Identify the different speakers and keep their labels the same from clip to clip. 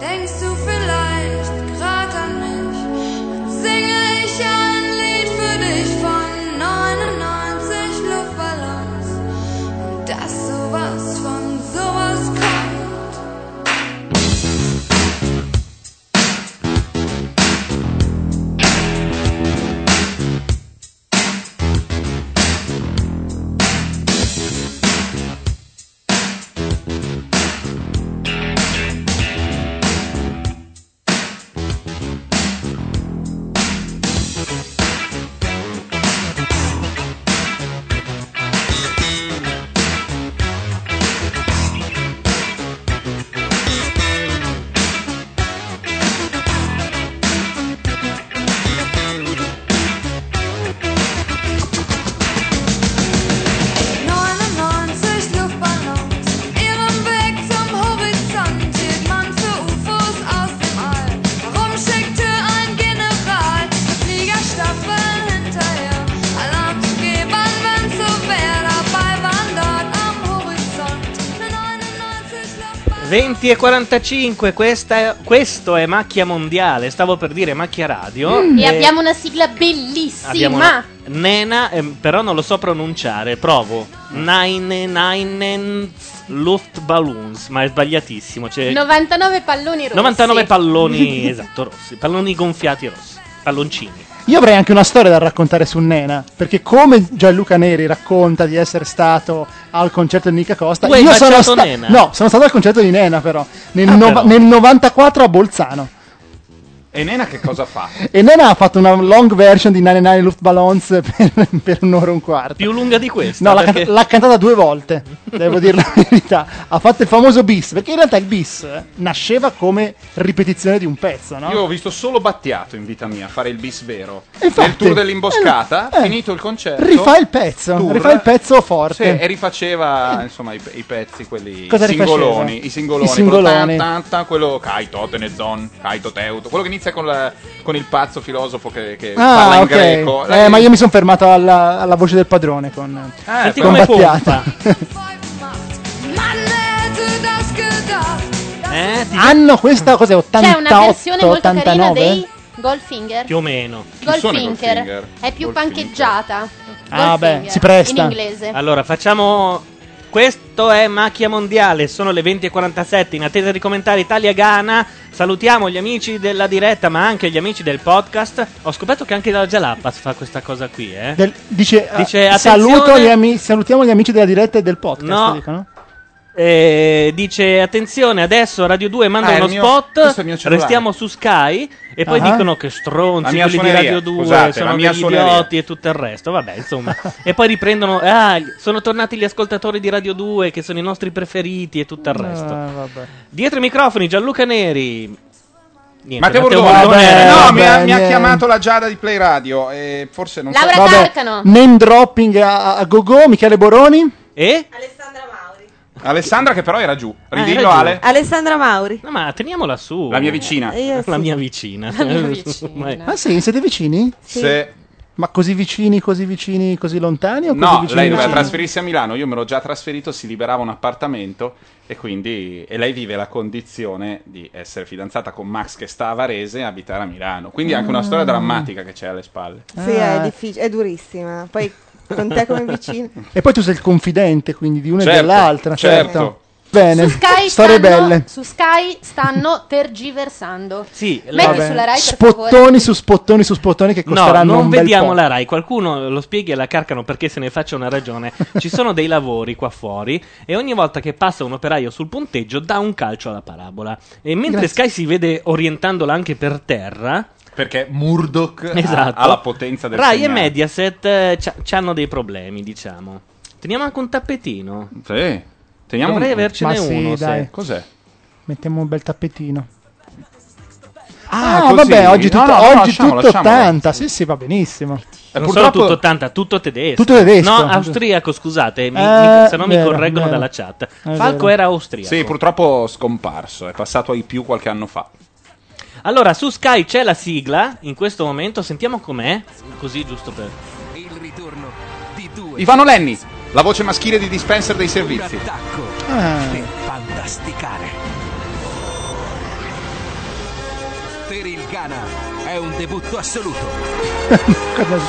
Speaker 1: Denkst du vielleicht grad an mich? Dann singe ich ein Lied für dich von 99 Luftballons. Und dass sowas von sowas kommt. Luftballons.
Speaker 2: 20 e 45, questa è- questo è Macchia Mondiale, stavo per dire Macchia Radio.
Speaker 3: Mm.
Speaker 4: Mm.
Speaker 2: Eh,
Speaker 3: E abbiamo una sigla bellissima.
Speaker 2: abbiamo una- Nena, ehm, però non lo so pronunciare, provo. Nine Nine Luftballons, ma è sbagliatissimo. Cioè,
Speaker 3: 99 palloni rossi.
Speaker 2: 99 palloni, esatto, rossi, palloni gonfiati rossi, palloncini.
Speaker 4: Io avrei anche una storia da raccontare su Nena, perché come Gianluca Neri racconta di essere stato al concerto di Nica Costa,
Speaker 2: Tu hai
Speaker 4: io sono,
Speaker 2: baciato Nena?
Speaker 4: no, sono stato al concerto di Nena però, nel,
Speaker 2: Ah,
Speaker 4: no-
Speaker 2: però.
Speaker 4: nel 94 a Bolzano.
Speaker 5: E Nena che cosa fa?
Speaker 4: E Nena ha fatto una long version di 99 Luftballons per, per un'ora e un quarto.
Speaker 2: Più lunga di questa.
Speaker 4: No, l'ha,
Speaker 2: perché-
Speaker 4: canta- l'ha cantata due volte, devo dire la verità. Ha fatto il famoso bis, perché in realtà il bis eh, nasceva come ripetizione di un pezzo, no?
Speaker 5: Io ho visto solo Battiato in vita mia fare il bis vero.
Speaker 4: Infatti.
Speaker 5: Nel tour dell'imboscata,
Speaker 4: Eh, eh.
Speaker 5: finito il concerto.
Speaker 4: Rifà il pezzo,
Speaker 5: tour.
Speaker 4: rifà il pezzo
Speaker 5: Sì,
Speaker 4: forte.
Speaker 5: e rifaceva insomma i, i pezzi, quelli
Speaker 4: Cosa
Speaker 5: i singoloni,
Speaker 4: rifaceva?
Speaker 5: i singoloni,
Speaker 4: I singoloni.
Speaker 5: quello, tan, tan, tan, quello Kaito Tenezon, Kaito Teuto, quello che inizia con, la- con il pazzo filosofo che, che parla
Speaker 4: Ah,
Speaker 5: in
Speaker 4: ok.
Speaker 5: greco.
Speaker 4: Eh, ma io mi sono fermato alla, alla voce del padrone con,
Speaker 2: Ah, senti
Speaker 4: con
Speaker 2: come
Speaker 4: Battiata.
Speaker 2: pompa.
Speaker 1: Mann hätte das gedacht.
Speaker 2: Eh, ti-
Speaker 4: Hanno questa cos'è? 88,
Speaker 3: C'è una versione molto carina
Speaker 4: 89?
Speaker 3: dei Goldfinger.
Speaker 2: più o meno.
Speaker 5: sono i
Speaker 3: Goldfinger.
Speaker 5: Goldfinger?
Speaker 3: È più
Speaker 5: Goldfinger.
Speaker 3: pancheggiata.
Speaker 4: Ah, beh,
Speaker 3: Goldfinger,
Speaker 4: si presta.
Speaker 3: In inglese.
Speaker 2: Allora, facciamo. Questo è Macchia Mondiale, sono le 20.47 in attesa di commentare Italia-Ghana. Salutiamo gli amici della diretta, ma anche gli amici del podcast. Ho scoperto che anche la Jalapas fa questa cosa qui, eh.
Speaker 4: Del- dice, ah,
Speaker 2: Dice, attenzione-
Speaker 4: saluto gli ami- salutiamo gli amici della diretta e del podcast.
Speaker 2: No.
Speaker 4: dicono.
Speaker 2: Eh, dice attenzione adesso Radio 2 manda
Speaker 5: Ah, è
Speaker 2: uno
Speaker 5: il mio-
Speaker 2: spot
Speaker 5: questo è il mio cellulare.
Speaker 2: restiamo su Sky e poi
Speaker 4: Ah.
Speaker 2: dicono che
Speaker 5: La
Speaker 2: stronzi
Speaker 5: mia
Speaker 2: quelli di
Speaker 5: suoneria,
Speaker 2: Radio 2
Speaker 5: scusate, la
Speaker 2: sono
Speaker 5: mia
Speaker 2: degli
Speaker 5: suoneria.
Speaker 2: idioti e tutto il resto vabbè insomma e poi riprendono ah gli- sono tornati gli ascoltatori di Radio 2 che sono i nostri preferiti e tutto il resto
Speaker 4: Ah, vabbè.
Speaker 2: dietro i microfoni Gianluca Neri Niente,
Speaker 5: Matteo Bordone,
Speaker 2: Bordone era-
Speaker 5: no,
Speaker 4: vabbè,
Speaker 5: mi, ha, mi ha
Speaker 4: niente.
Speaker 5: chiamato la Giada di Play Radio. E forse non
Speaker 3: Laura
Speaker 5: so.
Speaker 3: Vabbè.
Speaker 4: Vabbè,
Speaker 3: Carcano.
Speaker 4: name dropping a, a gogo, Michele Boroni.
Speaker 2: e?
Speaker 5: Alessandra, che però era giù.
Speaker 2: Ah, era
Speaker 5: Ridillo,
Speaker 2: giù.
Speaker 5: Ale.
Speaker 6: Alessandra Mauri.
Speaker 2: no ma teniamola su
Speaker 5: La mia vicina.
Speaker 6: Io
Speaker 2: la
Speaker 6: sì.
Speaker 2: mia vicina
Speaker 3: La mia vicina.
Speaker 2: Ormai-
Speaker 4: Ah sì, siete vicini?
Speaker 6: Sì.
Speaker 5: Se-
Speaker 4: Ma così vicini, così vicini, così lontani o così
Speaker 5: No,
Speaker 4: vicini?
Speaker 5: lei doveva
Speaker 4: vicini?
Speaker 5: trasferirsi a Milano, io me l'ho già trasferito, si liberava un appartamento e quindi e lei vive la condizione di essere fidanzata con Max che sta a Varese e abitare a Milano. Quindi è anche una storia drammatica che c'è alle spalle.
Speaker 6: Sì,
Speaker 4: Ah.
Speaker 6: è difficile, è durissima. Poi con te come vicino.
Speaker 4: E poi tu sei il confidente, quindi di una
Speaker 5: Certo,
Speaker 4: e dell'altra, certo.
Speaker 5: certo.
Speaker 4: Bene,
Speaker 3: Su Sky stanno-
Speaker 4: storie belle.
Speaker 3: Su Sky stanno tergiversando.
Speaker 2: sì la-
Speaker 3: Metti
Speaker 4: Vabbè.
Speaker 3: sulla Rai, per
Speaker 4: spottoni
Speaker 3: favore.
Speaker 4: su spottoni su spottoni che
Speaker 2: No,
Speaker 4: costeranno
Speaker 2: non
Speaker 4: un bel
Speaker 2: vediamo
Speaker 4: po'.
Speaker 2: la Rai. Qualcuno lo spieghi alla Carcano perché se ne faccia una ragione. Ci sono dei lavori qua fuori e ogni volta che passa un operaio sul punteggio dà un calcio alla parabola. E mentre
Speaker 4: Grazie.
Speaker 2: Sky si vede orientandola anche per terra,
Speaker 5: Perché Murdoch ha-
Speaker 2: esatto,
Speaker 5: ha la potenza del
Speaker 2: Rai
Speaker 5: segnale.
Speaker 2: e Mediaset eh, c'ha- c'hanno dei problemi, diciamo. Teniamo anche un tappetino.
Speaker 5: Sì. Teniamo
Speaker 2: Dovrei
Speaker 5: un-
Speaker 2: avercene
Speaker 4: Ma sì,
Speaker 2: uno.
Speaker 4: dai.
Speaker 2: se-
Speaker 5: Cos'è? Eh,
Speaker 4: Mettiamo un bel tappetino.
Speaker 5: Ah,
Speaker 4: Ah,
Speaker 5: così?
Speaker 4: vabbè, oggi
Speaker 5: No,
Speaker 4: tutto,
Speaker 5: no, no,
Speaker 4: oggi
Speaker 5: lasciamolo,
Speaker 4: tutto
Speaker 5: lasciamolo.
Speaker 4: 80. Sì, sì, va benissimo.
Speaker 5: Eh,
Speaker 2: Non
Speaker 5: purtroppo-
Speaker 2: solo tutto 80, tutto tedesco.
Speaker 4: Tutto tedesco.
Speaker 2: No, austriaco, scusate, mi,
Speaker 4: Eh,
Speaker 2: mi- se no mi
Speaker 4: vero,
Speaker 2: correggono
Speaker 4: vero.
Speaker 2: dalla chat.
Speaker 4: È
Speaker 2: Esatto. Falco
Speaker 4: vero.
Speaker 2: era austriaco.
Speaker 5: Sì, purtroppo scomparso, è passato ai più qualche anno fa.
Speaker 2: Allora, su Sky c'è la sigla in questo momento, sentiamo com'è. Così, giusto per.
Speaker 7: Il ritorno di due.
Speaker 5: Ivano Lenni, la voce maschile di dispenser dei
Speaker 7: Un
Speaker 5: servizi.
Speaker 7: attacco
Speaker 4: Ah.
Speaker 7: per fantasticare. Per il Ghana è un debutto assoluto.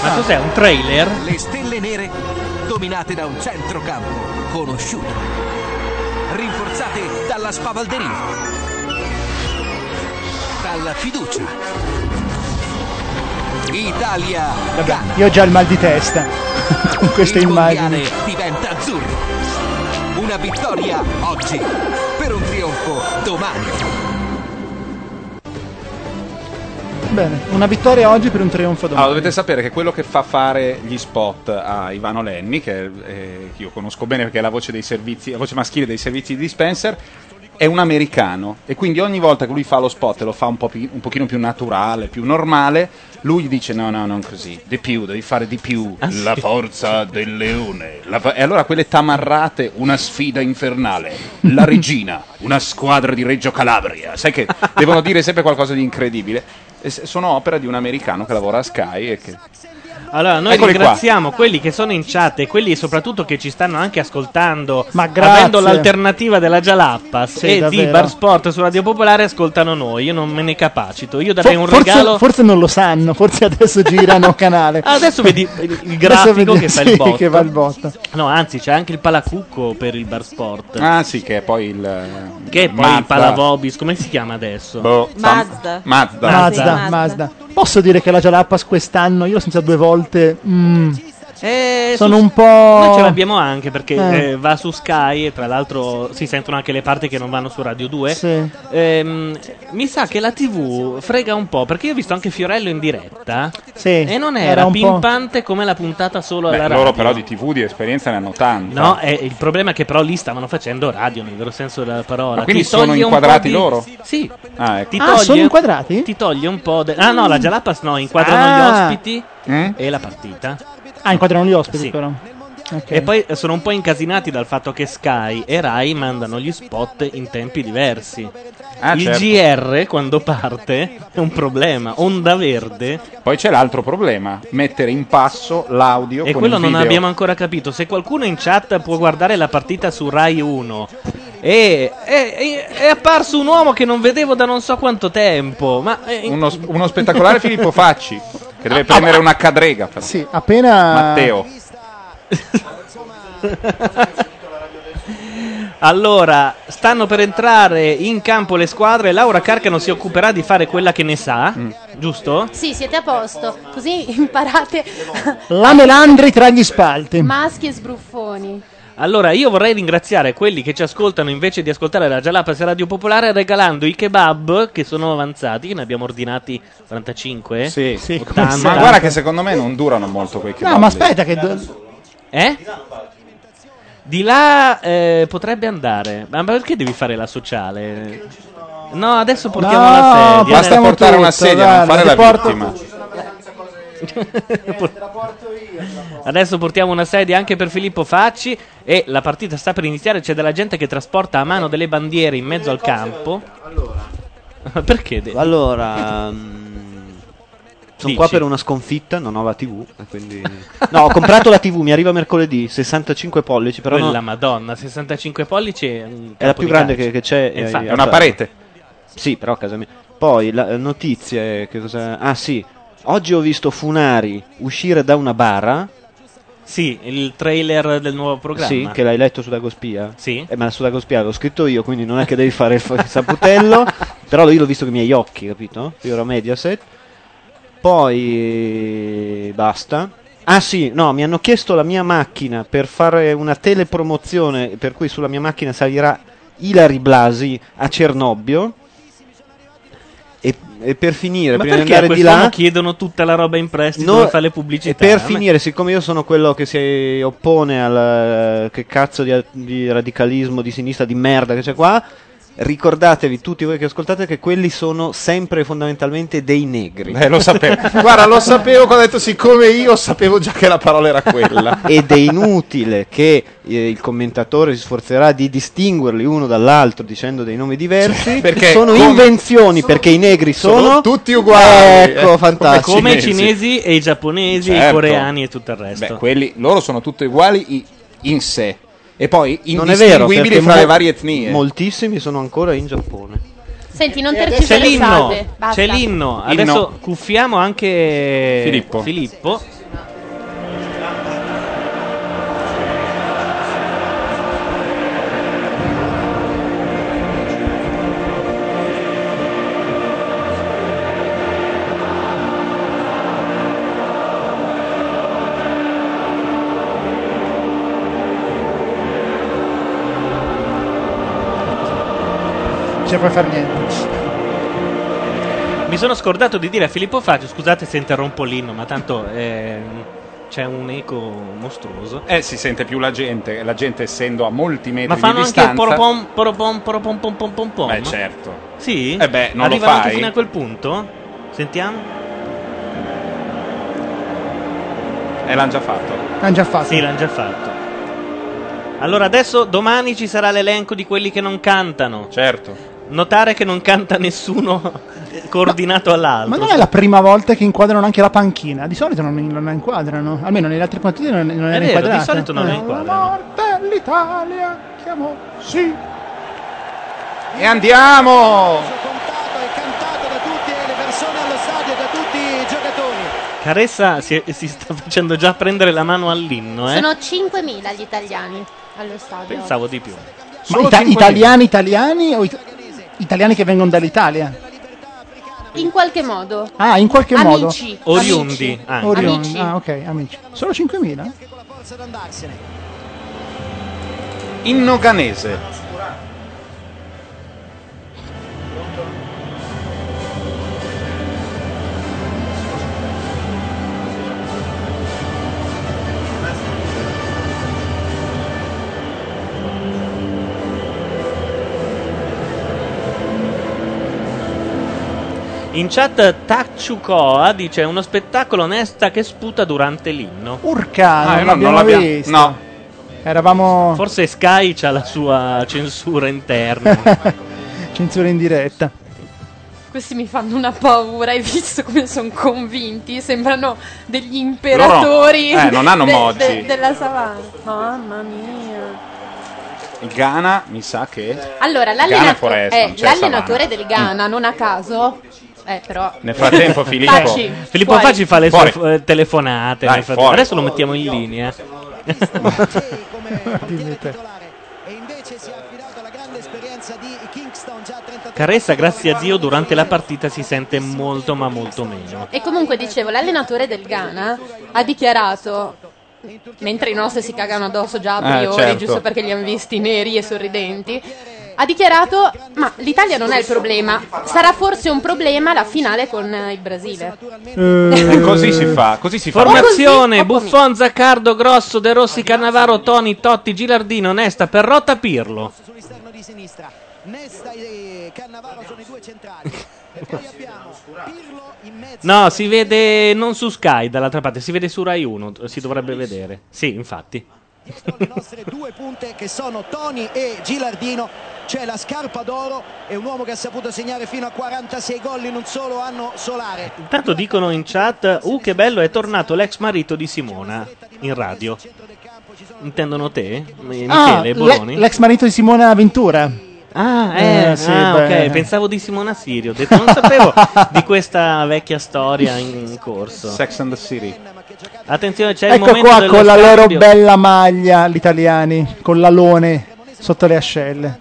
Speaker 2: Ma cos'è un trailer?
Speaker 7: Le stelle nere dominate da un centrocampo conosciuto. Rinforzate dalla spavalderia. Dalla fiducia. Italia Ghana.
Speaker 4: Io ho già il mal di testa con queste
Speaker 7: il
Speaker 4: immagini.
Speaker 7: mondiale diventa azzurro. Una vittoria oggi per un trionfo domani.
Speaker 4: Bene, una vittoria oggi per un trionfo domani.
Speaker 5: Allora, dovete sapere che quello che fa fare gli spot a Ivano Lenni, che eh, che io conosco bene perché è la voce, dei servizi, la voce maschile dei servizi di Spencer, è un americano e quindi ogni volta che lui fa lo spot e lo fa un, po' pi- un pochino più naturale, più normale, lui dice no, no, non così, di più, devi fare di più, la forza del leone. la fa- e allora quelle tamarrate, una sfida infernale, la regina, una squadra di Reggio Calabria, sai che devono dire sempre qualcosa di incredibile. E s- Sono opera di un americano che lavora a Sky e che
Speaker 2: Allora, noi
Speaker 5: Eccoli qua.
Speaker 2: ringraziamo quelli che sono in chat e quelli soprattutto che ci stanno anche ascoltando,
Speaker 4: grazie.
Speaker 2: avendo l'alternativa della Jalappas
Speaker 4: Sì,
Speaker 2: e di
Speaker 4: davvero.
Speaker 2: Bar Sport su Radio Popolare ascoltano noi. Io non me ne capacito. Io darei
Speaker 4: Fo-
Speaker 2: un
Speaker 4: forse-
Speaker 2: regalo.
Speaker 4: Forse, non lo sanno, forse adesso girano canale.
Speaker 2: Ah, adesso vedi il il
Speaker 4: Adesso
Speaker 2: grafico
Speaker 4: vedi-
Speaker 2: che fa il
Speaker 4: sì,
Speaker 2: botto.
Speaker 4: che fa il botto.
Speaker 2: No, anzi, c'è anche il palacucco per il Bar Sport.
Speaker 5: Ah, sì, che è poi il.
Speaker 2: Che è poi
Speaker 5: Mazda.
Speaker 2: il palavobis, come si chiama adesso?
Speaker 5: Boh, sta-
Speaker 6: Mazda.
Speaker 5: Mazda.
Speaker 4: Mazda,
Speaker 6: Mazda.
Speaker 4: Mazda. Posso dire che la Jalapas quest'anno, io l'ho sentita due volte, mm,
Speaker 2: Eh,
Speaker 4: sono
Speaker 2: su-
Speaker 4: un po'...
Speaker 2: Noi ce l'abbiamo anche perché
Speaker 4: Eh.
Speaker 2: eh, va su Sky e tra l'altro si sentono anche le parti che non vanno su Radio 2.
Speaker 4: Sì.
Speaker 2: Ehm, mi sa che la TV frega un po' perché io ho visto anche Fiorello in diretta
Speaker 4: Sì,
Speaker 2: e non
Speaker 4: era
Speaker 2: era,
Speaker 4: un po'.
Speaker 2: pimpante come la puntata solo
Speaker 5: Beh,
Speaker 2: alla radio.
Speaker 5: loro però di TV di esperienza ne hanno tanta.
Speaker 2: No, eh, il problema è che però lì stavano facendo radio nel vero senso della parola.
Speaker 5: Ma quindi
Speaker 2: Ti
Speaker 5: sono
Speaker 2: toglie un po'
Speaker 5: inquadrati
Speaker 2: di-
Speaker 5: loro?
Speaker 2: Sì.
Speaker 5: Ah, ecco.
Speaker 2: Ti
Speaker 4: Ah,
Speaker 2: toglie-
Speaker 4: sono inquadrati?
Speaker 2: Ti toglie un po'. de- ah, no, la Jalapas no, inquadrano
Speaker 4: Ah.
Speaker 2: gli ospiti
Speaker 5: Eh?
Speaker 2: e la partita.
Speaker 4: Ah, inquadrano gli ospiti
Speaker 2: Sì.
Speaker 4: però. Ok.
Speaker 2: E poi eh, sono un po' incasinati dal fatto che Sky e Rai mandano gli spot in tempi diversi.
Speaker 5: Ah,
Speaker 2: Il
Speaker 5: certo.
Speaker 2: GR quando parte è un problema. Onda verde.
Speaker 5: Poi c'è l'altro problema: mettere in passo l'audio
Speaker 2: E
Speaker 5: con
Speaker 2: quello
Speaker 5: il
Speaker 2: non
Speaker 5: video.
Speaker 2: abbiamo ancora capito. Se qualcuno in chat può guardare la partita su Rai 1. E, e- e- è apparso un uomo che non vedevo da non so quanto tempo. Ma eh, in-
Speaker 5: Uno, sp- uno spettacolare Filippo Facci, che
Speaker 2: Ah,
Speaker 5: deve prendere una cadrega. però.
Speaker 4: Sì, appena...
Speaker 5: Matteo.
Speaker 2: Allora, stanno per entrare in campo le squadre. Laura Carcano si occuperà di fare quella che ne sa,
Speaker 5: Mm.
Speaker 2: giusto?
Speaker 3: Sì, siete a posto. Così imparate
Speaker 4: La melandri tra gli spalti.
Speaker 3: maschi e sbruffoni.
Speaker 2: Allora, io vorrei ringraziare quelli che ci ascoltano invece di ascoltare la Jalapas e Radio Popolare regalando i kebab che sono avanzati, che ne abbiamo ordinati 45.
Speaker 5: Sì.
Speaker 4: Sì, come
Speaker 5: Ma
Speaker 2: Tanta.
Speaker 4: sempre.
Speaker 5: guarda che secondo me non durano molto quei kebab
Speaker 4: No, ma
Speaker 5: lì.
Speaker 4: aspetta che...
Speaker 2: Eh? Di là eh, potrebbe andare. Ma perché devi fare la sociale? No, adesso portiamo
Speaker 4: No,
Speaker 2: la
Speaker 5: Basta
Speaker 2: sedia.
Speaker 4: Portiamo
Speaker 5: portare una
Speaker 4: tutto,
Speaker 5: sedia, non
Speaker 4: guarda,
Speaker 5: fare
Speaker 4: ti
Speaker 5: la
Speaker 4: porto-
Speaker 5: vittima.
Speaker 2: Adesso portiamo una sedia anche per Filippo Facci e la partita sta per iniziare, c'è della gente che trasporta a mano delle bandiere in mezzo al campo. Allora. Perché? De-
Speaker 8: Allora, mm, sono
Speaker 2: Dici.
Speaker 8: qua per una sconfitta, non ho la TV, e quindi... No, ho comprato la TV, mi arriva mercoledì, 65 pollici, però
Speaker 2: Quella
Speaker 8: no-
Speaker 2: madonna, 65 pollici è un
Speaker 8: è la
Speaker 2: campo
Speaker 8: più
Speaker 2: di
Speaker 8: grande
Speaker 2: calcio.
Speaker 8: che, che c'è.
Speaker 2: E infatti-
Speaker 8: eh,
Speaker 5: È una parete.
Speaker 8: Sì, però a casa mia. Poi, la- eh, notizie, che cosa... Ah sì, oggi ho visto Funari uscire da una bara,
Speaker 2: Sì, il trailer del nuovo programma.
Speaker 8: sì, che l'hai letto su Dagospia.
Speaker 2: Sì.
Speaker 8: Eh, ma su Dagospia l'ho scritto io, quindi non è che devi fare il, fa- il saputello, però io l'ho visto con i miei occhi, capito? Io ero a Mediaset. Poi basta. Ah sì, no, mi hanno chiesto la mia macchina per fare una telepromozione per cui sulla mia macchina salirà Ilari Blasi a Cernobbio. E, e per finire,
Speaker 2: Ma
Speaker 8: prima di
Speaker 2: perché a
Speaker 8: andare di
Speaker 2: quest'uomo
Speaker 8: là,
Speaker 2: chiedono tutta la roba in prestito
Speaker 8: No,
Speaker 2: per fare le
Speaker 8: e
Speaker 2: pubblicità?
Speaker 8: per
Speaker 2: Ma-
Speaker 8: finire, siccome io sono quello che si oppone al eh, che cazzo di, di radicalismo di sinistra di merda che c'è qua, ricordatevi tutti voi che ascoltate che quelli sono sempre fondamentalmente dei negri.
Speaker 5: Eh, lo sapevo. Guarda, lo sapevo quando ho detto siccome io sapevo già che la parola era quella.
Speaker 8: Ed è inutile che eh, il commentatore si sforzerà di distinguerli uno dall'altro dicendo dei nomi diversi.
Speaker 5: Perché
Speaker 8: sono
Speaker 5: come-
Speaker 8: invenzioni perché i negri sono,
Speaker 5: sono tutti uguali, eh,
Speaker 8: Ecco,
Speaker 5: come
Speaker 8: fantastico.
Speaker 2: Come i
Speaker 5: cinesi.
Speaker 2: cinesi e i giapponesi e i
Speaker 5: Certo.
Speaker 2: coreani e tutto il resto.
Speaker 5: Beh, quelli, loro sono tutti uguali i- in sé. E poi
Speaker 8: non è vero,
Speaker 5: indistinguibili
Speaker 8: perché
Speaker 5: fra
Speaker 8: mo-
Speaker 5: le varie etnie.
Speaker 8: Moltissimi sono ancora in Giappone.
Speaker 3: Senti, non
Speaker 2: C'è l'inno,
Speaker 3: tergiversate. Basta.
Speaker 2: c'è l'inno.
Speaker 5: Inno.
Speaker 2: Adesso cuffiamo anche
Speaker 5: Filippo.
Speaker 2: Filippo.
Speaker 4: Non ci puoi fare niente.
Speaker 2: Mi sono scordato di dire a Filippo Fagio, scusate se interrompo l'inno, ma tanto ehm, c'è un eco mostruoso.
Speaker 5: Eh, si sente più la gente, la gente essendo a molti metri
Speaker 2: Ma fanno
Speaker 5: di
Speaker 2: anche il
Speaker 5: distanza.
Speaker 2: poropom, poropom, poropom, pom, pom, pom, pom.
Speaker 5: Beh, certo.
Speaker 2: Sì?
Speaker 5: Eh beh, non lo
Speaker 2: Arrivano anche
Speaker 5: fai?
Speaker 2: fino a quel punto? Sentiamo?
Speaker 5: E l'hanno Eh, già fatto.
Speaker 4: L'hanno già fatto.
Speaker 2: Sì, l'hanno già fatto. Allora adesso domani ci sarà l'elenco di quelli che non cantano.
Speaker 5: Certo.
Speaker 2: Notare che non canta nessuno eh, coordinato
Speaker 4: Ma
Speaker 2: all'altro.
Speaker 4: non è la prima volta che inquadrano anche la panchina. Di solito non, non la inquadrano. Almeno nelle altre partite non, non era
Speaker 2: vero, di
Speaker 4: inquadrata.
Speaker 2: solito non la
Speaker 4: Eh.
Speaker 2: inquadrano.
Speaker 4: La morte l'Italia chiamò. Sì.
Speaker 5: E andiamo!
Speaker 2: Caressa si, è- si sta facendo già prendere la mano all'inno, eh?
Speaker 3: Sono 5.000 gli italiani allo stadio.
Speaker 2: Pensavo di più.
Speaker 4: Ma
Speaker 2: Solo
Speaker 4: ita-
Speaker 2: 5.000.
Speaker 4: italiani italiani o it- italiani che vengono dall'Italia?
Speaker 3: In qualche modo.
Speaker 4: Ah, in qualche
Speaker 3: Amici.
Speaker 4: modo.
Speaker 2: Oriundi. anche.
Speaker 4: Oriundi.
Speaker 3: Amici.
Speaker 4: Ah, ok, amici. Solo 5.000?
Speaker 5: Innoganese.
Speaker 2: In chat Tacciucoa dice uno spettacolo onesta che sputa durante l'inno.
Speaker 4: Urca,
Speaker 5: Ah,
Speaker 4: Uh, non,
Speaker 5: no,
Speaker 4: l'abbiamo
Speaker 5: non l'abbiamo-
Speaker 4: visto.
Speaker 5: No,
Speaker 4: Eravamo
Speaker 2: Forse Sky ha la sua censura interna.
Speaker 4: censura in diretta.
Speaker 3: Questi mi fanno una paura, hai visto come sono convinti? Sembrano degli imperatori
Speaker 5: Loro- eh, non hanno
Speaker 3: de-
Speaker 5: mozzi.
Speaker 3: de- della savana. Mamma mia.
Speaker 5: Ghana mi sa che...
Speaker 3: Allora,
Speaker 5: Ghana
Speaker 3: l'allenato-
Speaker 5: foresta,
Speaker 3: eh,
Speaker 5: non c'è
Speaker 3: l'allenatore
Speaker 5: savana.
Speaker 3: del Ghana, non a caso, eh, però...
Speaker 5: Nel frattempo Filippo...
Speaker 3: Facci.
Speaker 2: Filippo
Speaker 3: Fuori.
Speaker 2: Facci fa le sue
Speaker 5: Fuori.
Speaker 2: eh, telefonate.
Speaker 5: Dai,
Speaker 2: nel frattempo.
Speaker 5: fuori.
Speaker 2: Adesso lo mettiamo in linea.
Speaker 4: Dimmi te.
Speaker 2: Caressa, grazie a Dio, durante la partita si sente molto ma molto meno.
Speaker 3: E comunque dicevo, l'allenatore del Ghana ha dichiarato, mentre i nostri si cagano addosso già a
Speaker 5: Eh,
Speaker 3: priori,
Speaker 5: certo.
Speaker 3: giusto perché li hanno visti neri e sorridenti, ha dichiarato, ma l'Italia non è il problema, sarà forse un problema la finale con eh, il Brasile.
Speaker 5: E così si fa, così si fa.
Speaker 2: Formazione,
Speaker 3: O così, o
Speaker 2: Buffon, Zaccardo, Grosso, De Rossi, Cannavaro, Toni, Totti, Gilardino, Nesta, Perrotta, Pirlo.
Speaker 9: sull'esterno di sinistra. Nesta e Cannavaro sono i due centrali. E poi abbiamo Pirlo in mezzo.
Speaker 2: No, si vede non su Sky dall'altra parte, si vede su Rai 1, si dovrebbe vedere. Sì, infatti.
Speaker 9: Dietro le nostre due punte che sono Toni e Gilardino. C'è la scarpa d'oro e un uomo che ha saputo segnare fino a 46 gol in un solo anno solare.
Speaker 2: Intanto dicono in chat, uh che bello è tornato l'ex marito di Simona in radio. Intendono te, M- Michele
Speaker 4: ah,
Speaker 2: Boroni?
Speaker 4: le- l'ex marito di Simona Ventura.
Speaker 2: ah, eh,
Speaker 4: Eh, sì,
Speaker 2: ah,
Speaker 4: beh.
Speaker 2: ok, pensavo di Simona Sirio, ho detto, non sapevo di questa vecchia storia in corso.
Speaker 5: Sex and the City.
Speaker 2: Attenzione, c'è il
Speaker 4: ecco
Speaker 2: momento
Speaker 4: qua
Speaker 2: dello
Speaker 4: con la loro
Speaker 2: scambio.
Speaker 4: bella maglia, gli italiani, con l'alone sotto le ascelle.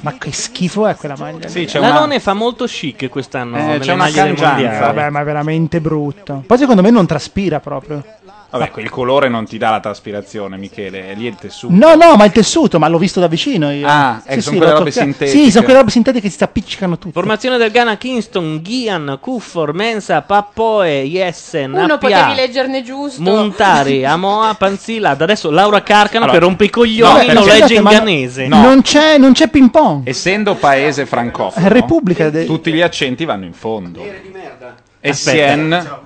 Speaker 4: Ma che schifo è quella maglia?
Speaker 5: Sì,
Speaker 4: lì?
Speaker 5: c'è
Speaker 2: La
Speaker 5: una...
Speaker 2: Lone fa molto chic quest'anno
Speaker 5: Eh,
Speaker 2: nelle
Speaker 5: c'è una
Speaker 2: maglie del
Speaker 5: cangianza.
Speaker 2: mondiale.
Speaker 4: Vabbè, ma è veramente brutto. Poi secondo me non traspira proprio.
Speaker 5: Vabbè, il colore non ti dà la traspirazione, Michele, è lì il tessuto.
Speaker 4: No, no, ma il tessuto, ma l'ho visto da vicino io.
Speaker 5: Ah,
Speaker 2: ecco,
Speaker 5: eh, sono
Speaker 4: l'ho
Speaker 5: quelle robe
Speaker 4: toccato.
Speaker 5: sintetiche.
Speaker 4: Sì, sono quelle robe sintetiche che si appiccicano tutte.
Speaker 2: Formazione del Ghana, Kingston, Ghian, Kufor, Mensa, Pappoe, Jessen,
Speaker 3: Uno
Speaker 2: Appia,
Speaker 3: potevi leggerne giusto.
Speaker 2: Montari, Amoa, Panzilad. Adesso Laura Carcano
Speaker 5: Allora,
Speaker 2: per rompe i coglioni
Speaker 5: no,
Speaker 2: non
Speaker 5: perché-
Speaker 2: legge in
Speaker 4: Ma no-
Speaker 2: ghanese.
Speaker 5: No.
Speaker 4: Non c'è, non c'è ping pong.
Speaker 5: Essendo paese francofono,
Speaker 4: È Repubblica de-
Speaker 5: tutti gli accenti vanno in fondo. E
Speaker 2: Aspetta.
Speaker 5: Sien...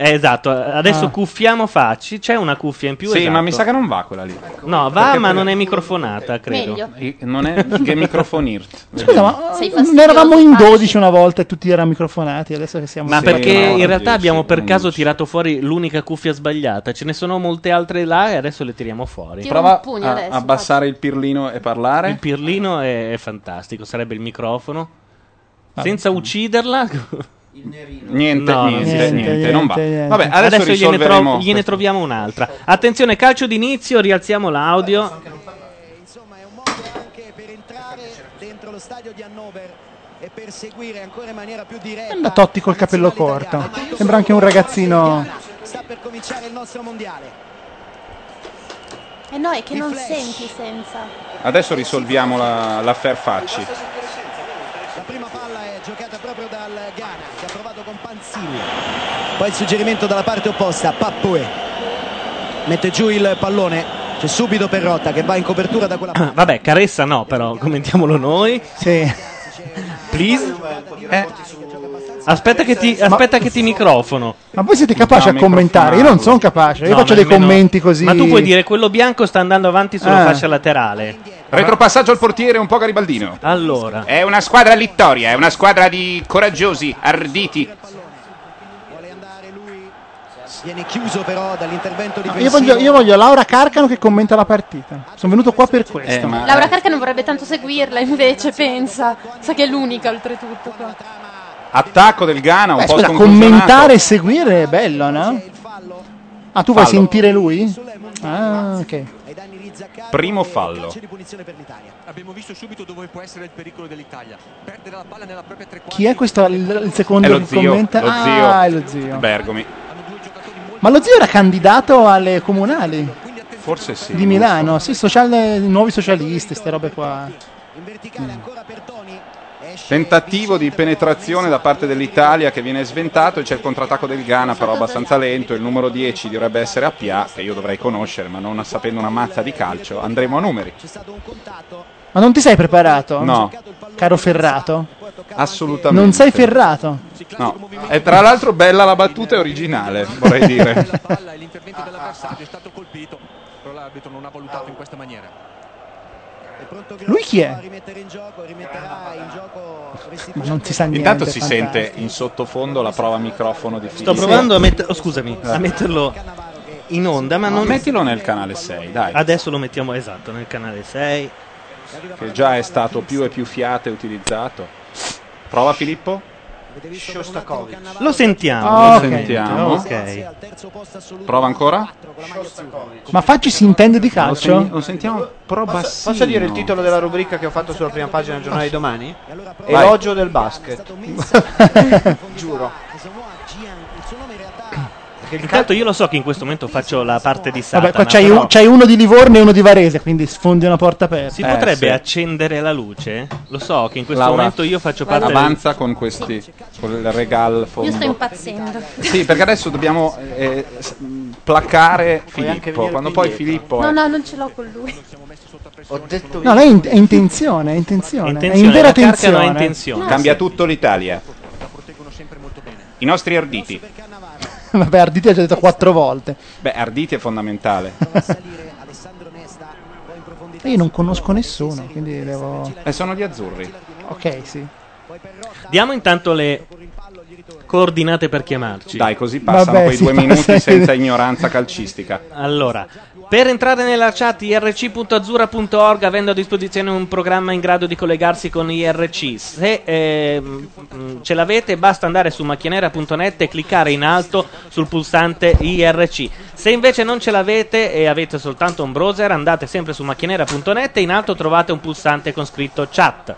Speaker 2: Eh, esatto, adesso
Speaker 4: Ah.
Speaker 2: cuffiamo facci. C'è una cuffia in più.
Speaker 5: Sì,
Speaker 2: esatto.
Speaker 5: ma mi sa che non va quella lì.
Speaker 2: No, va,
Speaker 5: Perché
Speaker 2: ma
Speaker 5: poi-
Speaker 2: non è microfonata, credo.
Speaker 3: Meglio.
Speaker 5: I- Non è che microfonirt.
Speaker 4: Scusa, ma
Speaker 3: Sei
Speaker 4: eh,
Speaker 3: fastidioso,
Speaker 4: ne eravamo in
Speaker 3: facci.
Speaker 4: 12 una volta e tutti erano microfonati, adesso che siamo
Speaker 2: Ma
Speaker 5: Sì,
Speaker 2: perché
Speaker 5: no,
Speaker 2: in
Speaker 5: oddio,
Speaker 2: realtà
Speaker 5: sì,
Speaker 2: abbiamo per
Speaker 5: non
Speaker 2: caso
Speaker 5: dici.
Speaker 2: tirato fuori l'unica cuffia sbagliata. Ce ne sono molte altre là e adesso le tiriamo fuori.
Speaker 3: Tira
Speaker 5: Prova
Speaker 3: un pugno
Speaker 5: a
Speaker 3: adesso,
Speaker 5: abbassare il pirlino e parlare.
Speaker 2: Il pirlino è, è fantastico, sarebbe il microfono. Senza ucciderla.
Speaker 5: Ah. Niente,
Speaker 2: No, no,
Speaker 5: niente,
Speaker 2: niente,
Speaker 5: niente, non va.
Speaker 2: niente,
Speaker 5: Vabbè, adesso,
Speaker 2: gliene, tro-
Speaker 5: risolveremo
Speaker 2: gliene
Speaker 5: questo.
Speaker 2: troviamo un'altra. Attenzione, calcio d'inizio, rialziamo l'audio.
Speaker 9: dentro lo stadio di Hannover e perseguire ancora in maniera più diretta.
Speaker 4: Sembra Totti col capello corto. Sembra anche un ragazzino.
Speaker 9: Sta per cominciare il nostro mondiale.
Speaker 10: E no, è che non senti senza.
Speaker 5: Adesso risolviamo la, l'affair Facci.
Speaker 9: La prima palla è giocata proprio dal Ghana, che ha provato con Panzilla. Poi il suggerimento dalla parte opposta, Pappue. Mette giù il pallone, c'è subito Perrotta che va in copertura da quella parte.
Speaker 2: Vabbè, Caressa no, però, commentiamolo noi.
Speaker 4: Sì.
Speaker 2: Please. Eh. Aspetta che ti, aspetta che ti microfono.
Speaker 4: Ma voi siete capaci a commentare? Io non sono capace, io
Speaker 2: Diciamo No,
Speaker 4: faccio
Speaker 2: ma
Speaker 4: dei
Speaker 2: almeno-
Speaker 4: commenti così.
Speaker 2: Ma tu puoi dire quello bianco sta andando avanti sulla
Speaker 4: Ah.
Speaker 2: fascia laterale.
Speaker 5: Retropassaggio al portiere un po' garibaldino.
Speaker 2: Allora.
Speaker 5: È una squadra littoria, è una squadra di coraggiosi, arditi.
Speaker 9: Viene chiuso però dall'intervento di
Speaker 5: Ah,
Speaker 4: Io voglio, io voglio Laura Carcano che commenta la partita. Sono venuto qua
Speaker 5: Eh,
Speaker 4: per questo.
Speaker 3: Laura Carca non vorrebbe tanto seguirla, invece, pensa. Sa che è l'unica, oltretutto. qua.
Speaker 5: Attacco del Ghana, un
Speaker 4: Beh,
Speaker 5: po'
Speaker 4: scusa,
Speaker 5: sconclusionato.
Speaker 4: commentare e seguire è bello, no? Ah, tu vuoi
Speaker 5: Fallo.
Speaker 4: sentire lui? Ah, ok.
Speaker 5: Primo fallo.
Speaker 11: Abbiamo visto subito dove può essere il pericolo dell'Italia. Perdere la palla nella propria tre
Speaker 4: Chi è questo? Il, il secondo
Speaker 5: È lo
Speaker 4: che
Speaker 5: zio,
Speaker 4: commenta?
Speaker 5: lo
Speaker 4: ah,
Speaker 5: zio.
Speaker 4: è lo zio.
Speaker 5: Bergomi.
Speaker 4: Ma lo zio era candidato alle comunali
Speaker 5: Forse sì.
Speaker 4: di Milano. Sì, social- nuovi socialisti, ste robe qua. Mm.
Speaker 5: Tentativo di penetrazione da parte dell'Italia che viene sventato e c'è il contrattacco del Ghana però abbastanza lento, il numero 10 dovrebbe essere Appia che io dovrei conoscere ma non sapendo una mazza di calcio andremo a numeri.
Speaker 4: Ma non ti sei preparato?
Speaker 5: No.
Speaker 4: Caro Ferrato?
Speaker 5: Assolutamente.
Speaker 4: Non sei Ferrato?
Speaker 5: No. E tra l'altro bella la battuta è originale, vorrei dire.
Speaker 11: palla e
Speaker 8: Ah,
Speaker 11: l'intervento dell'avversario è stato colpito, però l'arbitro non ha valutato in questa maniera.
Speaker 4: Lui chi è? Ma non si sa niente.
Speaker 5: Intanto si
Speaker 4: fantastico.
Speaker 5: sente in sottofondo la prova microfono di
Speaker 2: Sto
Speaker 5: Filippo.
Speaker 2: provando a metterlo. Scusami, a
Speaker 5: Eh.
Speaker 2: metterlo in onda, ma non.
Speaker 5: Mettilo nel canale 6, dai.
Speaker 2: Adesso lo mettiamo esatto nel canale 6.
Speaker 5: Che già è stato più e più fiate utilizzato. Prova Filippo?
Speaker 2: Lo sentiamo.
Speaker 5: Ah,
Speaker 2: lo
Speaker 5: ok.
Speaker 2: sentiamo.
Speaker 5: Ok. Prova ancora?
Speaker 4: Ma Facci si intende di
Speaker 5: Lo
Speaker 4: calcio?
Speaker 5: sen- lo sentiamo? Prova
Speaker 12: Posso, posso dire il titolo della rubrica che ho fatto sulla prima pagina del giornale di domani?
Speaker 5: Vai.
Speaker 12: Elogio del basket. Giuro.
Speaker 2: Intanto io lo so che in questo momento faccio la parte di Satana
Speaker 4: Vabbè, qua c'hai,
Speaker 2: però
Speaker 4: un- Eh, c'hai uno di Livorno e uno di Varese, quindi sfondi una porta aperta.
Speaker 2: Si potrebbe
Speaker 5: eh.
Speaker 2: accendere la luce? Lo so che in questo
Speaker 5: Laura,
Speaker 2: momento io faccio parte del-
Speaker 5: Avanza con questi con il regal
Speaker 10: Io sto
Speaker 5: fondo.
Speaker 10: impazzendo.
Speaker 5: Sì, perché adesso dobbiamo eh, s- mh, placare Filippo. Quando poi Filippo
Speaker 10: No,
Speaker 5: è
Speaker 10: no, non ce l'ho con lui.
Speaker 4: No, lei è, in- è intenzione, è intenzione. È,
Speaker 5: Intenzione,
Speaker 4: in vera
Speaker 5: la Carcano
Speaker 4: intenzione.
Speaker 5: è intenzione. Cambia tutto l'Italia. I nostri arditi.
Speaker 4: Vabbè, Arditi ha già detto quattro volte.
Speaker 5: Beh, arditi è fondamentale.
Speaker 4: Io non conosco nessuno, quindi devo...
Speaker 5: E Eh, sono gli azzurri.
Speaker 4: Ok, sì.
Speaker 2: Diamo intanto le coordinate per chiamarci.
Speaker 5: Dai, così passano
Speaker 2: Vabbè,
Speaker 5: quei
Speaker 2: si
Speaker 5: due
Speaker 2: passa-
Speaker 5: minuti senza ignoranza calcistica.
Speaker 2: Allora, per entrare nella chat irc.azzurra.org avendo a disposizione un programma in grado di collegarsi con IRC, se ehm, mh, ce l'avete basta andare su macchianera.net e cliccare in alto sul pulsante IRC. Se invece non ce l'avete e avete soltanto un browser andate sempre su macchianera.net e in alto trovate un pulsante con scritto chat.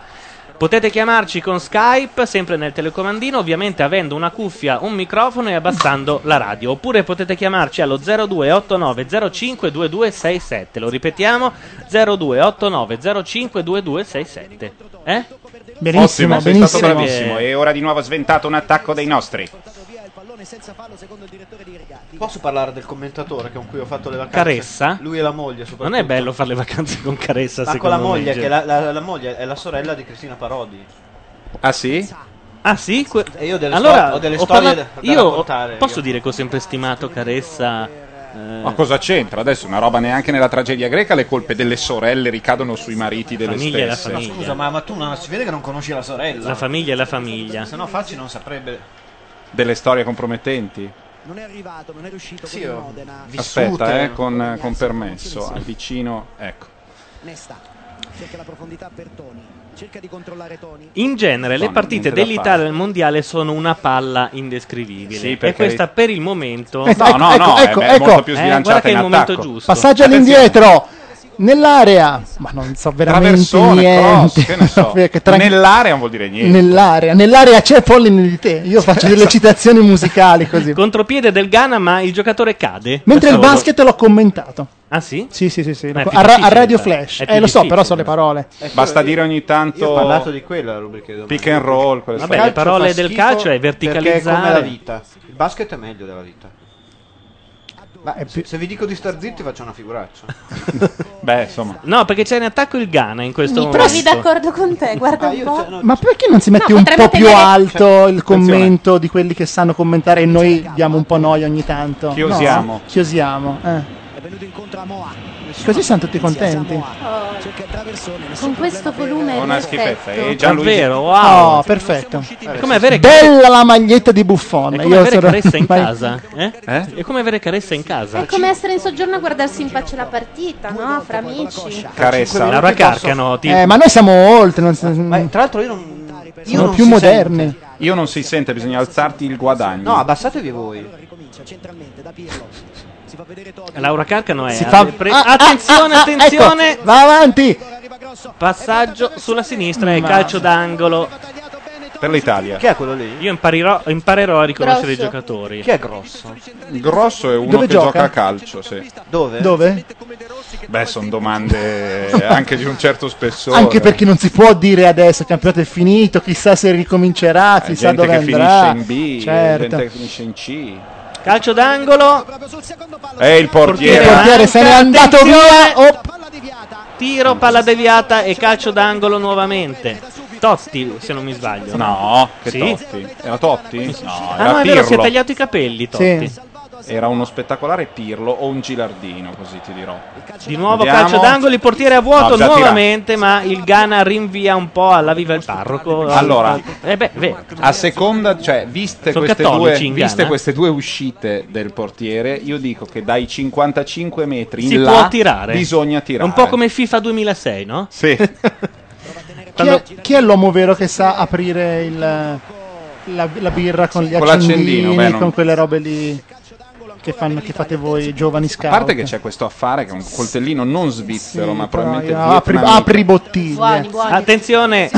Speaker 2: Potete chiamarci con Skype, sempre nel telecomandino, ovviamente avendo una cuffia, un microfono e abbassando la radio. Oppure potete chiamarci allo 0289052267. Lo ripetiamo, 0289052267. Eh?
Speaker 5: Ottimo, sei stato bravissimo. E ora di nuovo sventato un attacco dei nostri.
Speaker 12: Posso parlare del commentatore con cui ho fatto le vacanze?
Speaker 2: Caressa?
Speaker 12: Lui e la moglie soprattutto.
Speaker 2: Non è bello fare le vacanze con Caressa,
Speaker 12: Ma con
Speaker 2: secondo
Speaker 12: la
Speaker 2: me,
Speaker 12: moglie,
Speaker 2: in
Speaker 12: che
Speaker 2: genere.
Speaker 12: la, la- la moglie è la sorella di Cristina Parodi.
Speaker 5: Ah sì?
Speaker 2: Ah sì? Que-
Speaker 12: E io ho delle
Speaker 2: allora,
Speaker 12: sto- ho delle
Speaker 2: ho
Speaker 12: storie
Speaker 2: parla-
Speaker 12: da- da
Speaker 2: io
Speaker 12: raccontare,
Speaker 2: posso
Speaker 12: io.
Speaker 2: dire che ho sempre stimato Caressa... eh,
Speaker 5: Ma cosa c'entra? Adesso una roba neanche nella tragedia greca le colpe delle sorelle ricadono sui mariti delle
Speaker 2: Famiglia è la
Speaker 5: stesse.
Speaker 2: famiglia.
Speaker 12: Ma scusa, ma, ma tu non, si vede che non conosci la sorella.
Speaker 2: La famiglia è la famiglia.
Speaker 12: Se no Facci non saprebbe.
Speaker 5: Delle storie compromettenti.
Speaker 9: Non è arrivato, non è riuscito
Speaker 12: Sì,
Speaker 9: con il
Speaker 12: ho
Speaker 9: Modena.
Speaker 5: Aspetta, eh, con, con permesso, avvicino, ecco.
Speaker 9: Nesta cerca la profondità per Toni. Cerca di controllare Tony.
Speaker 2: In genere le
Speaker 5: No,
Speaker 2: partite
Speaker 5: niente da
Speaker 2: dell'Italia al mondiale sono una palla indescrivibile.
Speaker 5: Sì,
Speaker 2: e
Speaker 5: perché-
Speaker 2: questa per il momento...
Speaker 4: Eh, ecco, ecco, ecco, ecco.
Speaker 2: Eh, guarda che è il momento giusto.
Speaker 4: Passaggio all'indietro. Nell'area, ma non so veramente
Speaker 5: Traversone,
Speaker 4: niente.
Speaker 5: cross, che ne so.
Speaker 4: Perché tra-
Speaker 5: Nell'area non vuol dire niente.
Speaker 4: nell'area, nell'area c'è Polline di te. Io faccio delle citazioni musicali così.
Speaker 2: Eh, Contropiede del Ghana, ma il giocatore cade.
Speaker 4: Mentre
Speaker 2: da
Speaker 4: il
Speaker 2: solo.
Speaker 4: basket l'ho commentato.
Speaker 2: Ah sì?
Speaker 4: Sì, sì, sì, sì.
Speaker 2: Ma è
Speaker 4: l'ho-
Speaker 2: più
Speaker 4: a, ra- a
Speaker 2: difficile,
Speaker 4: Radio
Speaker 2: dai.
Speaker 4: Flash.
Speaker 2: È
Speaker 4: Eh,
Speaker 2: più
Speaker 4: lo so, però
Speaker 2: difficile.
Speaker 4: so le parole.
Speaker 5: Basta dire
Speaker 12: Io
Speaker 5: ogni
Speaker 12: ho parlato
Speaker 5: tanto
Speaker 12: di quella la rubrica di domani.
Speaker 5: pick and roll. quelle
Speaker 2: Vabbè,
Speaker 5: storie.
Speaker 2: le parole del calcio è
Speaker 12: Perché è come la
Speaker 2: verticalizzare.
Speaker 12: vita. Il basket è meglio della vita. Ma se, se vi dico di star zitti faccio una figuraccia.
Speaker 5: Beh, insomma.
Speaker 2: No, perché c'è in attacco il Ghana in questo
Speaker 10: Mi
Speaker 2: momento.
Speaker 10: trovi d'accordo con te, guarda un po'.
Speaker 4: Ma perché non si mette
Speaker 10: No,
Speaker 4: un
Speaker 10: potremmo
Speaker 4: po' più
Speaker 10: tenere-
Speaker 4: alto il commento di quelli che sanno commentare e noi diamo un po' noia ogni tanto? No,
Speaker 5: Chiosiamo.
Speaker 4: chiosiamo. eh. Così siamo tutti contenti.
Speaker 10: Oh. Con questo volume.
Speaker 5: Una
Speaker 10: perfetto.
Speaker 5: schifezza. eh, E Gianluigi.
Speaker 2: Davvero, wow.
Speaker 4: Oh, perfetto.
Speaker 2: È come avere-
Speaker 4: Bella la maglietta di Buffon.
Speaker 2: È come
Speaker 4: Eh, Io
Speaker 2: avere
Speaker 4: sono-
Speaker 2: Caressa in
Speaker 4: mai-
Speaker 2: casa. eh? È come avere Caressa in casa.
Speaker 10: È come essere in soggiorno a guardarsi in faccia la partita, no? Fra amici.
Speaker 2: Caressa. Laura Carcano. ti-
Speaker 4: Eh, ma noi siamo oltre. non si-
Speaker 5: eh,
Speaker 12: Tra l'altro io non...
Speaker 4: Sono
Speaker 5: non
Speaker 4: più
Speaker 5: si
Speaker 4: moderni.
Speaker 5: Io non si sente, bisogna alzarti il guadagno.
Speaker 12: No, abbassatevi voi.
Speaker 2: Laura Carcano è...
Speaker 4: Si fa-
Speaker 2: pre-
Speaker 4: Ah, ah,
Speaker 2: Attenzione,
Speaker 4: ah, ah, ecco,
Speaker 2: attenzione.
Speaker 4: va avanti.
Speaker 2: Passaggio sulla sinistra e
Speaker 4: Ma-
Speaker 2: calcio d'angolo.
Speaker 5: Per l'Italia.
Speaker 12: Chi è quello lì?
Speaker 2: Io imparirò- imparerò a riconoscere
Speaker 12: Grosso.
Speaker 2: i giocatori.
Speaker 12: Chi è grosso?
Speaker 5: Grosso è uno
Speaker 2: Dove
Speaker 5: che
Speaker 2: gioca?
Speaker 5: gioca? a calcio, sì.
Speaker 12: Dove?
Speaker 4: Dove?
Speaker 5: Beh, sono domande anche di un certo spessore.
Speaker 4: Anche perché non si può dire adesso il campionato è finito, chissà se ricomincerà,
Speaker 5: È
Speaker 4: chissà
Speaker 5: gente
Speaker 4: dove
Speaker 5: che
Speaker 4: andrà.
Speaker 5: finisce in B,
Speaker 4: certo.
Speaker 5: gente che finisce in C.
Speaker 2: Calcio d'angolo.
Speaker 5: E il portiere.
Speaker 4: Il portiere se n'è andato via. Oh,
Speaker 2: Tiro, palla deviata e calcio d'angolo nuovamente. Totti, se non mi sbaglio.
Speaker 5: No, che
Speaker 2: Sì?
Speaker 5: Totti. Era Totti? No,
Speaker 2: Ah,
Speaker 5: era
Speaker 2: no, è vero, si è
Speaker 5: Pirlo.
Speaker 2: tagliato i capelli Totti.
Speaker 5: Era uno spettacolare Pirlo o un Gilardino, così ti dirò.
Speaker 2: Di nuovo
Speaker 5: Vediamo.
Speaker 2: calcio d'angolo, il portiere a vuoto
Speaker 5: No, già
Speaker 2: nuovamente, ma il Ghana rinvia un po' alla viva il parroco.
Speaker 5: Allora,
Speaker 2: Eh beh, beh,
Speaker 5: a seconda, cioè, viste,
Speaker 2: Sono
Speaker 5: queste due,
Speaker 2: cattolici in
Speaker 5: viste
Speaker 2: Ghana?
Speaker 5: queste due uscite del portiere, io dico che dai 55 metri in
Speaker 2: si
Speaker 5: là
Speaker 2: può tirare.
Speaker 5: bisogna tirare.
Speaker 2: Un po' come FIFA 2006, no?
Speaker 5: Sì.
Speaker 4: Chi è, chi è l'uomo vero che sa aprire il, la, la birra con gli
Speaker 5: Con
Speaker 4: accendini,
Speaker 5: l'accendino, beh, non-
Speaker 4: con quelle robe lì che, fanno- che fate voi giovani
Speaker 5: A
Speaker 4: scout?
Speaker 5: parte che c'è questo affare che è un coltellino non svizzero, ma probabilmente
Speaker 4: Però, apri,
Speaker 5: vietnamita.
Speaker 4: apri bottiglie.
Speaker 2: Attenzione,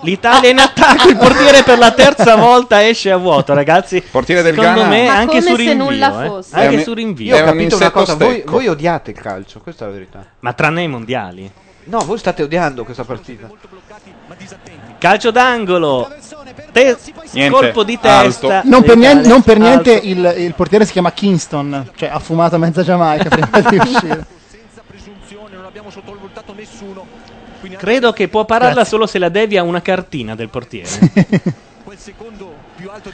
Speaker 2: l'Italia in attacco, il portiere per la terza volta esce a vuoto, ragazzi.
Speaker 5: Portiere del
Speaker 2: Secondo
Speaker 5: Ghana-
Speaker 2: me
Speaker 5: Ma
Speaker 10: come
Speaker 2: anche su
Speaker 10: se
Speaker 2: rinvio,
Speaker 10: nulla
Speaker 2: eh.
Speaker 10: fosse.
Speaker 2: Anche
Speaker 5: È un-
Speaker 2: su rinvio.
Speaker 12: Io ho
Speaker 5: È un
Speaker 12: capito una
Speaker 5: insetto
Speaker 12: cosa, voi,
Speaker 5: stecco.
Speaker 12: voi odiate il calcio, questa è la verità.
Speaker 2: Ma tranne i mondiali.
Speaker 12: No, voi state odiando questa partita.
Speaker 2: Calcio d'angolo. Te-
Speaker 5: Niente,
Speaker 2: colpo di
Speaker 5: alto.
Speaker 2: testa.
Speaker 4: Non per niente, non per niente
Speaker 2: Alto.
Speaker 4: il, il portiere si chiama Kingston, cioè ha fumato mezza Giamaica prima di uscire.
Speaker 2: Credo che può pararla solo se la devia una cartina del portiere.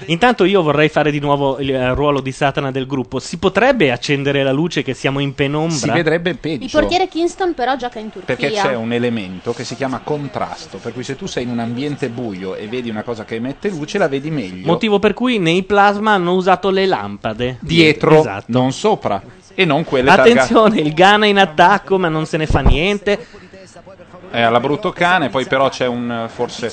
Speaker 2: Intanto io vorrei fare di nuovo il eh, ruolo di Satana del gruppo. Si potrebbe accendere la luce che siamo in penombra?
Speaker 5: Si vedrebbe
Speaker 10: Il
Speaker 5: peggio.
Speaker 10: portiere Kingston però gioca in Turchia.
Speaker 5: Perché c'è un elemento che si chiama contrasto, per cui se tu sei in un ambiente buio e vedi una cosa che emette luce, la vedi meglio
Speaker 2: Motivo per cui nei plasma hanno usato le lampade.
Speaker 5: dietro,
Speaker 2: Esatto.
Speaker 5: non sopra, e non quelle
Speaker 2: Attenzione, il Ghana in attacco, ma non se ne fa niente.
Speaker 5: targate. È Eh, alla brutto cane, poi però c'è un eh, forse...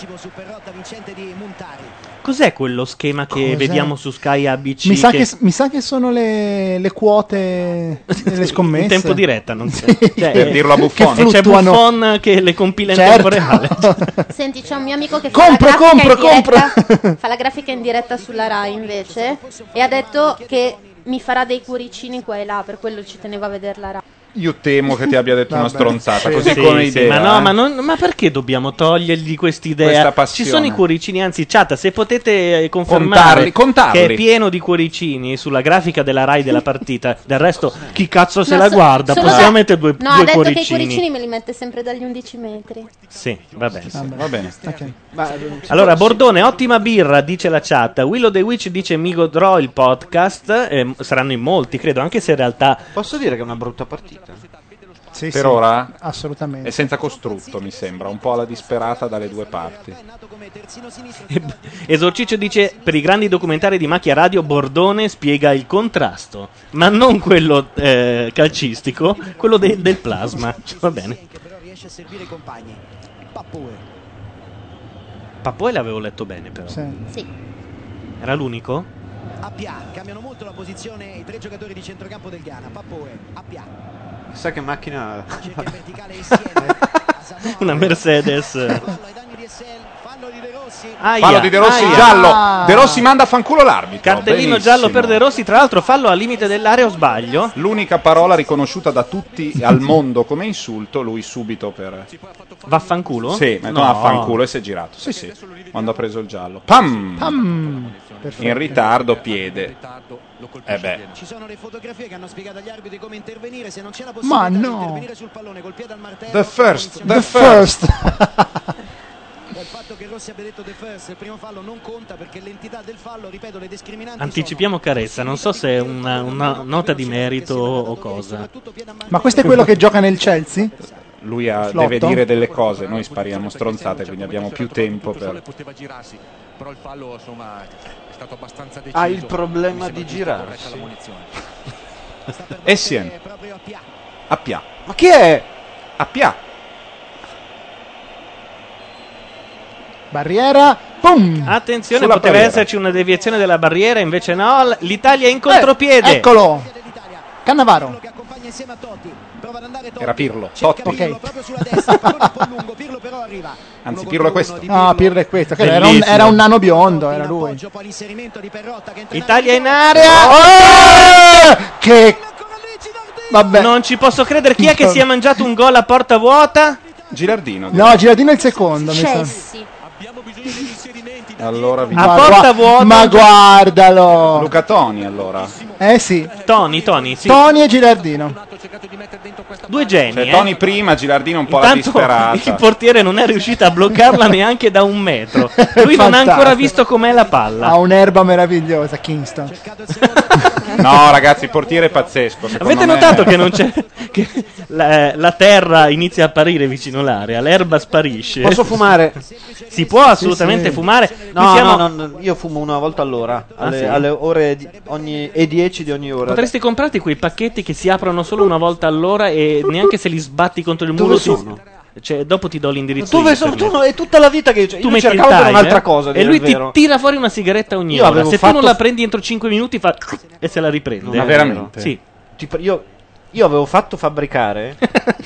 Speaker 2: Cos'è quello schema che
Speaker 4: Cos'è?
Speaker 2: vediamo su Sky ABC?
Speaker 4: Mi sa, che, mi sa che sono le, le quote delle scommesse.
Speaker 2: in tempo diretta, non so. Cioè,
Speaker 5: Per
Speaker 2: eh,
Speaker 5: dirlo a Buffon.
Speaker 2: e c'è
Speaker 4: fluttuano.
Speaker 2: Buffon che le compila in
Speaker 4: Certo.
Speaker 2: tempo reale.
Speaker 10: Senti, c'è un mio amico che
Speaker 4: Compro,
Speaker 10: fa, la grafica
Speaker 4: compro,
Speaker 10: in diretta- fa la grafica in diretta sulla Rai invece e ha detto che mi farà dei cuoricini qua e là, per quello ci tenevo a vedere la Rai.
Speaker 5: Io temo che ti abbia detto una
Speaker 4: Vabbè.
Speaker 5: stronzata,
Speaker 4: Sì.
Speaker 5: così
Speaker 2: Sì,
Speaker 5: come
Speaker 2: sì,
Speaker 5: idea.
Speaker 2: ma no,
Speaker 5: eh.
Speaker 2: ma, non- ma perché dobbiamo togliergli quest'idea?
Speaker 5: Questa
Speaker 2: Ci
Speaker 5: passione.
Speaker 2: sono i cuoricini, anzi, chat, se potete eh, confermare
Speaker 5: Contarli, contarli.
Speaker 2: che è pieno di cuoricini sulla grafica della Rai della partita. Del resto, chi cazzo se
Speaker 10: No,
Speaker 2: la
Speaker 10: so-
Speaker 2: guarda?
Speaker 10: solo
Speaker 2: Possiamo
Speaker 10: da-
Speaker 2: mettere due,
Speaker 10: No,
Speaker 2: due
Speaker 10: ha detto
Speaker 2: cuoricini.
Speaker 10: che i cuoricini me li mette sempre dagli 11 metri.
Speaker 2: Sì, vabbè.
Speaker 12: Ah,
Speaker 2: sì.
Speaker 5: Va bene.
Speaker 12: Ma,
Speaker 2: Allora, Bordone, ottima birra, dice la chat. Willow The Witch dice Migo Draw il podcast. eh, saranno in molti, credo, anche se in realtà
Speaker 12: posso dire che è una brutta partita?
Speaker 4: Sì,
Speaker 5: Per
Speaker 4: sì,
Speaker 5: ora
Speaker 4: Assolutamente.
Speaker 5: è senza costrutto, mi sembra, un po' alla disperata dalle due parti.
Speaker 2: Eh, Esorciccio dice: Per i grandi documentari di macchia radio, Bordone spiega il contrasto, ma non quello eh, calcistico, quello de- del plasma. Cioè, Va bene.
Speaker 9: Riesce a servire i compagni. Pappue.
Speaker 2: Papoi l'avevo letto bene, però.
Speaker 10: Sì.
Speaker 2: Era l'unico?
Speaker 9: Appia, cambiano molto la posizione i tre giocatori di centrocampo del Ghana. Papoe, Appia,
Speaker 8: Chissà che macchina.
Speaker 2: Una Mercedes. Aia,
Speaker 5: Fallo di De Rossi
Speaker 4: Ah.
Speaker 2: aia.
Speaker 5: giallo. De Rossi manda a fanculo l'arbitro.
Speaker 2: Cartellino
Speaker 5: Benissimo.
Speaker 2: giallo per De Rossi, tra l'altro fallo al limite dell'area o sbaglio?
Speaker 5: L'unica parola riconosciuta da tutti al mondo come insulto, lui subito per
Speaker 2: Vaffanculo?
Speaker 5: Sì, ma no,
Speaker 2: No.
Speaker 5: affanculo e si è girato. Sì, sì. Quando ha preso il giallo. Pam!
Speaker 4: Pam!
Speaker 5: In
Speaker 4: Perfetto.
Speaker 5: ritardo piede. Eh beh.
Speaker 9: Ci sono le fotografie che hanno spiegato agli arbitri come intervenire se non c'è la possibilità
Speaker 4: Ma
Speaker 9: di
Speaker 4: no!
Speaker 9: intervenire sul pallone col piede al martello.
Speaker 4: The first,
Speaker 9: punizione.
Speaker 4: the first.
Speaker 9: Dal fatto che Rossi abbia detto the first, il primo fallo non conta perché l'entità del fallo, ripeto, le discriminanti
Speaker 2: Anticipiamo Carezza, non so se è una, una nota di merito o cosa.
Speaker 4: Ma questo è quello che gioca nel Chelsea?
Speaker 5: Lui ha-
Speaker 4: Flotto?
Speaker 5: deve dire delle cose, noi spariamo stronzate, quindi abbiamo più tempo per
Speaker 11: poteva girarsi, però il fallo insomma è stato abbastanza deciso.
Speaker 5: Ha il problema
Speaker 11: Mi sembra
Speaker 5: di
Speaker 11: giusto,
Speaker 5: girarsi.
Speaker 11: corretta la munizione.
Speaker 5: Eh Essien. Appia.
Speaker 8: Ma chi è?
Speaker 5: Appia.
Speaker 4: Barriera, pum!
Speaker 2: Attenzione,
Speaker 4: Sulla
Speaker 2: poteva
Speaker 4: barriera.
Speaker 2: esserci una deviazione della barriera, invece no, l- l'Italia è in contropiede.
Speaker 4: Eccolo! Cannavaro.
Speaker 5: Era Pirlo. Eh, Totti.
Speaker 4: Ok.
Speaker 5: Anzi, Pirlo è questo.
Speaker 4: Ah, Pirlo è questo. ok, Era un,
Speaker 5: Bellissimo.
Speaker 4: era un nano biondo, era lui.
Speaker 2: Italia in area.
Speaker 4: Che Vabbè.
Speaker 2: Non ci posso credere. Chi è che si è mangiato un gol a porta vuota?
Speaker 5: Gilardino.
Speaker 4: No, Gilardino è il secondo, mi sa.
Speaker 5: Allora vi-
Speaker 4: Ma gua- Ma guardalo.
Speaker 5: Luca Toni allora.
Speaker 4: Eh sì.
Speaker 2: Tony, Tony, sì.
Speaker 4: Toni e Gilardino.
Speaker 2: Due geni.
Speaker 5: Cioè
Speaker 2: eh.
Speaker 5: Toni prima, Gilardino un po' la
Speaker 2: Intanto il
Speaker 5: disperata.
Speaker 2: portiere non è riuscito a bloccarla neanche da un metro. Lui non ha
Speaker 4: Fantastico.
Speaker 2: ancora visto com'è la palla.
Speaker 4: Ha un'erba meravigliosa, Kingston.
Speaker 5: No, ragazzi, il portiere è pazzesco. secondo
Speaker 2: Avete
Speaker 5: me.
Speaker 2: notato che non c'è. che la, la terra inizia a apparire vicino l'area, l'erba sparisce.
Speaker 8: Posso fumare?
Speaker 2: Si può assolutamente
Speaker 8: Sì, sì.
Speaker 2: fumare.
Speaker 8: No,
Speaker 2: Qui siamo-
Speaker 8: no, no, no, io fumo una volta all'ora,
Speaker 2: Ah,
Speaker 8: alle,
Speaker 2: sì?
Speaker 8: alle ore di- ogni, e 10 di ogni ora.
Speaker 2: Potresti comprarti quei pacchetti che si aprono solo una volta all'ora e neanche se li sbatti contro il
Speaker 8: Dove
Speaker 2: muro. ti-
Speaker 8: sono?
Speaker 2: Cioè, dopo ti do l'indirizzo.
Speaker 8: Dove sono?
Speaker 2: internet.
Speaker 8: Tu no, è tutta la vita che cioè,
Speaker 2: Tu
Speaker 8: io
Speaker 2: metti il
Speaker 8: cercavo per
Speaker 2: timer
Speaker 8: un'altra cosa. a
Speaker 2: e
Speaker 8: dire
Speaker 2: lui
Speaker 8: il
Speaker 2: ti
Speaker 8: vero.
Speaker 2: tira fuori una sigaretta ogni
Speaker 8: Io
Speaker 2: ora.
Speaker 8: avevo
Speaker 2: Se tu
Speaker 8: fatto-
Speaker 2: non la prendi entro 5 minuti, fa e se la riprende.
Speaker 8: Non è vero.
Speaker 2: Sì.
Speaker 8: Ti pre- io, io avevo fatto fabbricare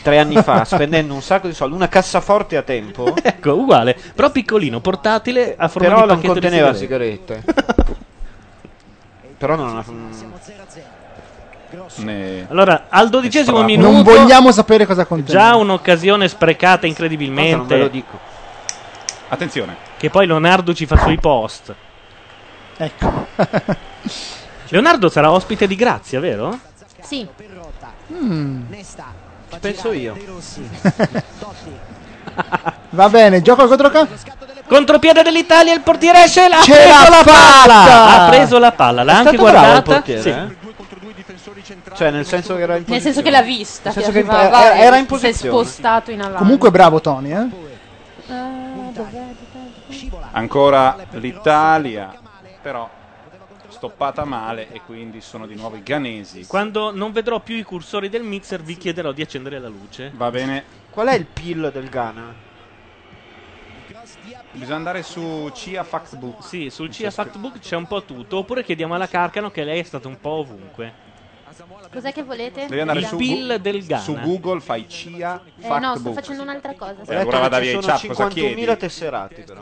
Speaker 8: tre anni fa, spendendo un sacco di soldi, una cassaforte a tempo.
Speaker 2: Ecco, uguale, però piccolino, portatile, a forma
Speaker 8: Però
Speaker 2: di
Speaker 8: non
Speaker 2: pacchetto di
Speaker 8: conteneva
Speaker 2: sigarette.
Speaker 8: sigarette. però non ha.
Speaker 2: Allora, al dodicesimo minuto,
Speaker 4: Non vogliamo sapere cosa contiene.
Speaker 2: già un'occasione sprecata incredibilmente.
Speaker 4: Cosa non ve lo
Speaker 8: dico.
Speaker 5: Attenzione.
Speaker 2: Che poi Leonardo ci fa sui post.
Speaker 4: Ecco.
Speaker 2: Leonardo sarà ospite di Grazia, vero?
Speaker 10: Sì.
Speaker 8: Mm. Penso io.
Speaker 4: Va bene, gioco al controcampo.
Speaker 2: Contropiede dell'Italia, il portiere esce, ha
Speaker 4: Ce
Speaker 2: preso
Speaker 4: l'ha
Speaker 2: la
Speaker 4: fatta!
Speaker 2: palla! Ah, Ha preso la palla, l'ha
Speaker 8: È
Speaker 2: anche
Speaker 8: stato bravo il
Speaker 2: guardata.
Speaker 8: portiere,
Speaker 2: Sì.
Speaker 8: eh? Cioè, nel senso che era in
Speaker 10: Nel
Speaker 8: posizione.
Speaker 10: senso che l'ha vista.
Speaker 8: Nel senso
Speaker 10: che
Speaker 8: che
Speaker 10: arrivava
Speaker 8: era-
Speaker 10: e
Speaker 8: era in
Speaker 10: Si è
Speaker 8: posizione.
Speaker 10: spostato in avanti.
Speaker 4: Comunque bravo Tony, eh.
Speaker 10: Ah, dov'è? Dov'è?
Speaker 5: Ancora l'Italia, però stoppata male e quindi sono di nuovo i ghanesi.
Speaker 2: Quando non vedrò più i cursori del mixer, vi chiederò di accendere la luce.
Speaker 5: Va bene.
Speaker 8: Qual è il PIL del Ghana?
Speaker 5: Bisogna andare su CIA Factbook.
Speaker 2: Sì, sul CIA Factbook c'è un po' tutto. Oppure chiediamo alla Carcano, che lei è stata un po' ovunque.
Speaker 10: Cos'è che volete?
Speaker 5: Devi andare
Speaker 2: Il
Speaker 5: su,
Speaker 2: PIL del Ghana.
Speaker 5: su Google, fai CIA
Speaker 10: Eh, no, sto
Speaker 5: Factbook.
Speaker 10: facendo un'altra cosa.
Speaker 5: Eh, allora vada via in
Speaker 8: Ci
Speaker 5: chat,
Speaker 8: sono
Speaker 5: cosa
Speaker 8: 51.000
Speaker 5: chiedi?
Speaker 8: tesserati, però.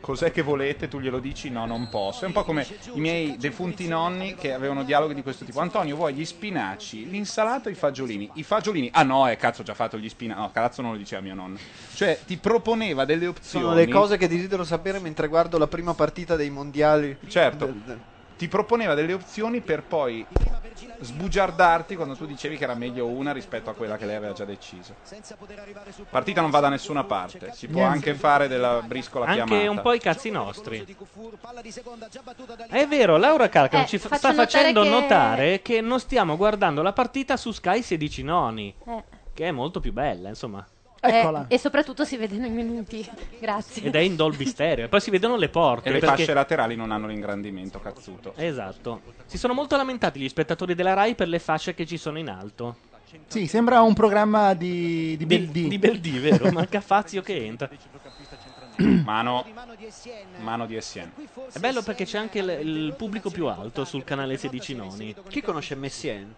Speaker 5: Cos'è che volete? Tu glielo dici? No, non posso. È un po' come i miei defunti nonni che avevano dialoghi di questo tipo. Antonio, vuoi gli spinaci, l'insalata o i fagiolini? I fagiolini. Ah no, eh, cazzo, ho già fatto gli spinaci. No, cazzo, non lo diceva mia nonna. Cioè, ti proponeva delle opzioni.
Speaker 8: Sono le cose che desidero sapere mentre guardo la prima partita dei mondiali.
Speaker 5: Certo. Ti proponeva delle opzioni per poi sbugiardarti quando tu dicevi che era meglio una rispetto a quella che lei aveva già deciso. Partita non va da nessuna parte. Si può
Speaker 2: Niente.
Speaker 5: anche fare della briscola
Speaker 2: Anche
Speaker 5: chiamata.
Speaker 2: un po' i cazzi nostri. È vero, Laura Carcano
Speaker 10: Eh,
Speaker 2: ci fa-
Speaker 10: faccio
Speaker 2: sta
Speaker 10: notare
Speaker 2: facendo
Speaker 10: che-
Speaker 2: notare che non stiamo guardando la partita su Sky 16 noni,
Speaker 10: Eh,
Speaker 2: che è molto più bella, insomma.
Speaker 10: eh, e soprattutto si vedono i minuti. Grazie.
Speaker 2: Ed è in Dolby Stereo. E poi si vedono le porte.
Speaker 5: E le
Speaker 2: perché-
Speaker 5: fasce laterali non hanno l'ingrandimento cazzuto.
Speaker 2: Esatto. Si sono molto lamentati gli spettatori della Rai per le fasce che ci sono in alto.
Speaker 4: Sì, sembra un programma di, di
Speaker 2: Di-
Speaker 4: Bel D.
Speaker 2: di Bel D, vero? Manca Fazio che entra.
Speaker 5: Mano, mano di Essien.
Speaker 2: È bello perché c'è anche il, il pubblico più alto sul canale 16 noni. Mm,
Speaker 8: Chi conosce Messien?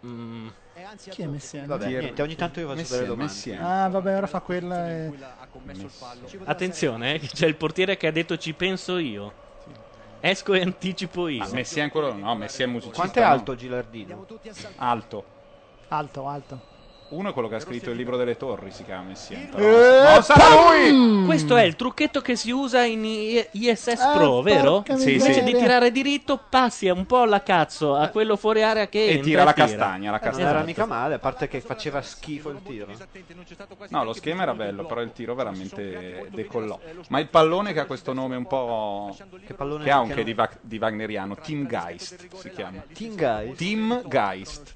Speaker 4: Chi è Messiano?
Speaker 8: Vabbè, niente, ogni tanto io faccio delle domande.
Speaker 4: Ah, vabbè, ora fa quella. E...
Speaker 2: Attenzione, eh, che c'è il portiere che ha detto ci penso io. Esco e anticipo io.
Speaker 5: Ah, Messien ancora no, Messien è musicista.
Speaker 2: Quanto è alto
Speaker 5: Gilardino? Alto.
Speaker 4: Alto, alto.
Speaker 5: Uno è quello che ha scritto il libro delle torri, si chiama Messien. però.
Speaker 2: Eh,
Speaker 5: No, sarà
Speaker 2: pam!
Speaker 5: lui!
Speaker 2: Questo è il trucchetto che si usa in I- ISS Pro,
Speaker 5: Ah,
Speaker 2: vero?
Speaker 5: porca Sì,
Speaker 2: Invece
Speaker 5: sì.
Speaker 2: di tirare diritto, passi un po' alla cazzo a quello fuori area che
Speaker 5: E
Speaker 2: entra
Speaker 5: tira la
Speaker 2: e
Speaker 5: castagna, la
Speaker 8: Eh, non
Speaker 5: castagna.
Speaker 8: era mica male, a parte che faceva schifo il tiro.
Speaker 5: No, lo schema era bello, però il tiro veramente decollò. Ma il pallone che ha questo nome un po'. Che,
Speaker 8: pallone
Speaker 5: ha
Speaker 8: si
Speaker 5: anche
Speaker 8: chiama?
Speaker 5: di, Vac- di Wagneriano, Team Geist si chiama.
Speaker 8: Team Geist?
Speaker 5: Team Geist.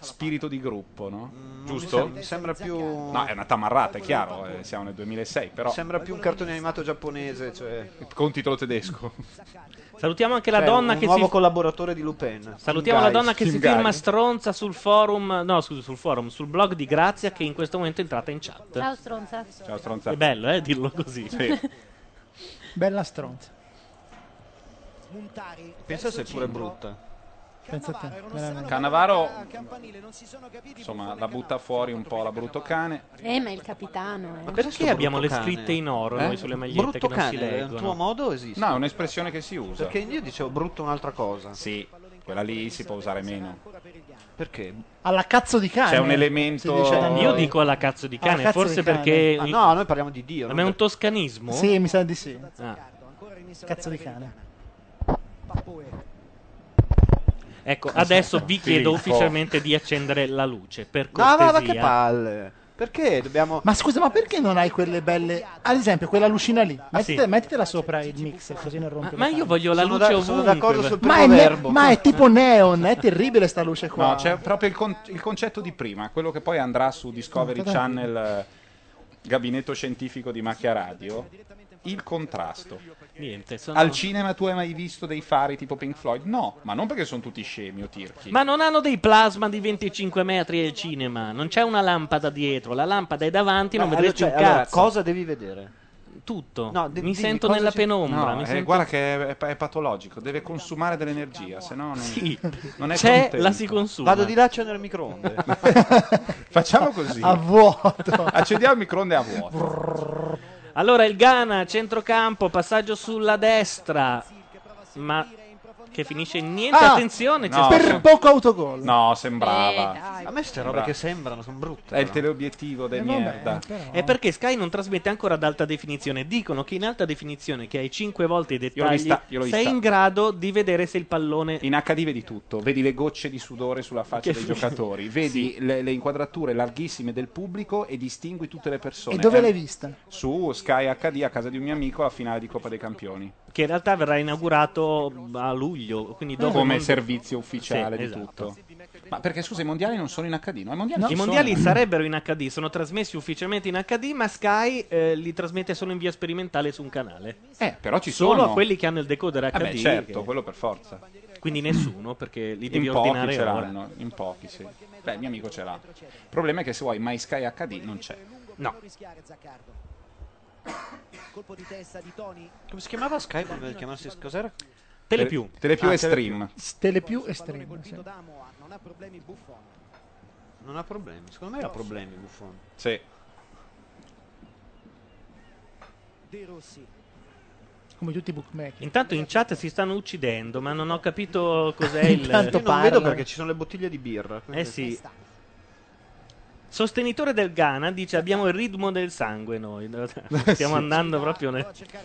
Speaker 5: Spirito di gruppo, no? Giusto?
Speaker 8: Mm, Mi sembra più
Speaker 5: No, è una tamarrata, è chiaro, eh, siamo nel 2006, però.
Speaker 8: mi sembra più un cartone animato giapponese, cioè
Speaker 5: Con titolo tedesco.
Speaker 2: Salutiamo anche la
Speaker 8: Cioè,
Speaker 2: donna
Speaker 8: un
Speaker 2: che
Speaker 8: nuovo
Speaker 2: si
Speaker 8: collaboratore di Lupin.
Speaker 2: Salutiamo la
Speaker 8: Team
Speaker 2: donna
Speaker 8: Geist.
Speaker 2: che si
Speaker 8: Team
Speaker 2: firma
Speaker 8: Geist.
Speaker 2: stronza sul forum, no, scusi, sul forum, sul blog di Grazia che in questo momento è entrata in
Speaker 10: Ciao
Speaker 2: chat.
Speaker 10: stronza.
Speaker 5: Ciao stronza.
Speaker 2: È bello, eh, dirlo così.
Speaker 4: Bella stronza.
Speaker 8: Pensa se è pure brutta.
Speaker 4: Pensa a te. veramente.
Speaker 5: Cannavaro, insomma, la butta fuori un po' la brutto cane.
Speaker 10: Eh, ma è il capitano, eh.
Speaker 2: Ma perché abbiamo le scritte in oro noi sulle magliette
Speaker 8: Eh? Brutto
Speaker 2: che non si
Speaker 8: cane, è un
Speaker 2: leggono?
Speaker 8: tuo modo esiste?
Speaker 5: No, è un'espressione che si usa.
Speaker 8: Perché io dicevo brutto un'altra cosa.
Speaker 5: Sì, quella lì si può usare meno.
Speaker 8: Perché?
Speaker 4: Alla cazzo di cane.
Speaker 5: C'è un elemento-
Speaker 4: si dice da noi.
Speaker 2: Io dico alla cazzo di
Speaker 4: Alla
Speaker 2: cane,
Speaker 4: cazzo
Speaker 2: forse
Speaker 4: di cane.
Speaker 2: perché...
Speaker 4: Ah,
Speaker 8: no, noi parliamo di Dio,
Speaker 2: Ma
Speaker 8: non
Speaker 2: è un
Speaker 8: del-
Speaker 2: toscanismo?
Speaker 4: Sì, mi sa di sì.
Speaker 2: Ah.
Speaker 4: Cazzo di cane.
Speaker 2: Ecco,
Speaker 8: Cos'è?
Speaker 2: adesso vi
Speaker 8: Filippo.
Speaker 2: chiedo ufficialmente di accendere la luce, per
Speaker 8: No, ma-
Speaker 2: cortesia.
Speaker 8: ma che palle. Perché dobbiamo
Speaker 4: Ma scusa, ma perché non hai quelle belle. Ad esempio, quella lucina lì. Mettite-
Speaker 2: Ah, sì.
Speaker 4: Mettitela sopra il mixer così non rompe.
Speaker 2: Ma
Speaker 4: le
Speaker 2: io
Speaker 4: palle.
Speaker 2: voglio la
Speaker 8: Sono
Speaker 2: luce
Speaker 8: da- sono
Speaker 2: ovunque.
Speaker 8: d'accordo sul
Speaker 4: Ma è, ne- ma è tipo neon, è terribile sta luce qua.
Speaker 5: No, c'è proprio il, con- il concetto di prima, quello che poi andrà su Discovery
Speaker 4: Guarda.
Speaker 5: Channel, eh, gabinetto scientifico di macchia radio. Il contrasto.
Speaker 2: Niente, sono-
Speaker 5: Al cinema tu hai mai visto dei fari tipo Pink Floyd? No, ma non perché sono tutti scemi o tirchi.
Speaker 2: Ma non hanno dei plasma di 25 metri al cinema, non c'è una lampada dietro, la lampada è davanti, non
Speaker 8: No,
Speaker 2: vedresti
Speaker 8: allora,
Speaker 2: un
Speaker 8: cioè, allora,
Speaker 2: cazzo.
Speaker 8: cosa devi vedere?
Speaker 2: Tutto.
Speaker 8: No, de-
Speaker 2: mi
Speaker 8: dimmi,
Speaker 2: sento
Speaker 8: cosa
Speaker 2: nella
Speaker 8: ci-
Speaker 2: penombra,
Speaker 5: No,
Speaker 2: mi
Speaker 5: eh,
Speaker 2: sento-
Speaker 5: guarda che è, è patologico, deve consumare dell'energia, se no non,
Speaker 2: Sì.
Speaker 5: non è
Speaker 2: C'è,
Speaker 5: contento.
Speaker 2: la si consuma.
Speaker 8: Vado di là c'è nel microonde.
Speaker 5: Facciamo così.
Speaker 4: A vuoto.
Speaker 5: Accendiamo il microonde a vuoto.
Speaker 2: Allora il Ghana, centrocampo, passaggio sulla destra, ma che finisce in niente,
Speaker 4: Ah,
Speaker 2: attenzione, c'è
Speaker 5: no.
Speaker 2: stato-
Speaker 4: Per poco autogol.
Speaker 5: No, sembrava.
Speaker 4: Eh,
Speaker 8: A me ste robe
Speaker 5: Bravo.
Speaker 8: che sembrano sono brutte.
Speaker 5: È il teleobiettivo de
Speaker 2: Eh, vabbè,
Speaker 5: merda.
Speaker 2: È perché Sky non trasmette ancora ad alta definizione. Dicono che in alta definizione, che hai 5 volte i
Speaker 5: Io l'ho
Speaker 2: dettagli,
Speaker 5: vista, io l'ho
Speaker 2: sei
Speaker 5: vista.
Speaker 2: in grado di vedere se il pallone.
Speaker 5: In HD vedi tutto, vedi le gocce di sudore sulla faccia
Speaker 2: Che
Speaker 5: dei
Speaker 2: figo.
Speaker 5: giocatori, vedi le, le inquadrature larghissime del pubblico e distingui tutte le persone.
Speaker 4: E dove
Speaker 5: Eh,
Speaker 4: l'hai vista?
Speaker 5: Su Sky HD a casa di un mio amico alla finale di Coppa dei Campioni.
Speaker 2: Che in realtà verrà inaugurato a luglio. Quindi dopo
Speaker 5: Come
Speaker 2: non-
Speaker 5: servizio ufficiale
Speaker 2: Sì,
Speaker 5: di
Speaker 2: esatto.
Speaker 5: tutto. Ma perché scusa, i mondiali non sono in HD, no? I mondiali,
Speaker 2: I
Speaker 5: ci
Speaker 2: mondiali
Speaker 5: sono.
Speaker 2: sarebbero in HD, sono trasmessi ufficialmente in HD, ma Sky eh, li trasmette solo in via sperimentale su un canale.
Speaker 5: Eh, però ci
Speaker 2: Solo
Speaker 5: sono.
Speaker 2: a quelli che hanno il decoder HD.
Speaker 5: Eh beh, certo,
Speaker 2: che-
Speaker 5: quello per forza.
Speaker 2: Quindi nessuno, perché li devi
Speaker 5: In pochi
Speaker 2: ordinare
Speaker 5: ce
Speaker 2: ora.
Speaker 5: l'hanno, in pochi, sì. Beh, mio amico ce l'ha. Il problema è che se vuoi My Sky HD non c'è.
Speaker 2: No.
Speaker 9: Colpo di testa di Tony.
Speaker 8: Come si chiamava Sky? Come chiamarsi? Cos'era?
Speaker 2: Telepiù.
Speaker 5: Telepiù
Speaker 8: Ah,
Speaker 5: e
Speaker 8: Telepiù.
Speaker 5: Stream.
Speaker 4: Stelle più estreme. sì.
Speaker 8: Non ha problemi. Secondo me ha problemi Buffon.
Speaker 5: Sì.
Speaker 9: De Rossi.
Speaker 4: Come tutti i bookmaker.
Speaker 2: Intanto in chat si stanno uccidendo, ma non ho capito cos'è il.
Speaker 4: Intanto
Speaker 8: Io non vedo perché ci sono le bottiglie di birra.
Speaker 2: Eh sì. Sostenitore del Ghana dice abbiamo il ritmo del sangue noi. Stiamo andando proprio nel...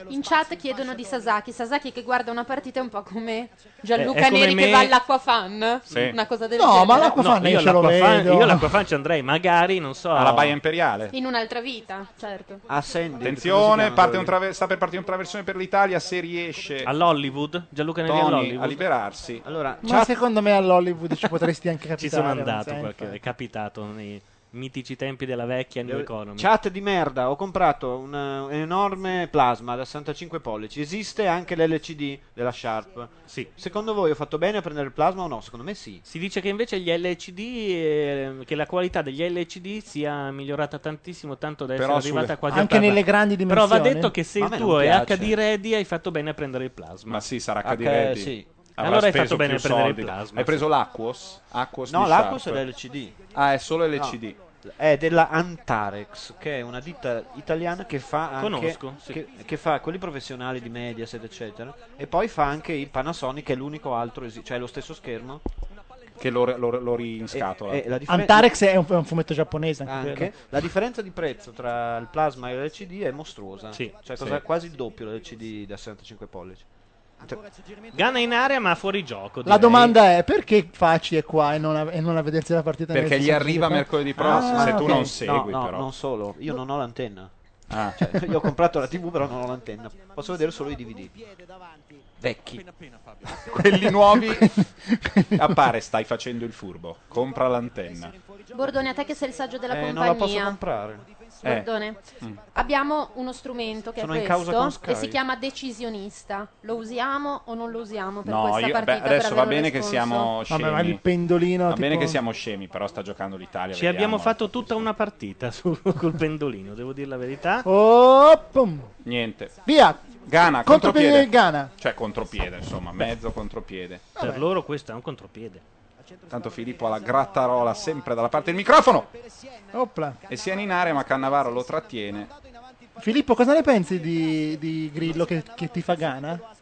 Speaker 10: In chat chiedono di Sasaki. Sasaki che guarda una partita è un po' come Gianluca
Speaker 2: Eh, è come
Speaker 10: Neri
Speaker 2: me.
Speaker 10: che va all'acquafan.
Speaker 2: Sì.
Speaker 10: Una cosa del
Speaker 4: No,
Speaker 10: genere.
Speaker 4: ma l'acquafan
Speaker 2: No,
Speaker 4: io
Speaker 2: io
Speaker 4: ce lo
Speaker 2: l'acquafan-
Speaker 4: vedo.
Speaker 2: Io l'acquafan ci andrei, magari, non so...
Speaker 5: Alla Baia Imperiale.
Speaker 10: In un'altra vita, certo.
Speaker 5: Attenzione, parte un traver- sta per partire un traversone per l'Italia, se riesce
Speaker 2: All'Hollywood? Gianluca Neri
Speaker 5: Tony
Speaker 2: all'Hollywood?
Speaker 5: a liberarsi.
Speaker 8: Allora,
Speaker 4: Ma secondo me all'Hollywood ci potresti anche capitare.
Speaker 2: Ci sono
Speaker 4: non
Speaker 2: andato,
Speaker 4: sai,
Speaker 2: qualche-
Speaker 4: infatti.
Speaker 2: è capitato nei- Mitici tempi della vecchia New Economy.
Speaker 8: Chat di merda, ho comprato un, eh, un enorme plasma da 65 pollici. Esiste anche l'LCD della Sharp?
Speaker 2: Sì.
Speaker 8: Secondo voi ho fatto bene a prendere il plasma o no? Secondo me sì.
Speaker 2: Si dice che invece gli LCD, eh, che la qualità degli LCD sia migliorata tantissimo, tanto da
Speaker 4: Però
Speaker 2: essere
Speaker 4: sulle-
Speaker 2: arrivata quasi a
Speaker 4: Anche
Speaker 2: ottava.
Speaker 4: nelle grandi
Speaker 2: Però va
Speaker 4: dimensioni?
Speaker 2: detto che se
Speaker 4: Ma a
Speaker 2: il
Speaker 4: me
Speaker 2: tuo
Speaker 4: non
Speaker 2: è
Speaker 4: piace.
Speaker 2: HD ready, hai fatto bene a prendere il plasma.
Speaker 5: Ma sì, sarà
Speaker 2: Ah,
Speaker 5: HD
Speaker 2: che-
Speaker 5: ready.
Speaker 2: sì.
Speaker 5: Avrà
Speaker 2: Allora hai
Speaker 5: speso
Speaker 2: fatto bene a
Speaker 5: più
Speaker 2: prendere il
Speaker 5: soldi.
Speaker 2: plasma.
Speaker 5: Hai preso l'Aquos? Aquos
Speaker 8: No,
Speaker 5: di
Speaker 8: l'Aquos
Speaker 5: Sharp.
Speaker 8: è l'LCD.
Speaker 5: Ah, è solo LCD.
Speaker 8: È della Antarex, che è una ditta italiana che fa anche
Speaker 2: Conosco, sì.
Speaker 8: che, che fa quelli professionali di Mediaset, eccetera. E poi fa anche il Panasonic, che è l'unico altro, esi- cioè è lo stesso schermo.
Speaker 5: Che lo, re- lo, re- lo rinscatola.
Speaker 8: E- e Eh, la differen-
Speaker 4: Antarex è un, è un fumetto giapponese anche,
Speaker 8: Anche.
Speaker 4: quello.
Speaker 8: La differenza di prezzo tra il plasma e l'LCD è mostruosa.
Speaker 2: Sì.
Speaker 8: Cioè
Speaker 2: Sì.
Speaker 8: cosa- quasi il doppio l'LCD da 65 pollici.
Speaker 2: Gana in area ma fuori
Speaker 4: La
Speaker 2: gioco. direi.
Speaker 4: domanda è perché Faci è qua e non, a, e non a vedersi la partita?
Speaker 2: Perché
Speaker 4: nel
Speaker 2: gli
Speaker 4: 60
Speaker 2: arriva
Speaker 4: secondi?
Speaker 2: mercoledì
Speaker 4: Ah,
Speaker 8: eh. Ah,
Speaker 4: ok.
Speaker 8: ok. no, no, non solo, io non ho l'antenna.
Speaker 4: Ah.
Speaker 8: Cioè, io ho comprato la TV, però non ho l'antenna. Posso vedere solo i DVD vecchi.
Speaker 5: Quelli nuovi appare, stai facendo il furbo. Compra l'antenna.
Speaker 10: Bordone, a te che sei il saggio della
Speaker 5: Eh,
Speaker 10: compagnia. Bordone.
Speaker 5: Mm.
Speaker 10: Abbiamo uno strumento che
Speaker 5: Sono
Speaker 10: è
Speaker 5: in causa
Speaker 10: questo
Speaker 5: con Sky.
Speaker 10: e si chiama decisionista. Lo usiamo o non lo usiamo per
Speaker 5: No,
Speaker 10: questa
Speaker 5: io,
Speaker 10: partita?
Speaker 5: beh, adesso
Speaker 10: per
Speaker 5: va
Speaker 10: avere un
Speaker 5: bene che
Speaker 10: responso?
Speaker 5: siamo scemi.
Speaker 4: Vabbè, ma il pendolino,
Speaker 5: Va bene
Speaker 4: tipo-
Speaker 5: che siamo scemi, però sta giocando l'Italia.
Speaker 2: Ci
Speaker 5: vediamo.
Speaker 2: abbiamo fatto tutta una partita su- col pendolino, devo dire la verità.
Speaker 4: Oh, pum.
Speaker 5: Niente.
Speaker 4: Via.
Speaker 5: Ghana,
Speaker 4: Contropiede
Speaker 5: contropiede.
Speaker 4: del Ghana.
Speaker 5: Cioè contropiede, insomma, mezzo contropiede.
Speaker 2: Per loro questo è un contropiede.
Speaker 5: Tanto Filippo ha la grattarola sempre dalla parte del microfono.
Speaker 4: Opla.
Speaker 5: E si è in area, ma Cannavaro lo trattiene.
Speaker 4: Filippo, cosa ne pensi di, di Grillo che, che ti fa Ghana?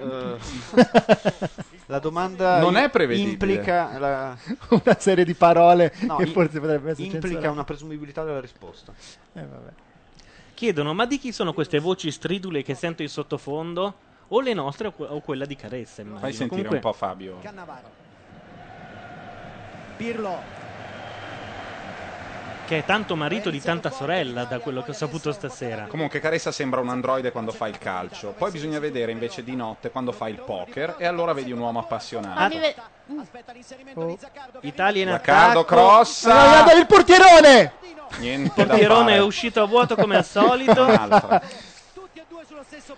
Speaker 8: Eh, la domanda
Speaker 4: Non è
Speaker 8: im-
Speaker 4: prevedibile.
Speaker 8: implica la-
Speaker 4: Una serie di parole
Speaker 8: no,
Speaker 4: che
Speaker 8: i-
Speaker 4: forse potrebbe essere
Speaker 8: implica
Speaker 4: censurata.
Speaker 8: una presumibilità della risposta.
Speaker 4: Eh, vabbè.
Speaker 2: Chiedono, ma di chi sono queste voci stridule che sento in sottofondo? O le nostre o, que- o quella di Caressa, immagino.
Speaker 5: Fai sentire
Speaker 2: Comunque-
Speaker 5: un po' Fabio.
Speaker 9: Pirlo
Speaker 2: Che è tanto marito di tanta sorella, da quello che ho saputo stasera.
Speaker 5: Comunque Caressa sembra un androide quando fa il calcio. Poi bisogna vedere invece di notte quando fa il poker e allora vedi un uomo
Speaker 10: Fammi
Speaker 5: appassionato.
Speaker 10: ve-
Speaker 2: Italia in
Speaker 5: Riccardo
Speaker 2: attacco.
Speaker 5: Cross.
Speaker 4: Ah, guarda il portierone!
Speaker 5: Niente
Speaker 2: Il
Speaker 5: da
Speaker 2: Pierone è
Speaker 5: fare.
Speaker 2: uscito a vuoto come al solito.
Speaker 5: Un'altra.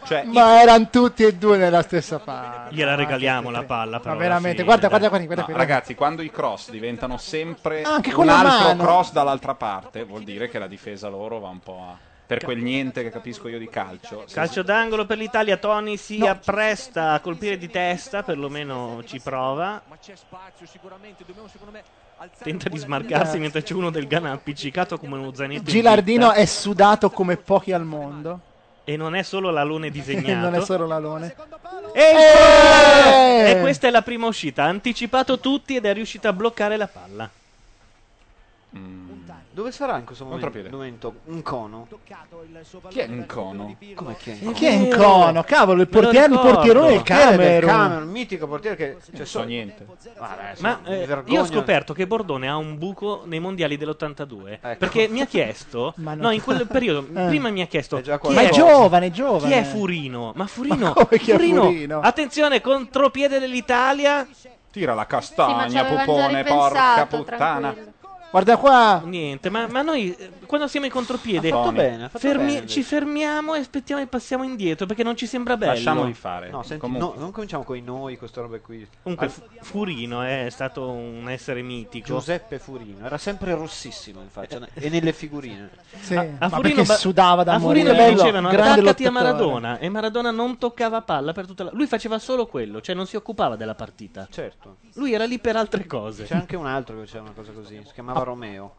Speaker 5: Cioè,
Speaker 4: Ma erano tutti e due nella stessa palla.
Speaker 2: Gliela regaliamo la palla, però.
Speaker 4: Ah, Ma veramente,
Speaker 2: alla
Speaker 4: guarda, guarda,
Speaker 2: fine, dai.
Speaker 4: guarda, guarda,
Speaker 5: No,
Speaker 4: guarda.
Speaker 5: ragazzi, quando i cross diventano sempre
Speaker 4: Anche con
Speaker 5: un
Speaker 4: la
Speaker 5: altro
Speaker 4: mano.
Speaker 5: cross dall'altra parte, vuol dire che la difesa loro va un po' a. Per quel niente che capisco io di calcio. se-
Speaker 2: Calcio d'angolo per l'Italia, Tony si appresta a colpire di testa, perlomeno ci prova.
Speaker 11: Ma c'è spazio sicuramente, dobbiamo secondo me alzare
Speaker 2: Tenta
Speaker 11: un po'
Speaker 2: di
Speaker 11: la-
Speaker 2: smarcarsi mentre c'è uno del Ghana appiccicato come uno zainetto. in
Speaker 4: Gilardino
Speaker 2: vita.
Speaker 4: è sudato come pochi al mondo.
Speaker 2: E non è solo l'alone disegnato.
Speaker 4: non è solo Eh! l'alone.
Speaker 2: E... e questa è la prima uscita. Ha anticipato tutti ed è riuscito a bloccare la palla.
Speaker 4: Mm.
Speaker 8: Dove sarà in questo momento,
Speaker 2: Contropiede.
Speaker 8: momento un cono?
Speaker 5: Chi è un cono?
Speaker 8: Come chi è
Speaker 4: Eh, Chi è un cono? Cavolo, il
Speaker 8: Me lo
Speaker 4: portiere- il
Speaker 8: ricordo.
Speaker 4: portierone del
Speaker 8: Il portiere del
Speaker 4: Camerun.
Speaker 8: Camerun, il mitico portiere che cioè,
Speaker 5: Non so niente.
Speaker 2: Ma eh, io ho scoperto che Bordone ha un buco nei mondiali dell'82. Perché mi ha chiesto,
Speaker 4: Ma no.
Speaker 2: no, in quel periodo,
Speaker 4: Eh.
Speaker 2: prima mi ha chiesto, chi
Speaker 4: Ma è giovane, giovane.
Speaker 2: Chi è Furino? Ma Furino,
Speaker 4: come chi è
Speaker 2: Furino,
Speaker 4: Furino?
Speaker 2: attenzione, contropiede dell'Italia.
Speaker 5: Tira la
Speaker 2: ma ci
Speaker 5: castagna,
Speaker 2: avevano già
Speaker 5: pupone, porca
Speaker 2: ripensato,
Speaker 5: puttana.
Speaker 4: Guarda qua.
Speaker 2: Niente, ma, ma noi eh, quando siamo in contropiede
Speaker 5: Ha fatto bene, ha fatto
Speaker 2: fermi-
Speaker 5: bene, invece.
Speaker 2: ci fermiamo e aspettiamo e passiamo indietro perché non ci sembra bello.
Speaker 5: Lasciamoli fare.
Speaker 8: No, senti,
Speaker 5: Comunque.
Speaker 8: no, non cominciamo con i noi, queste robe qui.
Speaker 2: Comunque,
Speaker 8: Al-
Speaker 2: Fu- Furino eh, è stato un essere mitico.
Speaker 8: Giuseppe Furino era sempre rossissimo in faccia ne- e nelle figurine.
Speaker 4: Sì, A- a ma Furino perché ba- sudava da
Speaker 2: a Furino
Speaker 4: morire.
Speaker 2: gli dicevano
Speaker 4: Bello, grande
Speaker 2: attaccati a
Speaker 4: lottatore.
Speaker 2: Maradona e Maradona non toccava palla per tutta la... Lui faceva solo quello, cioè non si occupava della partita.
Speaker 8: Certo.
Speaker 2: Lui era lì per altre cose.
Speaker 8: C'è anche un altro che faceva una cosa così, si chiamava Romeo.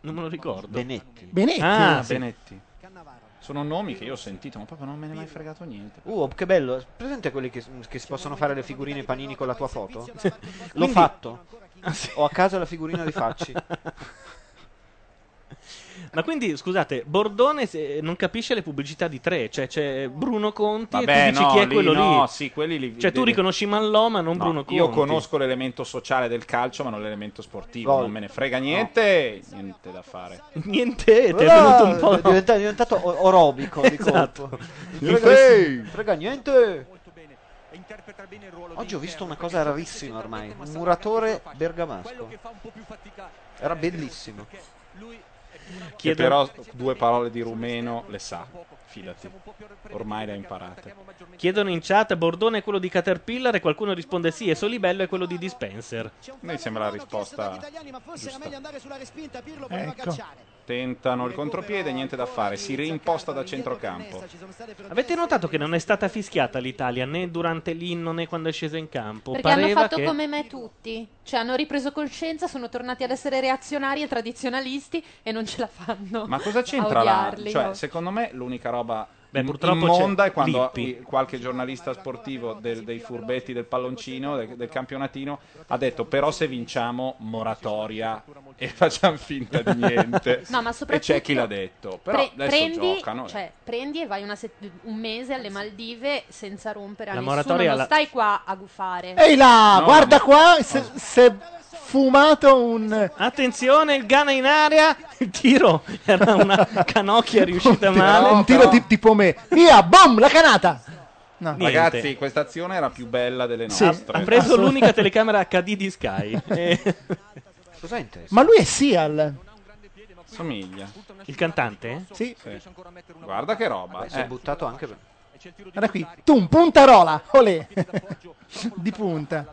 Speaker 2: Non me lo ricordo.
Speaker 8: Benetti.
Speaker 4: Benetti.
Speaker 2: Ah,
Speaker 5: sì.
Speaker 8: Benetti.
Speaker 5: Sono nomi che io ho sentito, ma proprio non me ne è mai fregato niente.
Speaker 8: Uh, che bello. Presente quelli che, che si possono fare le figurine panini con la tua foto? L'ho
Speaker 2: Quindi-
Speaker 8: fatto. Ho a casa la figurina di Facci.
Speaker 2: Ma quindi, scusate, Bordone se- non capisce le pubblicità di tre. Cioè, c'è Bruno Conti
Speaker 5: Vabbè,
Speaker 2: e tu dici
Speaker 5: no,
Speaker 2: chi è
Speaker 5: lì
Speaker 2: quello
Speaker 5: no,
Speaker 2: lì.
Speaker 5: sì, quelli li-
Speaker 2: Cioè, tu
Speaker 5: devi-
Speaker 2: riconosci Mallò, ma non
Speaker 5: No,
Speaker 2: Bruno Conti.
Speaker 5: io conosco l'elemento sociale del calcio, ma non l'elemento sportivo.
Speaker 2: Gol.
Speaker 5: Non me ne frega niente. Niente da fare.
Speaker 2: Niente, ti è
Speaker 8: Ah,
Speaker 2: venuto un po'.
Speaker 8: è diventa- è diventato o- orobico di
Speaker 2: Esatto.
Speaker 8: colpo.
Speaker 2: Niente.
Speaker 8: Frega niente.
Speaker 11: interpreta bene il ruolo
Speaker 8: Oggi ho visto una
Speaker 11: dell'interno,
Speaker 8: cosa rarissima ormai, un muratore bergamasco. Era bellissimo.
Speaker 5: Che
Speaker 8: Chiedo-
Speaker 5: però due parole di rumeno le sa, fidati. Ormai le ha imparate.
Speaker 2: Chiedono in chat Bordone è quello di Caterpillar e qualcuno risponde sì e Solibello è quello di Dispenser.
Speaker 5: Noi sembra la risposta
Speaker 4: Eh.
Speaker 9: Ecco.
Speaker 5: Tentano il contropiede, niente da fare, si reimposta da centrocampo.
Speaker 2: Avete notato che non è stata fischiata l'Italia né durante l'inno né quando è scesa in campo?
Speaker 10: Perché hanno
Speaker 2: Pareva
Speaker 10: fatto
Speaker 2: che...
Speaker 10: come me tutti, cioè hanno ripreso coscienza, sono tornati ad essere reazionari e tradizionalisti e non ce la fanno.
Speaker 5: Ma cosa
Speaker 10: a
Speaker 5: c'entra là?
Speaker 10: odiarli,
Speaker 5: Cioè,
Speaker 10: no?
Speaker 5: secondo me l'unica roba im-
Speaker 2: purtroppo
Speaker 5: immonda
Speaker 2: c'è
Speaker 5: è quando
Speaker 2: Lippi.
Speaker 5: i- qualche giornalista sportivo del- dei furbetti del palloncino, del, del campionatino, ha detto però se vinciamo moratoria e facciamo finta di niente.
Speaker 10: No, ma
Speaker 5: e
Speaker 10: soprattutto
Speaker 5: c'è chi l'ha detto, però
Speaker 10: Pre-
Speaker 5: adesso
Speaker 10: prendi,
Speaker 5: giocano. eh.
Speaker 10: cioè, prendi e vai una set- un mese alle Maldive senza rompere a
Speaker 5: La
Speaker 10: nessuno,
Speaker 5: moratoria
Speaker 10: non
Speaker 5: la-
Speaker 10: stai qua a gufare.
Speaker 4: Ehi là,
Speaker 2: No,
Speaker 4: guarda
Speaker 2: no.
Speaker 4: qua, se, se fumato un...
Speaker 2: Attenzione, il Ghana in aria, il tiro era una canocchia riuscita male.
Speaker 4: un tiro di- tipo me. Via, bom, la canata.
Speaker 2: Niente.
Speaker 5: Ragazzi, questa azione era più bella delle
Speaker 4: Sì.
Speaker 5: nostre.
Speaker 2: Ha preso l'unica telecamera HD di Sky. E-
Speaker 5: Cos'è
Speaker 4: Ma lui è Seal.
Speaker 5: Somiglia.
Speaker 2: Il cantante?
Speaker 4: Sì.
Speaker 5: Guarda che roba. eh.
Speaker 12: si è buttato anche per...
Speaker 4: Guarda qui, tu un puntarola, olè. di punta.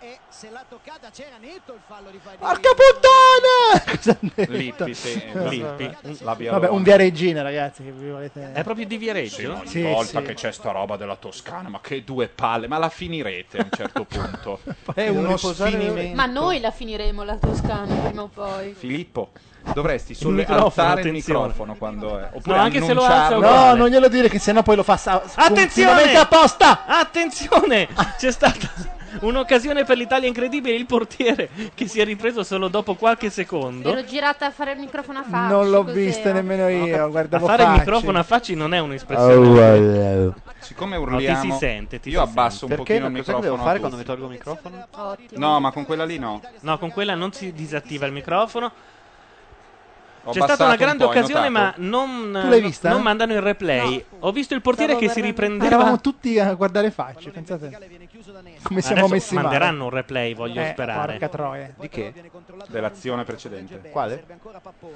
Speaker 9: E se l'ha toccata c'era netto il fallo di Fai
Speaker 4: Porca puttana! Cosa ha detto?
Speaker 5: Lippi, sì,
Speaker 4: Cosa-
Speaker 5: Lippi, la Bialone.
Speaker 4: Vabbè, un via regina, ragazzi, che vi volete...
Speaker 2: È proprio di
Speaker 5: Sì, ma
Speaker 2: Viareggio?
Speaker 5: ogni
Speaker 4: Sì,
Speaker 5: volta
Speaker 4: sì.
Speaker 5: che c'è sta roba della Toscana, ma che due palle, ma la finirete a un certo punto. È uno
Speaker 12: riposare le ore.
Speaker 5: sfinimento.
Speaker 10: Ma noi la finiremo la Toscana prima o poi.
Speaker 5: Filippo, dovresti solo
Speaker 2: microfono,
Speaker 5: alzare il
Speaker 2: attenzione.
Speaker 5: microfono quando è. Oppure
Speaker 2: No, anche se lo alza
Speaker 5: annunciarlo.
Speaker 4: No, non glielo dire che sennò poi lo fa... sa-
Speaker 2: Attenzione!
Speaker 4: continuamente apposta!
Speaker 2: Attenzione! C'è stata un'occasione per l'Italia incredibile. Il portiere che si è ripreso solo dopo qualche secondo.
Speaker 10: Ero girata a fare il microfono a faccia.
Speaker 4: Non l'ho
Speaker 10: cos'era?
Speaker 4: vista nemmeno io,
Speaker 2: A
Speaker 4: guardavo
Speaker 2: fare il
Speaker 4: facce.
Speaker 2: microfono a facci non è
Speaker 4: Oh,
Speaker 2: un'espressione.
Speaker 5: Siccome
Speaker 2: No,
Speaker 5: urliamo,
Speaker 2: ti si sente, ti
Speaker 5: io
Speaker 2: si
Speaker 5: abbasso
Speaker 2: sente.
Speaker 5: un pochino il microfono. a tutti.
Speaker 2: tolgo il microfono?
Speaker 10: Ottimo.
Speaker 5: ma con quella lì no.
Speaker 2: No, con quella non si disattiva il microfono.
Speaker 5: Ho
Speaker 2: C'è stata
Speaker 5: abbassato
Speaker 2: una
Speaker 5: un
Speaker 2: grande
Speaker 5: po', hai
Speaker 2: occasione, ma
Speaker 5: notato?
Speaker 2: non,
Speaker 4: Tu l'hai vista?
Speaker 2: non mandano il replay. Ho visto il portiere
Speaker 4: Stavo
Speaker 2: che si
Speaker 4: guardando-
Speaker 2: riprendeva.
Speaker 4: Eravamo tutti a guardare facce, pensate. Come siamo
Speaker 2: Ah, Adesso
Speaker 4: messi male.
Speaker 2: manderanno un replay, voglio
Speaker 4: Eh,
Speaker 2: sperare.
Speaker 4: porca troia.
Speaker 5: Di che? Dell'azione precedente.
Speaker 12: Quale?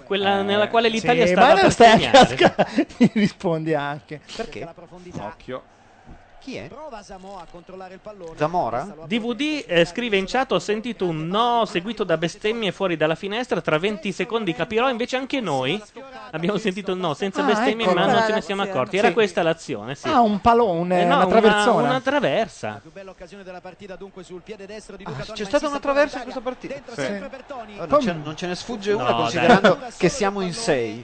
Speaker 2: Quella nella quale l'Italia
Speaker 4: Sì,
Speaker 2: stava
Speaker 4: ma
Speaker 2: per
Speaker 4: non stai a
Speaker 2: segnare.
Speaker 4: casca. Mi rispondi anche.
Speaker 12: Perché?
Speaker 5: Occhio.
Speaker 12: Chi è?
Speaker 9: Prova Samoa a controllare il pallone.
Speaker 12: Zamora?
Speaker 2: DVD eh, scrive in chat: Ho sentito un no seguito da bestemmie fuori dalla finestra. Tra 20 secondi capirò. Invece, anche noi abbiamo sentito un no senza
Speaker 4: Ah,
Speaker 2: bestemmie,
Speaker 4: eccolo.
Speaker 2: ma non ce ne siamo accorti. Era
Speaker 4: Sì.
Speaker 2: questa l'azione, sì.
Speaker 4: Ah, un palone,
Speaker 2: Eh no,
Speaker 4: una traversona.
Speaker 2: Una, traversa.
Speaker 8: Ah, C'è stata una traversa in questa partita. Oh, non,
Speaker 5: Come?
Speaker 8: ce, non ce ne sfugge una
Speaker 2: No,
Speaker 8: considerando che siamo in sei.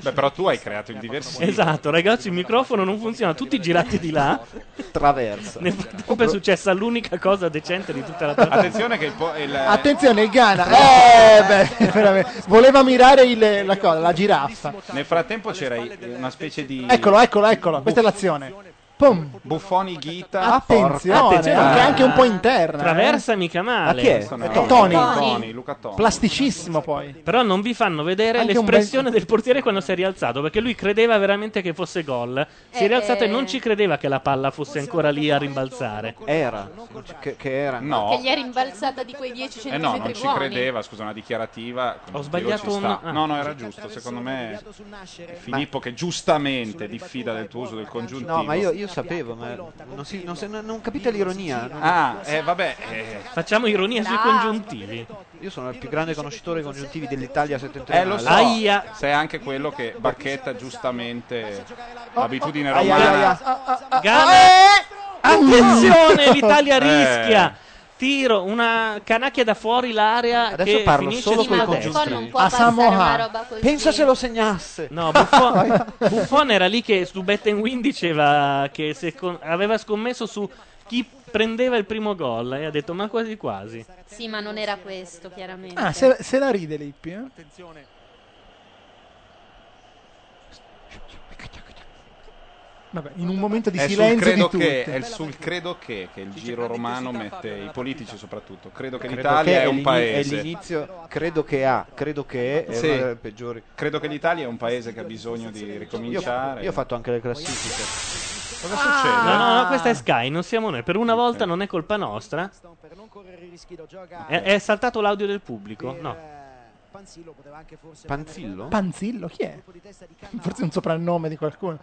Speaker 5: Beh, però tu hai creato il diversivo.
Speaker 2: Esatto, ragazzi, il microfono non funziona. Tutti girati di là.
Speaker 8: Traversa.
Speaker 2: Nel frattempo è successa l'unica cosa decente di tutta la partita.
Speaker 5: Attenzione che il, po- il-
Speaker 4: Attenzione, il Ghana. Eh, beh, veramente. Voleva mirare il- la, cosa, la giraffa.
Speaker 5: Nel frattempo c'era i- una specie di.
Speaker 4: Eccolo, eccolo, eccolo. Questa è l'azione. Pum.
Speaker 5: Buffoni Ghita.
Speaker 4: Attenzione,
Speaker 5: Porca-
Speaker 4: che è anche un
Speaker 5: Ah.
Speaker 4: po' interna.
Speaker 2: Traversa mica male.
Speaker 4: Ma chi è?
Speaker 5: Questo no.
Speaker 4: È Tony.
Speaker 5: Tony, Luca Toni.
Speaker 4: Plasticissimo poi.
Speaker 2: Però non vi fanno vedere
Speaker 4: Anche un
Speaker 2: l'espressione del portiere quando si è rialzato, perché lui credeva veramente che fosse gol. Si è
Speaker 8: Eh,
Speaker 2: rialzato e
Speaker 8: eh.
Speaker 2: non ci credeva che la palla fosse ancora lì a rimbalzare.
Speaker 8: Era. Che, era.
Speaker 5: No.
Speaker 10: Che gli è rimbalzata di quei 10
Speaker 5: Eh
Speaker 10: centimetri
Speaker 5: no, non ci
Speaker 10: buoni.
Speaker 5: credeva, scusa, una dichiarativa. con
Speaker 2: Ho
Speaker 5: motivo ci
Speaker 2: sbagliato un-
Speaker 5: sta.
Speaker 2: ah.
Speaker 5: No, no, era giusto, secondo me. Filippo che giustamente diffida del tuo uso del congiuntivo.
Speaker 8: No, ma io, io sapevo, ma non, si- non se- non capite l'ironia. Non-
Speaker 5: Ah, eh, vabbè. eh.
Speaker 2: Facciamo ironia sui
Speaker 8: Bravo.
Speaker 2: congiuntivi.
Speaker 8: Io sono il più grande conoscitore dei congiuntivi dell'Italia
Speaker 5: Eh,
Speaker 8: settentrionale.
Speaker 5: lo so. Sei anche quello che Bacchetta giustamente. Abitudine
Speaker 8: Oh, oh, ai, ai, ai.
Speaker 5: romana.
Speaker 8: ah,
Speaker 2: Ghana.
Speaker 8: eh!
Speaker 2: Attenzione,
Speaker 5: Eh,
Speaker 2: l'Italia rischia. Tiro, una canacchia da fuori l'area
Speaker 8: Adesso
Speaker 2: che
Speaker 8: parlo
Speaker 2: finisce
Speaker 8: solo
Speaker 2: sulla
Speaker 8: coi
Speaker 2: destra.
Speaker 8: congiuntivi. Non può A passare Samoa. una roba così. Pensa se lo segnasse.
Speaker 2: No, Buffon, Buffon era lì che su Bet and Win diceva che se con- aveva scommesso su chi prendeva il primo gol e ha detto ma quasi quasi.
Speaker 10: Sì, ma non era questo, chiaramente.
Speaker 4: Ah, se, se la ride Lippi. eh?
Speaker 10: Attenzione.
Speaker 4: Vabbè, in un momento di
Speaker 5: È Eh, sul,
Speaker 4: silenzio di
Speaker 5: credo
Speaker 4: tutti.
Speaker 5: che, è sul credo che che il giro romano mette i politici soprattutto. Credo che
Speaker 8: Credo
Speaker 5: l'Italia
Speaker 8: che
Speaker 5: è
Speaker 8: è
Speaker 5: un
Speaker 8: l'ini-
Speaker 5: paese.
Speaker 8: è l'inizio, credo che ha, credo che è,
Speaker 12: eh,
Speaker 8: è
Speaker 5: Sì.
Speaker 8: una delle peggiori.
Speaker 5: Credo che l'Italia è un paese che ha bisogno di
Speaker 8: Io,
Speaker 5: ricominciare.
Speaker 8: io ho fatto anche le classifiche.
Speaker 5: Cosa
Speaker 2: Ah! No, no, no, questa è Sky, non siamo noi. Per una volta non è colpa nostra. È, è saltato l'audio del pubblico.
Speaker 5: eh,
Speaker 2: No.
Speaker 9: Panzillo poteva anche forse
Speaker 2: Panzillo?
Speaker 4: Panzillo, chi è? Forse un soprannome di qualcuno.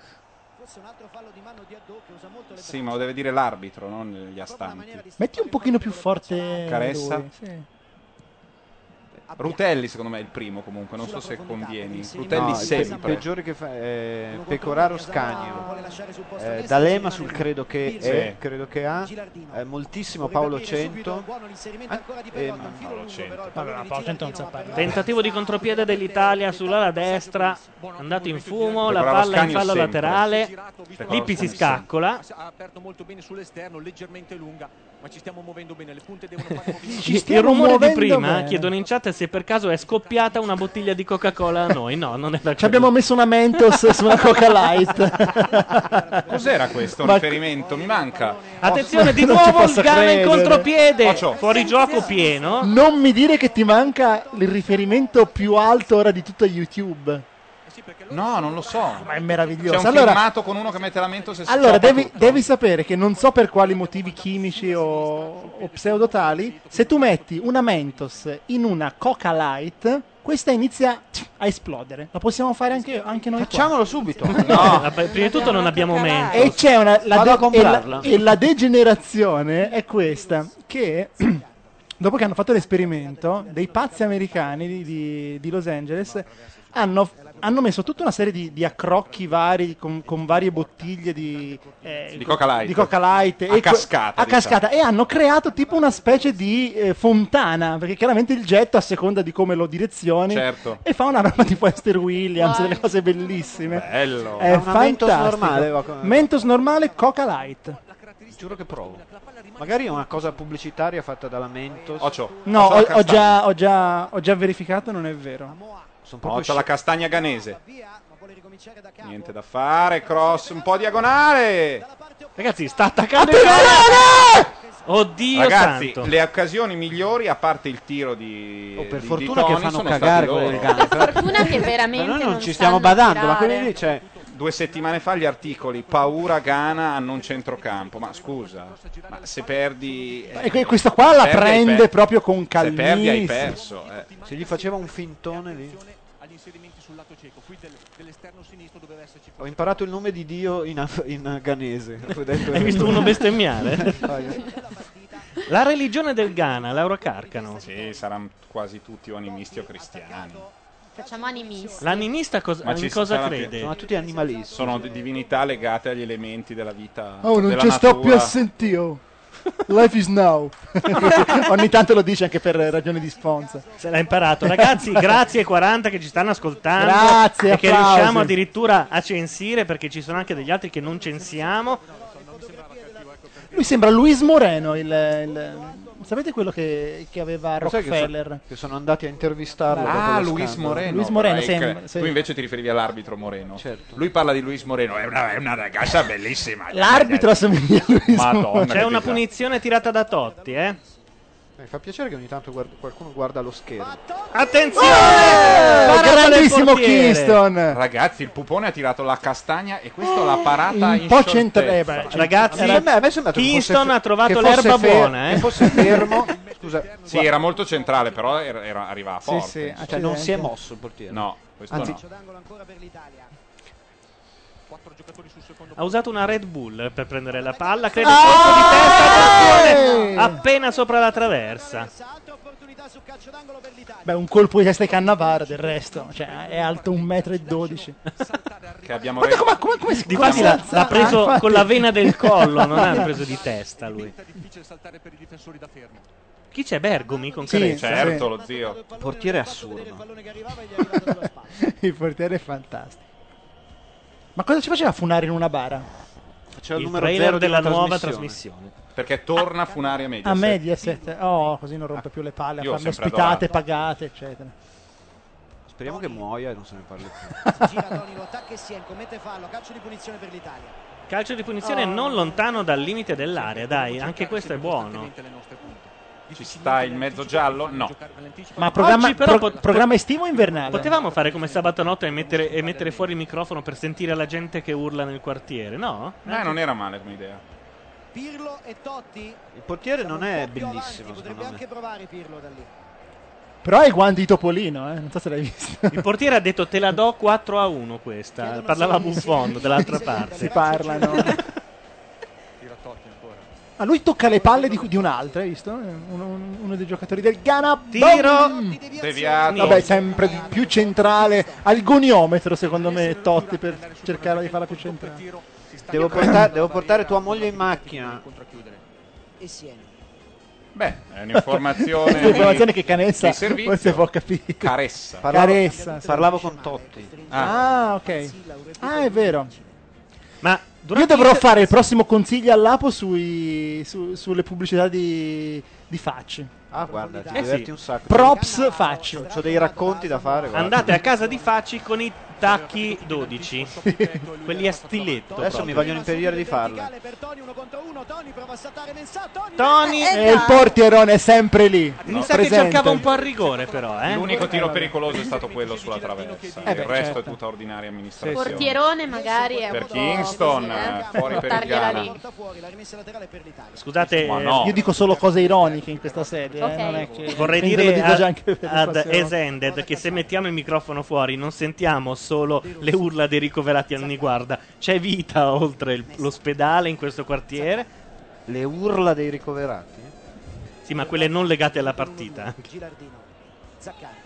Speaker 9: forse un altro fallo di mano di Addo che usa molto le
Speaker 5: Sì, ma lo deve dire l'arbitro, non gli astanti.
Speaker 4: Metti un pochino più forte.
Speaker 5: Caressa?
Speaker 4: lui, sì.
Speaker 5: Rutelli, secondo me, è il primo comunque. Non so se convieni. Rutelli
Speaker 12: No,
Speaker 5: sempre.
Speaker 12: Il pe- peggiore che fa è Pecoraro Scagno. Eh,
Speaker 5: di
Speaker 12: D'Alema
Speaker 5: Silva,
Speaker 12: sul
Speaker 5: Manuel.
Speaker 12: credo che,
Speaker 5: Sì.
Speaker 12: è, credo che ha. eh, moltissimo Paolo Cento. Eh,
Speaker 5: Paolo Cento.
Speaker 2: Allora, Tentativo di contropiede dell'Italia sull'ala destra, andato in fumo, la
Speaker 5: Decorava
Speaker 2: palla in
Speaker 5: Scagni
Speaker 2: fallo
Speaker 5: sempre.
Speaker 2: laterale.
Speaker 5: Decorava
Speaker 2: Lippi si
Speaker 5: Scagni
Speaker 2: scaccola.
Speaker 11: Ha aperto molto bene sull'esterno, leggermente lunga, ma ci stiamo muovendo bene. Le punte devono fare
Speaker 2: Il- Il rumore di prima eh, chiedono in chat se per caso è scoppiata una bottiglia di Coca-Cola a noi. No, non è da
Speaker 4: Ci abbiamo messo una Mentos su una Coca Light.
Speaker 5: Cos'era questo
Speaker 4: Ma-
Speaker 5: riferimento? Mi manca.
Speaker 2: Attenzione, di
Speaker 4: Non ci
Speaker 2: nuovo il
Speaker 4: posso
Speaker 2: Ghana in
Speaker 4: credere.
Speaker 2: contropiede. Fuori gioco pieno.
Speaker 4: Non mi dire che ti manca il riferimento più alto ora di tutta YouTube.
Speaker 5: No, non lo so. Ma
Speaker 4: è
Speaker 5: C'è
Speaker 4: meraviglioso.
Speaker 5: un
Speaker 4: Allora-
Speaker 5: filmato con uno che mette la mento se si
Speaker 4: Allora,
Speaker 5: cioppa
Speaker 4: devi,
Speaker 5: tutto.
Speaker 4: devi sapere che non so per quali motivi chimici o, o pseudotali, se tu metti una Mentos in una Coca Light, questa inizia a esplodere. Lo possiamo fare anche, anche noi. Facciamolo
Speaker 12: subito.
Speaker 2: Vabbè, prima di tutto non abbiamo mento.
Speaker 4: E c'è una la
Speaker 2: Certo. Vado
Speaker 4: de-
Speaker 2: a comprarla.
Speaker 4: E la, e la degenerazione è questa che dopo che hanno fatto l'esperimento dei pazzi americani di, di- di Los Angeles hanno, hanno messo tutta una serie di, di accrocchi vari con, con varie bottiglie di, eh,
Speaker 5: Di Coca Light.
Speaker 4: di Coca Light
Speaker 5: A
Speaker 4: e que-
Speaker 5: cascata, diciamo.
Speaker 4: a cascata. e hanno creato tipo una specie di eh, fontana perché chiaramente il getto a seconda di come lo direzioni
Speaker 5: Certo.
Speaker 4: e fa una roba tipo Esther Williams delle cose bellissime
Speaker 5: Bello.
Speaker 4: è
Speaker 12: Ma una Mentos
Speaker 4: fantastico.
Speaker 12: normale, va come-
Speaker 4: Mentos normale, Coca Light.
Speaker 12: Giuro che provo. Magari è una cosa pubblicitaria fatta dalla Mentos.
Speaker 4: No, ho, ho già, ho già- ho già verificato, non è vero.
Speaker 12: Sono
Speaker 5: Oh,
Speaker 12: proprio
Speaker 5: c'è la castagna ganese. Niente da fare, cross un po' diagonale.
Speaker 2: Ragazzi, sta attaccando Oddio
Speaker 5: Ragazzi,
Speaker 2: santo.
Speaker 5: le occasioni migliori, a parte il tiro di. Oh, per
Speaker 12: fortuna che fanno cagare quelle del Gana. Per
Speaker 10: Fortuna che veramente.
Speaker 5: Ma noi non
Speaker 10: non
Speaker 5: ci
Speaker 12: stiamo
Speaker 10: sanno
Speaker 12: badando, ma
Speaker 10: tirare.
Speaker 12: quelli lì c'è.
Speaker 5: Due settimane fa gli articoli paura Ghana hanno un centrocampo. Ma scusa, ma se perdi.
Speaker 4: E que- questa qua la
Speaker 5: se perdi hai
Speaker 4: prende
Speaker 5: per-
Speaker 4: proprio con
Speaker 5: Se perdi hai
Speaker 4: calmissimo.
Speaker 5: perso. eh.
Speaker 12: Se gli faceva un fintone lì.
Speaker 11: agli inserimenti sul lato cieco. Qui del- dell'esterno sinistro doveva esserci
Speaker 12: Ho imparato il nome di Dio in, af- in ghanese. Ho detto-
Speaker 2: Hai visto uno bestemmiare?
Speaker 12: Vai.
Speaker 2: La religione del Ghana, Laura Carcano.
Speaker 5: Sì, saranno quasi tutti o animisti o cristiani.
Speaker 10: Facciamo animista.
Speaker 2: L'aninista cosa,
Speaker 5: Ma
Speaker 2: in
Speaker 5: ci
Speaker 2: cosa
Speaker 5: sarà
Speaker 2: crede?
Speaker 5: più-
Speaker 12: Sono tutti animalisti.
Speaker 5: Sono di- divinità legate agli elementi della vita.
Speaker 4: Oh, non
Speaker 5: della
Speaker 4: ci sto
Speaker 5: natura.
Speaker 4: più a sentire. Life is now. Ogni tanto lo dice anche per ragioni di sponsor.
Speaker 2: Se l'ha imparato. Ragazzi, grazie ai 40 che ci stanno ascoltando.
Speaker 4: Grazie,
Speaker 2: E che
Speaker 4: applausi.
Speaker 2: riusciamo addirittura a censire perché ci sono anche degli altri che non censiamo.
Speaker 4: Lui sembra Luis Moreno, il, il- sapete quello che, che aveva
Speaker 12: Lo sai che so-
Speaker 4: Rockefeller?
Speaker 12: Che sono andati a intervistarlo.
Speaker 5: Ah,
Speaker 12: dopo lo
Speaker 5: Luis
Speaker 12: scandalo.
Speaker 5: Moreno.
Speaker 4: Luis Moreno,
Speaker 5: Vai,
Speaker 4: sembra,
Speaker 5: cre-
Speaker 4: sì. Certo.
Speaker 5: Tu invece ti riferivi all'arbitro Moreno. Lui parla di Luis Moreno, è una, è una ragazza bellissima.
Speaker 4: L'arbitro assomiglia a Luis
Speaker 5: Madonna,
Speaker 4: Moreno.
Speaker 2: C'è
Speaker 5: che
Speaker 2: una
Speaker 5: disastro.
Speaker 2: punizione tirata da Totti, eh?
Speaker 12: Mi fa piacere che ogni tanto guard- qualcuno guarda lo schermo.
Speaker 5: Eh,
Speaker 2: Attenzione! Parata del
Speaker 4: grandissimo
Speaker 2: portiere.
Speaker 4: Kingston.
Speaker 5: Ragazzi, il pupone ha tirato la castagna e questo l'ha parata
Speaker 4: Un
Speaker 5: in
Speaker 4: po'
Speaker 5: scioltezza. Cioè,
Speaker 4: centra- eh, beh,
Speaker 2: Ragazzi, Kingston ha trovato l'erba buona, eh.
Speaker 12: fermo. Scusa.
Speaker 5: Sì, era molto centrale, però era, era- arrivava
Speaker 12: Sì,
Speaker 5: forte.
Speaker 12: sì,
Speaker 5: insomma.
Speaker 12: cioè, non si è mosso il portiere.
Speaker 5: No, questo
Speaker 12: Anzi,
Speaker 5: no.
Speaker 2: Ha usato una Red Bull per prendere la palla.
Speaker 4: Ah!
Speaker 2: Credo colpo di testa. attenzione, Appena sopra la traversa.
Speaker 4: Beh, un colpo di testa di Cannavaro del resto, cioè è alto 1,12 m.
Speaker 5: Che abbiamo
Speaker 4: Guarda
Speaker 5: re-
Speaker 4: come- come- come si-
Speaker 2: Di
Speaker 4: come
Speaker 2: quasi
Speaker 4: si
Speaker 2: l'ha,
Speaker 4: alza?
Speaker 2: l'ha preso
Speaker 4: Ah, infatti.
Speaker 2: con la vena del collo, non ha preso di testa lui.
Speaker 11: difficile saltare per i difensori da fermo.
Speaker 2: Chi c'è? Bergomi con
Speaker 4: Sì,
Speaker 2: Carezza?
Speaker 4: certo,
Speaker 5: lo zio.
Speaker 12: Portiere assurdo.
Speaker 4: Il portiere è fantastico. Ma cosa ci faceva Funare in una bara?
Speaker 12: Faceva
Speaker 2: il
Speaker 12: numero
Speaker 2: trailer
Speaker 12: zero di
Speaker 2: della
Speaker 12: una
Speaker 2: nuova
Speaker 12: trasmissione.
Speaker 5: Perché torna Funaria Mediaset.
Speaker 4: A Mediaset. Oh, così non
Speaker 12: Ah.
Speaker 4: rompe più le palle, a
Speaker 5: Io ho
Speaker 4: farle
Speaker 5: sempre
Speaker 4: ospitate, pagate, eccetera.
Speaker 12: Speriamo che muoia e non se ne parli più.
Speaker 9: gira Toni, lo attacca e Sien, commette fallo, calcio di punizione per l'Italia.
Speaker 2: Calcio di punizione non lontano dal limite dell'area, dai, anche questo è buono.
Speaker 11: Ovviamente le nostre punte.
Speaker 5: Ci sta il mezzo giallo? No.
Speaker 4: Ma programma,
Speaker 2: Oggi però
Speaker 4: pro-
Speaker 2: pot-
Speaker 4: programma estivo o invernale?
Speaker 2: Potevamo fare come sabato notte e mettere, e mettere fuori il microfono per sentire la gente che urla nel quartiere, no?
Speaker 5: Eh, non era male come idea.
Speaker 9: Pirlo e Totti
Speaker 8: Il portiere non è bellissimo, secondo me.
Speaker 9: anche provare Pirlo da lì.
Speaker 4: Però è il guan di Topolino, eh? non so se l'hai visto.
Speaker 2: Il portiere ha detto te la do 4 a 1 questa. Parlava Buffon dall'altra parte.
Speaker 4: Si parlano.
Speaker 11: Tira Totti ancora.
Speaker 4: A lui tocca le palle di, di un altro, hai visto? Uno, uno dei giocatori del Ghana. Bom!
Speaker 5: Deviato.
Speaker 4: Mm. Vabbè, sempre di- più centrale. Al goniometro, secondo me, Totti, per cercare di farla più centrale.
Speaker 8: Devo portare, devo portare tua moglie in macchina.
Speaker 9: E Siena.
Speaker 5: Beh, è un'informazione.
Speaker 4: Un'informazione che Canessa
Speaker 5: di servizio.
Speaker 4: forse può capire.
Speaker 5: Caressa.
Speaker 4: Parlavo-
Speaker 8: Caressa,
Speaker 4: sì.
Speaker 8: parlavo con Totti.
Speaker 4: Ah, ok. Ah, è vero.
Speaker 2: Ma
Speaker 4: Io dovrò fare il prossimo consiglio all'Apo sui, su- sulle pubblicità di, di Facci.
Speaker 8: Ah, guarda, ti
Speaker 4: Eh sì.
Speaker 8: diverti un sacco.
Speaker 4: Props Facci. Ho
Speaker 8: dei racconti da fare. guarda.
Speaker 2: Andate a casa di Facci con i tacchi 12. Quelli a stiletto.
Speaker 8: Adesso mi vogliono impedire di farlo.
Speaker 2: Tony
Speaker 4: E il portierone è sempre lì.
Speaker 2: Mi sa che
Speaker 4: presente.
Speaker 2: cercava un po' il rigore, però. Eh?
Speaker 5: L'unico tiro pericoloso è stato quello sulla traversa.
Speaker 2: Eh beh,
Speaker 5: il resto
Speaker 2: certo.
Speaker 5: è tutta ordinaria
Speaker 10: Il
Speaker 5: amministrazione.
Speaker 10: Portierone magari è
Speaker 5: Per
Speaker 10: un po'
Speaker 5: Kingston,
Speaker 10: così, eh,
Speaker 5: eh, fuori per il
Speaker 10: buttargliela
Speaker 5: Ghana.
Speaker 10: lì.
Speaker 2: Scusate,
Speaker 5: Ma
Speaker 2: eh,
Speaker 5: no.
Speaker 4: Io dico solo cose ironiche in questa serie. eh,
Speaker 10: Ok.
Speaker 4: non è che-
Speaker 2: Vorrei
Speaker 4: Quindi lo
Speaker 2: dire
Speaker 4: dico
Speaker 2: a-
Speaker 4: già anche per le
Speaker 2: ad
Speaker 4: prossime volte.
Speaker 2: Esended che se mettiamo il microfono fuori non sentiamo solo le urla dei ricoverati al guarda, c'è vita oltre il- l'ospedale in questo quartiere.
Speaker 8: Le urla dei ricoverati?
Speaker 2: Sì, ma quelle non legate alla partita.
Speaker 9: Gilardino. Zaccagno.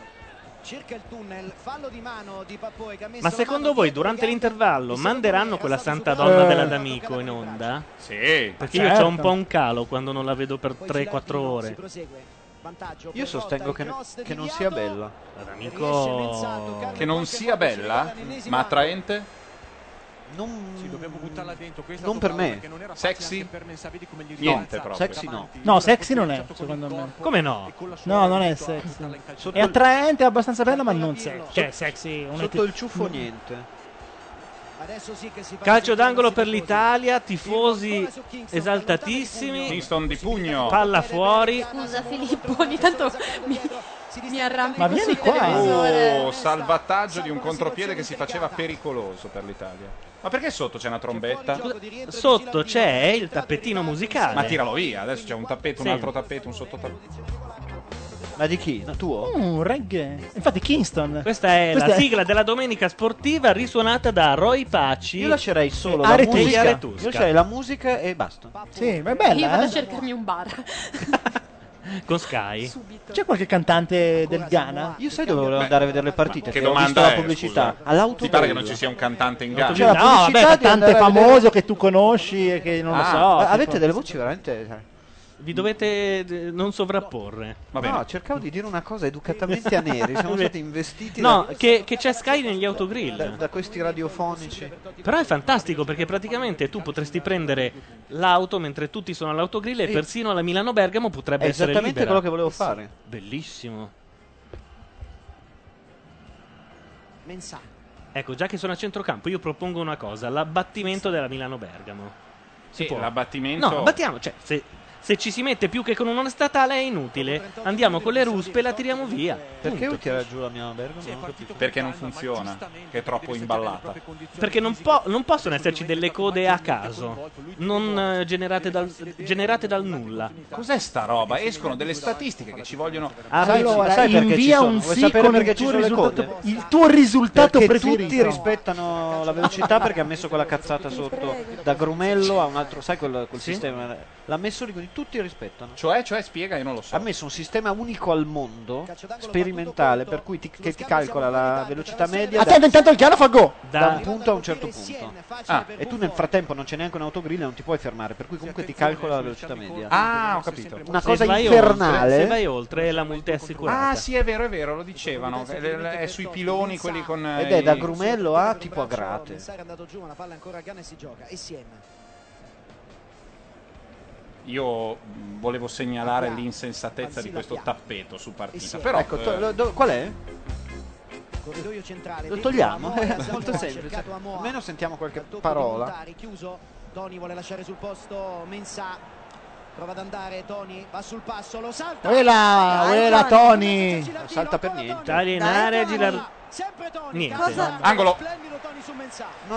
Speaker 9: Cerca il tunnel, fallo di mano di Pappoe che ha messo
Speaker 2: Ma
Speaker 9: la
Speaker 2: secondo
Speaker 9: mano
Speaker 2: voi
Speaker 9: dietro
Speaker 2: durante
Speaker 9: Gana.
Speaker 2: l'intervallo manderanno quella santa donna
Speaker 4: Eh.
Speaker 2: della D'Amico in onda?
Speaker 5: Sì.
Speaker 2: Perché io
Speaker 4: Certo.
Speaker 2: ho un po' un calo quando non la vedo per 3-4
Speaker 9: Si
Speaker 2: ore.
Speaker 9: prosegue. Vantaggio
Speaker 8: Io sostengo che, che non sia bella.
Speaker 2: D'Amico...
Speaker 5: Che non sia bella, ma attraente?
Speaker 8: Non,
Speaker 11: dobbiamo buttarla dentro. Questa
Speaker 8: non per me.
Speaker 5: Sexy?
Speaker 8: No,
Speaker 5: Niente proprio.
Speaker 8: sexy no.
Speaker 4: No, sexy non è, secondo me.
Speaker 2: Come no?
Speaker 4: No, non è sexy. È attraente, è abbastanza bella, ma non sexy. Cioè, sexy. una
Speaker 8: Sotto
Speaker 4: che-
Speaker 8: il ciuffo niente.
Speaker 9: Adesso sì che si fa
Speaker 2: Calcio d'angolo per l'Italia, tifosi esaltatissimi,
Speaker 5: Kingston di pugno.
Speaker 2: palla fuori.
Speaker 10: Scusa Filippo, ogni tanto mi, mi arrampico
Speaker 4: Ma vieni
Speaker 10: sul
Speaker 4: qua. eh.
Speaker 10: televisore.
Speaker 5: Oh, salvataggio di un contropiede che si faceva pericoloso per l'Italia. Ma perché sotto c'è una trombetta?
Speaker 2: Sotto c'è il tappettino musicale.
Speaker 5: Ma tiralo via, adesso c'è un tappeto, un
Speaker 2: Sì.
Speaker 5: altro tappeto, un sottotappeto.
Speaker 8: Ma di chi? No, tuo?
Speaker 4: Mm, reggae. Infatti, Kingston.
Speaker 2: Questa è la
Speaker 4: Questa è-
Speaker 2: sigla della domenica sportiva risuonata da Roy Paci.
Speaker 8: Io lascerei solo
Speaker 4: Eh,
Speaker 8: la
Speaker 4: Are
Speaker 8: musica.
Speaker 4: Tusca.
Speaker 8: Io lascerei la musica e basta.
Speaker 4: Sì, ma è
Speaker 10: Io vado
Speaker 4: bella.
Speaker 10: a
Speaker 4: eh?
Speaker 10: cercarmi un bar
Speaker 2: con Sky.
Speaker 10: subito.
Speaker 4: C'è qualche cantante del Ghana?
Speaker 8: Io sai dove volevo andare a vedere le partite?
Speaker 5: Che
Speaker 8: Che ho visto
Speaker 5: domanda
Speaker 8: la
Speaker 5: è?
Speaker 8: pubblicità.
Speaker 5: scusa?
Speaker 8: All'auto
Speaker 5: Ti pare che non ci sia un cantante in gara?
Speaker 4: C'è la
Speaker 8: No,
Speaker 4: pubblicità
Speaker 8: vabbè, ma
Speaker 4: di cantante
Speaker 8: andare a vedere-
Speaker 4: famoso che tu conosci e che non
Speaker 5: Ah,
Speaker 4: lo so.
Speaker 8: avete
Speaker 4: tipo-
Speaker 8: delle voci veramente...
Speaker 2: Vi dovete eh, non sovrapporre.
Speaker 5: Va bene.
Speaker 8: cioè, No, cercavo di dire una cosa educatamente a neri. Siamo stati investiti
Speaker 2: No,
Speaker 8: da,
Speaker 2: che, che c'è Sky negli
Speaker 8: da-
Speaker 2: autogrill.
Speaker 8: da questi radiofonici.
Speaker 2: Però è fantastico perché praticamente tu potresti prendere l'auto mentre tutti sono all'autogrill e
Speaker 8: Sì.
Speaker 2: persino la Milano Bergamo potrebbe
Speaker 8: È
Speaker 2: essere
Speaker 8: esattamente
Speaker 2: libera.
Speaker 8: quello che volevo fare.
Speaker 2: Bellissimo.
Speaker 9: Mensah.
Speaker 2: Ecco, già che sono a centrocampo, io propongo una cosa: l'abbattimento della Milano Bergamo. Si
Speaker 5: Sì,
Speaker 2: può?
Speaker 5: l'abbattimento.
Speaker 2: No, abbattiamo. Cioè, se, se ci si mette più che con un'onda statale è inutile. Andiamo con le ruspe e la tiriamo via.
Speaker 8: Perché
Speaker 2: Punto.
Speaker 8: vuoi tirare giù la mia albergo? Non ho capito.
Speaker 5: Perché non funziona, che è troppo imballata.
Speaker 2: Perché non, po- non possono esserci delle code a caso, non eh, generate dal, generate dal nulla.
Speaker 5: Cos'è sta roba? Escono delle statistiche che ci vogliono.
Speaker 8: Ah,
Speaker 4: Sai-
Speaker 8: Ricci, ma
Speaker 4: allora,
Speaker 8: sai perché ci
Speaker 4: invia
Speaker 8: sono?
Speaker 4: un
Speaker 8: Vuoi
Speaker 4: sì
Speaker 8: sapere
Speaker 4: con
Speaker 8: perché
Speaker 4: il
Speaker 8: ci
Speaker 4: tuo
Speaker 8: sono le
Speaker 4: risultato,
Speaker 8: code?
Speaker 4: il tuo risultato
Speaker 8: Perché
Speaker 4: preferito.
Speaker 8: tutti rispettano la velocità perché ha messo quella cazzata sotto da grumello a un altro, sai quel, quel sistema? L'ha messo lì quindi tutti rispettano.
Speaker 5: Cioè, cioè, spiega, io non lo so.
Speaker 8: Ha messo un sistema unico al mondo, sperimentale, per cui ti, che ti calcola la velocità media da,
Speaker 4: Attento, intanto il Ghana fa go.
Speaker 8: da
Speaker 2: Da-
Speaker 8: un punto a un certo punto.
Speaker 5: Ah,
Speaker 8: E tu nel frattempo non c'è neanche un autogrill e non ti puoi fermare, per cui comunque ti calcola la velocità media.
Speaker 5: Ah, ho capito.
Speaker 8: Una
Speaker 2: se
Speaker 8: cosa
Speaker 2: vai
Speaker 8: infernale.
Speaker 2: Oltre, se vai oltre, la multa è assicurata.
Speaker 5: Ah, sì, è vero, è vero, lo dicevano. È, è sui piloni quelli con. eh,
Speaker 8: Ed è da
Speaker 5: i-
Speaker 8: grumello a tipo a grate.
Speaker 9: Mensah è andato giù, ma la palla ancora a Gana e si gioca. E Siena.
Speaker 5: Io mh, volevo segnalare
Speaker 8: Ah,
Speaker 5: l'insensatezza di questo tappeto su partita. Però.
Speaker 8: Ecco, to-
Speaker 5: eh,
Speaker 8: lo- do- qual è?
Speaker 9: Corridoio centrale.
Speaker 8: Lo
Speaker 9: dentro
Speaker 8: togliamo?
Speaker 9: Amoa,
Speaker 8: Eh,
Speaker 9: Samoa,
Speaker 8: molto semplice.
Speaker 9: cercato Amoa.
Speaker 8: Almeno sentiamo qualche
Speaker 9: Tocco di
Speaker 8: parola.
Speaker 9: Montari, Chiuso. Toni vuole lasciare sul posto Mensah. Prova ad andare Tony, va sul passo, lo salta.
Speaker 4: Uela, uela Tony.
Speaker 12: Non salta per niente.
Speaker 2: Alienare, girare. Niente.
Speaker 5: Angolo.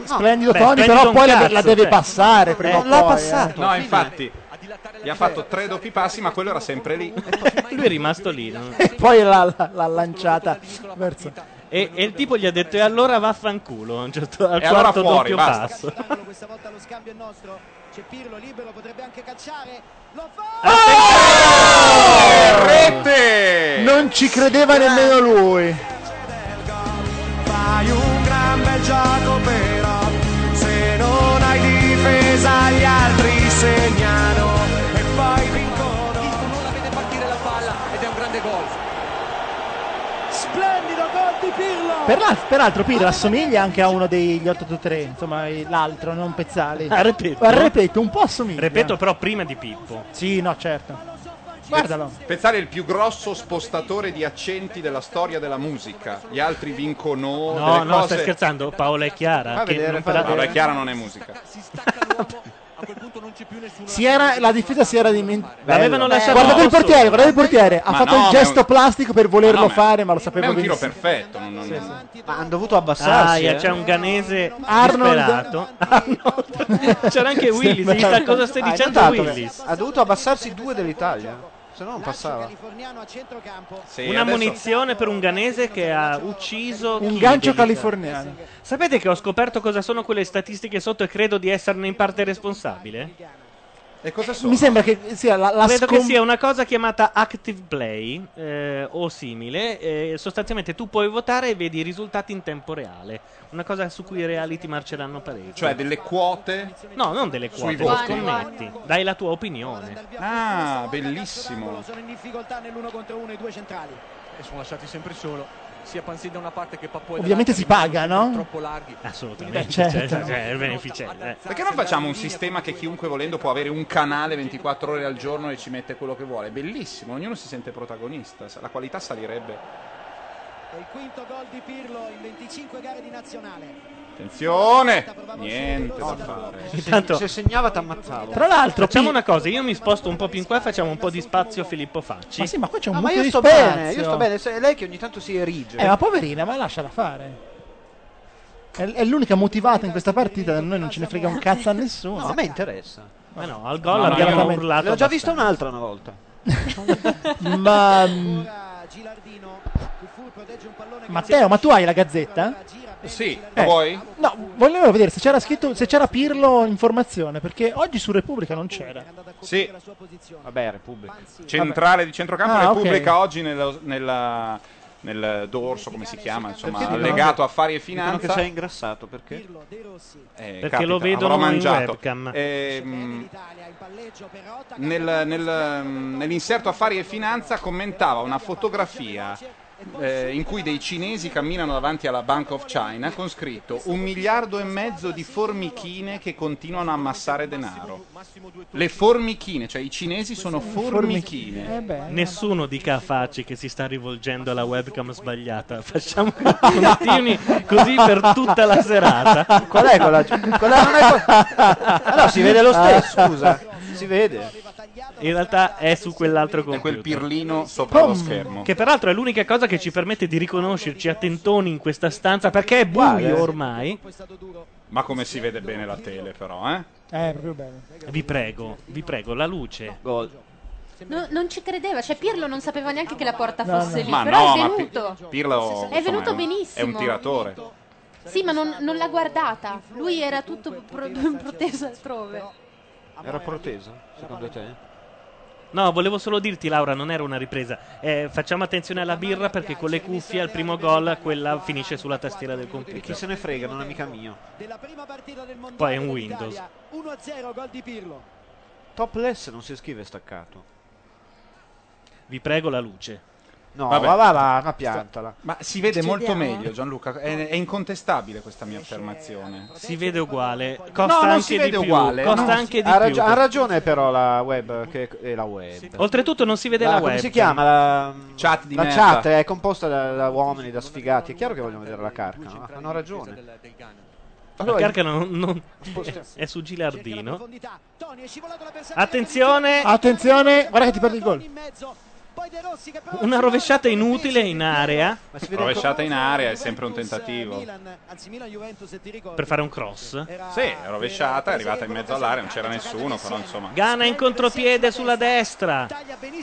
Speaker 4: Splendido Tony, però poi la, la deve passare prima o poi, eh.
Speaker 5: No, infatti. Gli ha fatto tre doppi passi, ma quello era sempre lì.
Speaker 2: Lui è
Speaker 8: Ah,
Speaker 2: rimasto lì. no?
Speaker 4: E poi l'ha, l'ha lanciata verso...
Speaker 2: E, e il tipo gli ha detto: E allora vaffanculo. a un certo- al
Speaker 5: E allora
Speaker 2: quarto
Speaker 5: fuori,
Speaker 2: doppio
Speaker 5: basta.
Speaker 2: passo.
Speaker 9: Allora, Questa volta lo scambio è nostro. C'è Pirlo libero, potrebbe anche calciare. Lo fa!
Speaker 5: Rete!
Speaker 4: Ah! Non ci credeva nemmeno lui.
Speaker 13: Fai un gran bel gioco però Se non hai difesa gli altri segnano E poi vincono
Speaker 11: Non la vede partire la palla ed è un grande gol.
Speaker 9: Splendido gol di Pirlo!
Speaker 4: Per l'al- peraltro Pirlo assomiglia anche a uno degli 883, insomma il- l'altro, non Pezzali.
Speaker 2: Ah, Repetto?
Speaker 4: Ah, Repetto, un po' assomiglia.
Speaker 2: Ripeto, però, prima di Pippo.
Speaker 4: Sì, no, certo. Guardalo.
Speaker 5: Pezzali è il più grosso spostatore di accenti della storia della musica. Gli altri vincono
Speaker 2: No,
Speaker 5: delle
Speaker 2: no,
Speaker 5: cose.
Speaker 2: stai scherzando? Paola è Chiara.
Speaker 5: Fa
Speaker 2: Ah, Che
Speaker 5: vedere,
Speaker 2: non
Speaker 5: fa
Speaker 2: te la-
Speaker 5: vedere. Paola è Chiara non è musica.
Speaker 4: Si era- la difesa si era dimenticata.
Speaker 2: L'avevano lasciato
Speaker 4: Guardate il
Speaker 2: solo.
Speaker 4: portiere, guardate il portiere. Ha
Speaker 5: Ma
Speaker 4: fatto
Speaker 5: no,
Speaker 4: il
Speaker 5: ma è
Speaker 4: gesto
Speaker 5: un-
Speaker 4: plastico per volerlo
Speaker 5: Ma no, ma-
Speaker 4: fare, ma lo
Speaker 5: Ma è
Speaker 4: sapevo
Speaker 5: un tiro
Speaker 4: benissimo.
Speaker 5: perfetto. non- non- non-
Speaker 8: Ma hanno dovuto
Speaker 2: Ah,
Speaker 8: abbassarsi. eh.
Speaker 2: c'è un ganese
Speaker 8: Arnold.
Speaker 2: disperato. Arnold. C'era anche Willis.
Speaker 8: Sembra-
Speaker 2: gli sta- cosa stai
Speaker 8: Hai
Speaker 2: dicendo,
Speaker 8: notato?
Speaker 2: Willis?
Speaker 8: Ha dovuto abbassarsi due dell'Italia, se no non passava.
Speaker 2: Una munizione per un ganese che ha ucciso
Speaker 4: Un
Speaker 2: chi
Speaker 4: gancio
Speaker 2: dell'Italia?
Speaker 4: californiano.
Speaker 2: Sapete che ho scoperto cosa sono quelle statistiche sotto e credo di esserne in parte responsabile?
Speaker 5: E cosa sono?
Speaker 4: Mi sembra che sia la, la
Speaker 2: Credo
Speaker 4: scom-
Speaker 2: che sia una cosa chiamata active play eh, o simile. eh, sostanzialmente tu puoi votare e vedi i risultati in tempo reale. Una cosa su cui i reality marceranno parecchio.
Speaker 5: Cioè delle quote.
Speaker 2: No, non delle
Speaker 5: Sui
Speaker 2: quote, lo
Speaker 5: voti.
Speaker 2: scommetti. Dai la tua opinione.
Speaker 5: Ah, bellissimo.
Speaker 9: Sono in difficoltà nell'1 contro 1 i due centrali.
Speaker 11: E Eh, sono lasciati sempre solo. Sia Pansin da una parte che Pappone
Speaker 4: Ovviamente si paga, no?
Speaker 11: Troppo larghi.
Speaker 2: Assolutamente.
Speaker 4: Beh, certo.
Speaker 2: cioè, cioè, è beneficenza. eh.
Speaker 5: Perché non facciamo un sistema che chiunque volendo può avere un canale 24 ore al giorno e ci mette quello che vuole? Bellissimo, ognuno si sente protagonista, la qualità salirebbe.
Speaker 9: E il quinto gol di Pirlo in 25 gare di nazionale.
Speaker 5: Attenzione! Niente da fare.
Speaker 2: Intanto-
Speaker 8: Se segnava ti ammazzavo.
Speaker 2: Tra l'altro, facciamo una cosa: io mi sposto un po' più in qua e facciamo un po' di spazio a Filippo Facci.
Speaker 4: Ma sì, ma qua c'è un
Speaker 8: Ah, ma
Speaker 4: mucchio
Speaker 8: io
Speaker 4: di
Speaker 8: sto
Speaker 4: spazio.
Speaker 8: bene, io sto bene. È lei che ogni tanto si erige.
Speaker 4: Eh, ma poverina, ma lasciala fare. È, è l'unica motivata in questa partita, da noi non ce ne frega un cazzo a nessuno.
Speaker 8: No, a me interessa.
Speaker 2: Ma Eh no, al gol
Speaker 4: No, no,
Speaker 2: abbiamo
Speaker 4: io-
Speaker 2: urlato.
Speaker 8: Ne ho già
Speaker 2: abbastanza.
Speaker 8: vista un'altra una volta.
Speaker 4: Ma mm,
Speaker 9: Gilardino, Dufour protegge un pallone
Speaker 4: Matteo, ma tu hai la gazzetta?
Speaker 5: Sì,
Speaker 4: Eh,
Speaker 5: vuoi?
Speaker 4: No, volevo vedere se c'era scritto se c'era Pirlo in formazione, perché oggi su Repubblica non c'era.
Speaker 5: Sì.
Speaker 8: Vabbè, Repubblica.
Speaker 5: Centrale di centrocampo,
Speaker 4: Ah, ok.
Speaker 5: Repubblica oggi nello- nella- nel dorso, come si chiama, insomma,
Speaker 8: Perché dicono-
Speaker 5: legato affari e
Speaker 8: Dicono che
Speaker 5: finanza.
Speaker 8: c'è ingrassato perché?
Speaker 5: Eh,
Speaker 2: Perché
Speaker 5: capita,
Speaker 2: lo vedono
Speaker 5: avrò
Speaker 2: in
Speaker 5: mangiato.
Speaker 2: webcam.
Speaker 5: Ehm, nel- nel- nell'inserto affari e finanza commentava una fotografia eh, in cui dei cinesi camminano davanti alla Bank of China con scritto un miliardo e mezzo di formichine che continuano a ammassare denaro. Le formichine, cioè i cinesi sono
Speaker 8: Eh
Speaker 5: formichine. Eh,
Speaker 2: Nessuno dica a Facci che si sta rivolgendo alla webcam sbagliata. Facciamo che continui così per tutta la serata.
Speaker 8: Qual è quella? quella non è quella- Ah, no, si vede lo stesso, scusa. Si vede.
Speaker 2: In realtà è su quell'altro computer.
Speaker 5: quel pirlino sopra lo
Speaker 2: Pom!
Speaker 5: schermo.
Speaker 2: Che peraltro è l'unica cosa che ci permette di riconoscerci a tentoni in questa stanza perché è
Speaker 8: eh.
Speaker 5: Uguale.
Speaker 2: buio ormai.
Speaker 5: Ma come si vede bene la tele però, eh?
Speaker 4: Eh, proprio bello.
Speaker 2: Vi prego, vi prego, la luce.
Speaker 10: No- non ci credeva, cioè Pirlo non sapeva neanche che la porta
Speaker 2: No,
Speaker 10: fosse
Speaker 2: no.
Speaker 10: lì,
Speaker 5: Ma
Speaker 10: però
Speaker 5: no,
Speaker 10: è
Speaker 5: ma Pi-
Speaker 10: venuto.
Speaker 5: Pirlo insomma,
Speaker 10: venuto
Speaker 5: un- È un
Speaker 10: benissimo.
Speaker 5: tiratore.
Speaker 10: Sì, ma non, non l'ha guardata. Lui era tutto pro- proteso altrove.
Speaker 8: Era protesa, secondo te?
Speaker 2: No, volevo solo dirti, Laura, non era una ripresa. Eh, facciamo attenzione alla birra perché con le cuffie al primo gol quella finisce sulla tastiera del
Speaker 8: E chi
Speaker 2: computer.
Speaker 8: se ne frega, non è mica mio.
Speaker 2: Poi è un Windows.
Speaker 9: 1-0 gol di Pirlo.
Speaker 8: Topless non si scrive staccato.
Speaker 2: Vi prego la luce.
Speaker 8: No,
Speaker 5: Vabbè.
Speaker 8: va, va, va, ma piantala.
Speaker 5: Ma si vede
Speaker 8: Ci
Speaker 5: molto
Speaker 8: vediamo?
Speaker 5: meglio Gianluca, è, è incontestabile questa mia affermazione.
Speaker 2: Si vede uguale. Costa
Speaker 8: No, non
Speaker 2: anche
Speaker 8: si vede
Speaker 2: di più.
Speaker 8: uguale.
Speaker 2: Costa
Speaker 8: no.
Speaker 2: anche di
Speaker 8: ha,
Speaker 2: più.
Speaker 8: ragio- ha ragione però la web, che è la web.
Speaker 2: Oltretutto non si vede
Speaker 8: La-
Speaker 2: la
Speaker 8: come
Speaker 2: web.
Speaker 8: si chiama la
Speaker 5: chat di
Speaker 8: la
Speaker 5: merda.
Speaker 8: chat è composta da, da uomini, da sfigati. È chiaro che vogliono vedere la carca, no? hanno ragione.
Speaker 2: La
Speaker 14: Allora,
Speaker 2: carca non, non- è su Gilardino. Attenzione!
Speaker 4: Attenzione, guarda che ti perdi il gol.
Speaker 2: Una rovesciata inutile in area.
Speaker 5: Rovesciata in area è sempre un tentativo.
Speaker 2: Per fare un cross.
Speaker 5: Sì, rovesciata, è arrivata in mezzo all'area, non c'era nessuno, però insomma.
Speaker 2: Ghana in contropiede sulla destra.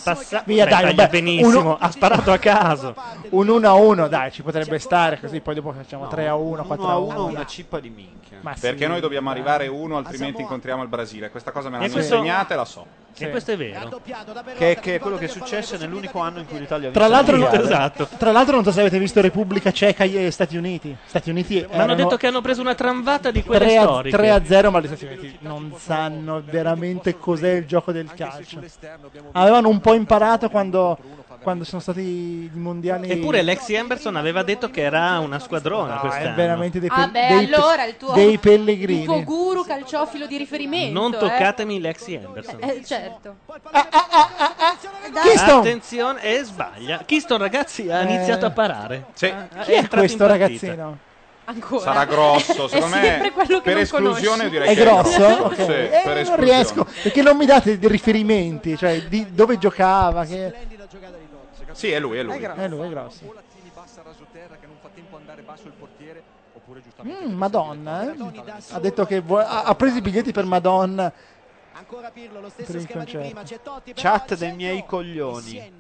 Speaker 2: Passa-
Speaker 4: Via,
Speaker 2: Beh,
Speaker 4: dai,
Speaker 2: taglia
Speaker 4: vabbè,
Speaker 2: benissimo.
Speaker 4: uno- ha sparato a caso. Un 1 a 1, dai, ci
Speaker 12: Cioè,
Speaker 4: potrebbe stare così. Poi dopo facciamo 3 a 1, 4 a 1.
Speaker 12: una cippa di minchia.
Speaker 4: Ma sì.
Speaker 5: Perché noi dobbiamo arrivare uno, altrimenti incontriamo il Brasile. Questa cosa me
Speaker 4: E
Speaker 5: l'hanno
Speaker 4: questo-
Speaker 5: insegnata e la so.
Speaker 4: Sì. E questo è
Speaker 2: vero.
Speaker 12: Che, che è quello che è successo nell'unico anno in cui l'Italia ha vinto
Speaker 4: Tra l'altro,
Speaker 12: il
Speaker 4: non, esatto.
Speaker 12: mondiale.
Speaker 4: tra l'altro non so se avete visto Repubblica Ceca e Stati Uniti. Stati Uniti
Speaker 2: Ma hanno detto che hanno preso una tramvata di quelle
Speaker 4: 3 a,
Speaker 2: storiche.
Speaker 4: 3 a 0, ma gli Stati Uniti non sanno veramente cos'è il gioco del calcio. Avevano un po' imparato quando, quando sono stati i mondiali.
Speaker 2: Eppure Lexi Emerson aveva detto che era una squadrona quest'anno.
Speaker 4: è veramente dei, pe-
Speaker 3: Ah, beh,
Speaker 4: dei pe-
Speaker 3: allora il tuo,
Speaker 4: dei
Speaker 3: il tuo
Speaker 4: pellegrini.
Speaker 3: guru calciofilo di riferimento.
Speaker 2: Non
Speaker 3: eh.
Speaker 2: toccatemi Lexi Emerson.
Speaker 3: Eh, esatto. certo.
Speaker 4: Ah, Keystone!
Speaker 2: Attenzione, e sbaglia. Keystone, ragazzi, ha
Speaker 4: Eh.
Speaker 2: iniziato a parare. Ah,
Speaker 4: Chi Ah, è questo ragazzino?
Speaker 3: Ancora.
Speaker 5: Sarà grosso,
Speaker 4: È
Speaker 5: secondo
Speaker 4: sempre
Speaker 5: me.
Speaker 4: quello che
Speaker 5: Per
Speaker 4: non conosci.
Speaker 5: esclusione direi
Speaker 4: È
Speaker 5: che
Speaker 4: grosso? Ok.
Speaker 5: Sì,
Speaker 4: Eh,
Speaker 5: per
Speaker 4: non
Speaker 5: esclusione.
Speaker 4: riesco perché non mi date dei riferimenti, cioè di dove giocava. Che...
Speaker 5: Sì, è lui, è lui.
Speaker 4: Eh, lui è grosso.
Speaker 11: Volazzini bassa a raso terra che non fa tempo a andare basso il portiere oppure giustamente
Speaker 4: Mm, Madonna, eh. ha detto che vuo- ha, ha preso i biglietti per Madonna. per il concerto.
Speaker 12: Chat dei miei coglioni.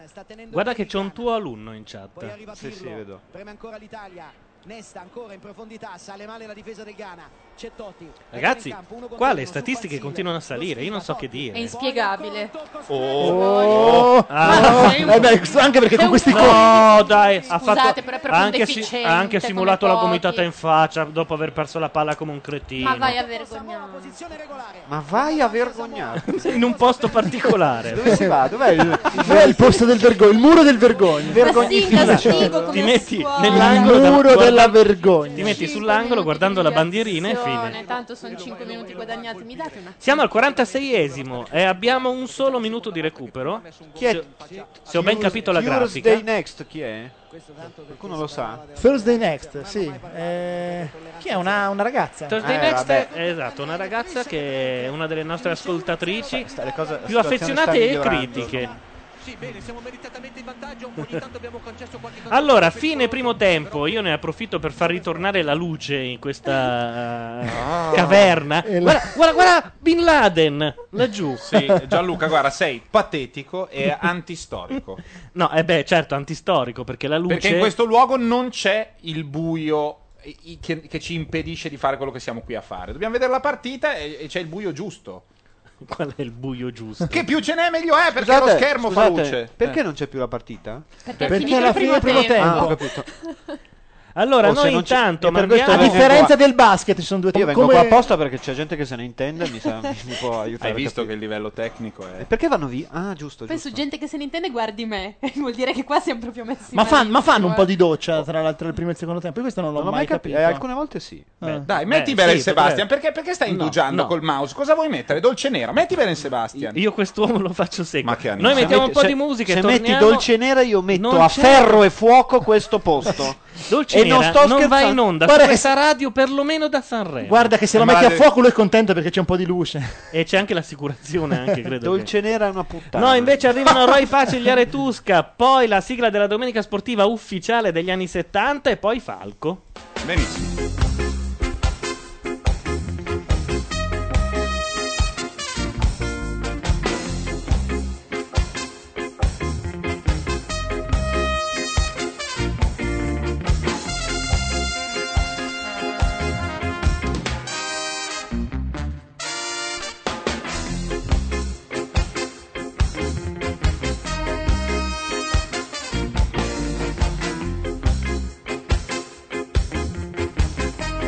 Speaker 2: Guarda che c'è un tuo alunno in chat.
Speaker 12: Sì, sì, vedo.
Speaker 9: Preme ancora l'Italia. Nesta ancora in profondità, sale male la difesa del Ghana. C'è Totti.
Speaker 2: Ragazzi, qua le statistiche continuano a salire, io non so che
Speaker 3: È
Speaker 2: dire.
Speaker 3: inspiegabile.
Speaker 4: Oh,
Speaker 2: Ah.
Speaker 4: Eh, beh, anche perché con questi colpi.
Speaker 2: No, dai, ha
Speaker 3: Scusate,
Speaker 2: fatto
Speaker 3: però è proprio
Speaker 2: ha anche,
Speaker 3: deficiente,
Speaker 2: ha anche
Speaker 3: come
Speaker 2: simulato la
Speaker 3: pochi.
Speaker 2: gomitata in faccia dopo aver perso la palla come un cretino.
Speaker 3: Ma vai a vergognare.
Speaker 12: Ma vai a vergognarti.
Speaker 2: in un posto particolare.
Speaker 12: Dove si va? Dov'è il,
Speaker 4: Dov'è il posto del vergogno? Il muro del vergogno.
Speaker 12: Vergogni
Speaker 2: Ti metti- ti metti nell'angolo
Speaker 4: Il muro
Speaker 2: da- guarda-
Speaker 4: della vergogna.
Speaker 2: Ti metti sull'angolo guardando la bandierina e fine.
Speaker 3: Azione, Tanto sono 5 minuti guadagnati, mi date una.
Speaker 2: Siamo al 46esimo e abbiamo un solo minuto di recupero.
Speaker 12: Chi è?
Speaker 2: Se- Se ho ben capito la grafica.
Speaker 12: Tuesday Next chi è? Qualcuno lo sa?
Speaker 4: Thursday Next, sì. Eh, chi è? Una, una ragazza?
Speaker 2: Thursday
Speaker 12: Eh,
Speaker 2: Next
Speaker 12: vabbè.
Speaker 2: è esatto, una ragazza che è una delle nostre ascoltatrici
Speaker 12: cose-
Speaker 2: più
Speaker 12: la situazione sta
Speaker 2: affezionate e
Speaker 12: migliorando.
Speaker 2: critiche.
Speaker 11: Sì, bene, siamo meritatamente in vantaggio, ogni tanto abbiamo concesso qualche cosa.
Speaker 2: Allora, fine primo tempo, io ne approfitto per far ritornare la luce in questa eh, caverna.
Speaker 5: E la-
Speaker 2: Guarda, guarda, guarda Bin Laden laggiù.
Speaker 5: Sì, Gianluca, guarda, sei patetico e antistorico.
Speaker 2: No, eh beh, certo, antistorico perché la luce
Speaker 5: Ecco. Perché in questo luogo non c'è il buio i- i- che, che ci impedisce di fare quello che siamo qui a fare. Dobbiamo vedere la partita e, e c'è il buio giusto.
Speaker 2: Qual è il buio giusto?
Speaker 5: Che più ce n'è meglio è, perché
Speaker 12: Scusate,
Speaker 5: lo schermo fa
Speaker 12: scusate,
Speaker 5: luce.
Speaker 12: Perché
Speaker 5: Eh.
Speaker 12: non c'è più la partita?
Speaker 5: Perché è Perché finito alla il fine primo del primo tempo.
Speaker 12: Ah, ho capito.
Speaker 2: Allora,
Speaker 12: Oh, se
Speaker 2: noi
Speaker 12: non c'è-
Speaker 2: intanto
Speaker 12: e per
Speaker 2: mandiamo-
Speaker 12: questo
Speaker 4: A
Speaker 12: vengo
Speaker 4: differenza
Speaker 12: qua.
Speaker 4: del basket, ci sono due
Speaker 12: Io vengo
Speaker 4: come-
Speaker 12: qua apposta perché c'è gente che se ne intende, mi, sa, mi mi può aiutare.
Speaker 5: Hai
Speaker 12: a
Speaker 5: visto
Speaker 12: capire.
Speaker 5: che il livello tecnico è...
Speaker 12: Perché vanno via? Ah, giusto,
Speaker 3: Poi su
Speaker 12: giusto.
Speaker 3: gente che se ne intende guardi me. Vuol dire che qua siamo proprio messi eh.
Speaker 4: Ma, fan- ma
Speaker 2: cioè.
Speaker 4: fanno un po'
Speaker 3: malissimo,
Speaker 4: di doccia tra l'altro il primo e il secondo tempo. Io questo non l'ho
Speaker 12: Non l'ho
Speaker 4: mai
Speaker 12: mai
Speaker 4: capito.
Speaker 12: capito. Eh, alcune volte sì.
Speaker 4: Beh,
Speaker 5: Dai,
Speaker 4: beh, sì,
Speaker 5: metti
Speaker 2: Eh,
Speaker 5: Belen
Speaker 4: potrebbe-
Speaker 5: Sebastian, perché, perché stai indugiando
Speaker 2: no.
Speaker 5: col mouse? Cosa vuoi mettere? Dolce nera? Metti Belen Sebastian.
Speaker 2: Io quest'uomo lo faccio seguire.
Speaker 5: Ma che anima.
Speaker 2: Noi mettiamo
Speaker 12: Se
Speaker 2: un po'
Speaker 12: metti-
Speaker 2: di musica
Speaker 12: se
Speaker 2: e
Speaker 12: metti
Speaker 2: torniamo-
Speaker 12: Dolce Nera io metto
Speaker 2: Non
Speaker 12: a
Speaker 2: c'è-
Speaker 12: ferro e fuoco questo posto.
Speaker 2: Dolce
Speaker 12: e
Speaker 2: Nera
Speaker 12: non sto
Speaker 2: non
Speaker 12: scherzando.
Speaker 2: va in onda
Speaker 12: Guarda
Speaker 2: su
Speaker 12: che-
Speaker 2: questa radio perlomeno da Sanremo.
Speaker 4: Guarda
Speaker 12: Eh,
Speaker 4: che se lo metti a fuoco lui è contento perché c'è un po' di luce.
Speaker 2: E c'è anche l'assicurazione, anche, credo.
Speaker 12: Dolce Nera è una
Speaker 2: che-
Speaker 12: puttana.
Speaker 2: No, invece arrivano Roy Pace e gli Aretusca, poi la sigla della domenica sportiva ufficiale degli anni 70 e poi Falco.
Speaker 5: Benissimo.
Speaker 1: Thank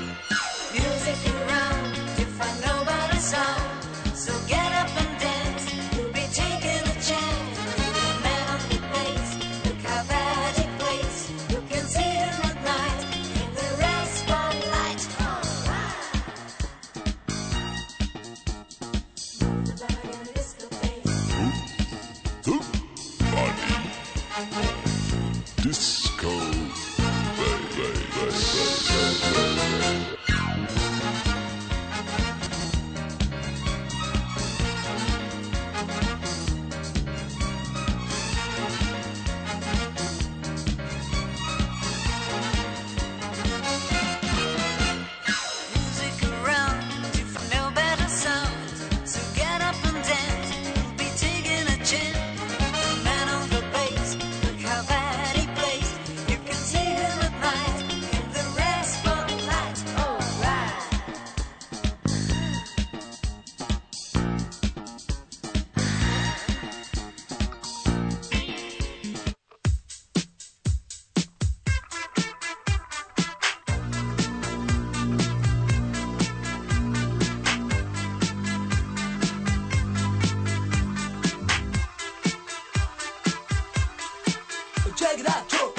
Speaker 14: Music around, you find no better sound. So get up and dance, you'll be taking a chance. The man on the place, look how bad it plays. You can see him at night in the red spotlight. Alright. Move the body and disco bass.
Speaker 15: Disco.
Speaker 14: Music around, you find no better sound. So get up and dance, you'll be taking a chance. The man on the bass, look how bad he plays. You can see him at night in the red spotlight. Alright.
Speaker 13: Check it out, yo.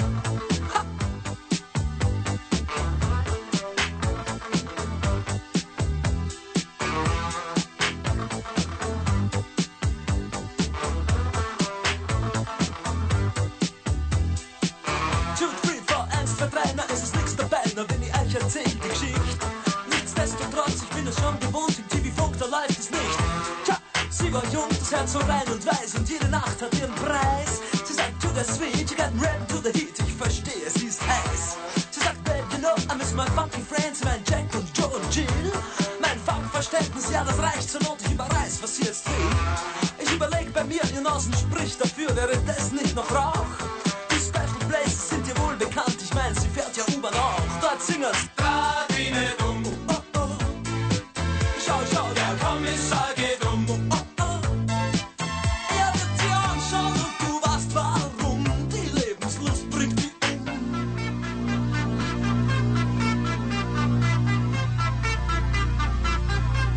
Speaker 13: Two, three, four, eins, zwei, drei, na, es ist nix dabei, na, wenn ich euch erzähl die Geschichte. Nichtsdestotrotz, ich bin es schon gewohnt, im TV-Funk, da läuft es nicht. Tja, sie war jung, das Herz so rein und weiß, und jede Nacht hat ihren Preis. Sie sagt, to the sweet, you got rap to the heat, ich verstehe, sie ist heiß. Sie sagt, babe, you know, I miss my funky friends, mein Jack und Joe und Jill. Mein Funkverständnis, ja, das reicht zur Not, ich überreiß, was sie jetzt will. Ich überleg bei mir, ihr Nasen spricht dafür, wäre das nicht noch Rauch? Die Special Places sind dir wohl bekannt, ich mein, sie fährt ja U-Bahn auch. Dort singen's. Da wie ne Dumm. Oh, oh. Schau, schau, der Kommissar geht um. Oh, oh. Er wird sie anschauen und du weißt warum. Die Lebenslust bringt die um.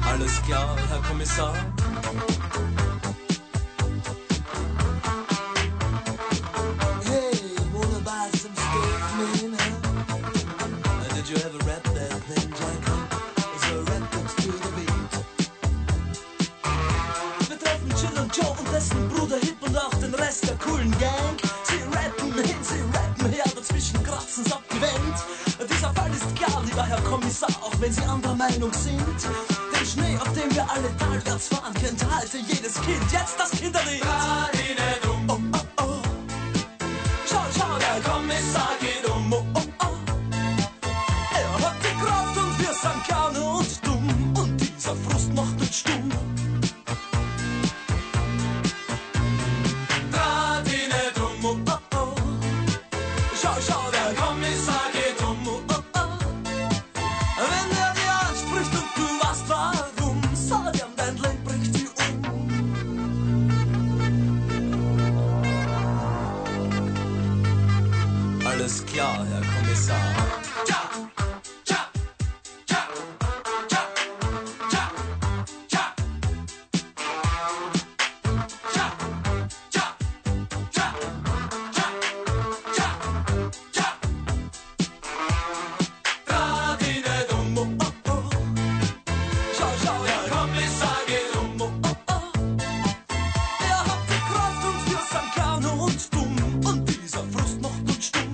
Speaker 13: Alles klar, Herr Kommissar. Kommissar. Hey, wanna buy some steak, man? Huh? Uh, did you ever rap that thing, Jack? Is there a rap that's to the beat? Wir treffen Chill und Joe und dessen Bruder Hip und auch den Rest der coolen Gang. Sie rappen hin, sie rappen her, dazwischen kratzen sie ab die Wand. Dieser Fall ist klar, lieber Herr Kommissar, auch wenn Sie anderer Meinung sind. Den Schnee, auf dem wir alle talwärts fahren, kennt halte jedes Kind. Jetzt das Kinderlied. Radine drum. Oh, oh, oh. Schau, schau, der Kommissar geht um. Oh, oh, oh. Er hat die Kraft und wir sind gerne und dumm. Und dieser Frust macht uns stumm. Radine drum. Oh, oh, oh. Schau, schau, der Kommissar geht um. Oh, oh, oh. Wenn er dir anspricht und du weißt warum, sag ihm, dein Lenk bricht sie um. Alles klar, Herr Kommissar. Ja, ja, ja, ja, ja, ja. Ja, ja, ja, ja, ja, ja. Radine drum, oh, oh, oh. Schau, schau, der Kommissar geht um, oh, oh, oh. Er hat die Kraft und wir sind gerne und dumm. Und dieser Frust macht uns stumm.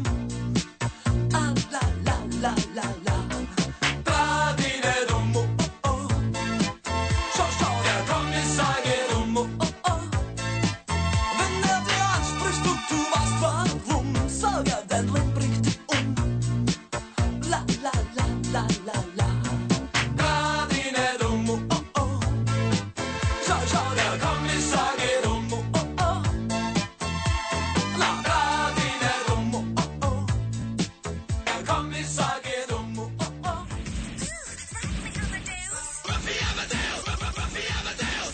Speaker 13: Ah, la, la, la, la, la. Radine drum, oh, oh, oh. Schau, schau, der Kommissar geht um, oh, oh, oh. Wenn er dir anspricht und du weißt warum, sag er, dein Leben bringt dich um. La, la, la, la, la, la. Radine drum, oh, oh, oh. Schau, schau, der Kommissar geht um, oh, oh, oh. La, Radine drum, oh, oh, oh. Der Kommissar geht um, oh, oh, oh. Buffy Amadeus! Buffy Amadeus!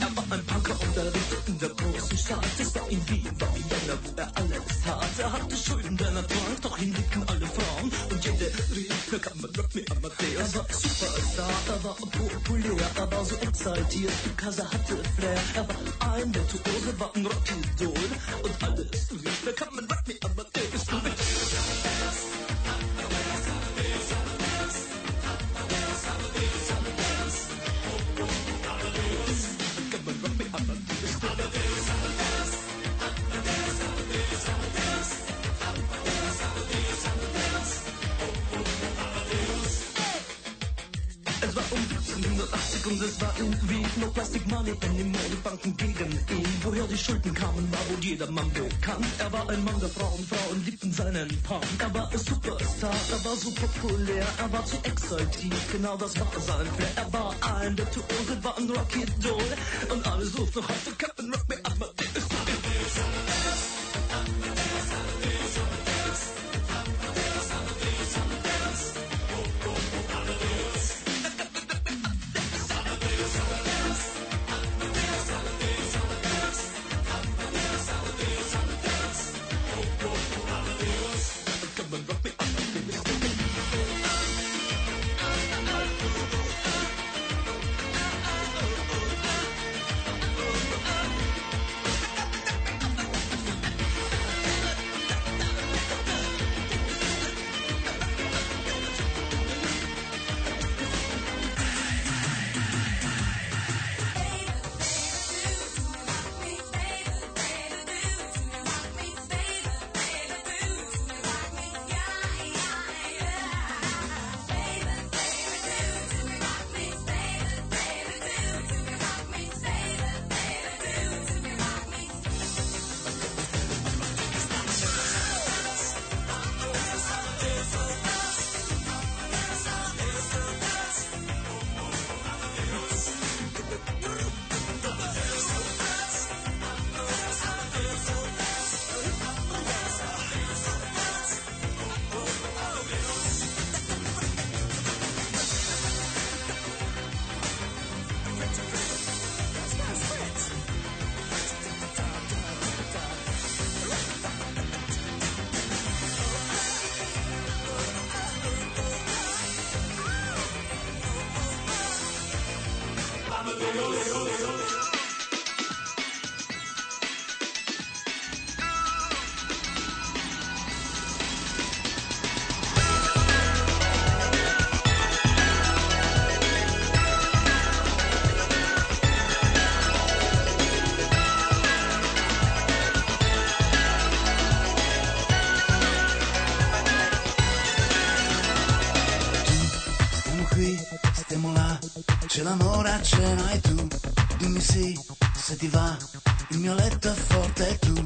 Speaker 13: Er war ein Punker unterwegs in der großen Stadt. Es war in Wien, war in Jena, wo er alles tat. Er hatte Schulden, denn er trank, doch ihn liebten alle Frauen. Und jede rief, da kann man Rock me Amadeus. Er war Superstar, er war populär, er war so exaltiert, because er hatte Flair. Er war ein Virtuose, war ein Rockidol. Und alles rief, da kann man Rock me Amadeus. Es war um 1780 und es war irgendwie no plastic money anymore. Die Banken gegen ihn. Woher die Schulden kamen, war wohl jedermann bekannt. Er war ein Mann der Frauen, Frauen liebten seinen Punk. Er war ein Superstar, er war so populär, er war zu exaltiert. Genau das war sein Flair. Er war ein Virtuose, war ein Rocky Doll. Und alles ruft noch heute Captain Rock me up.
Speaker 15: qui, stiamo là, c'è l'amore a cena e tu, dimmi sì, se ti va, il mio letto è forte e tu,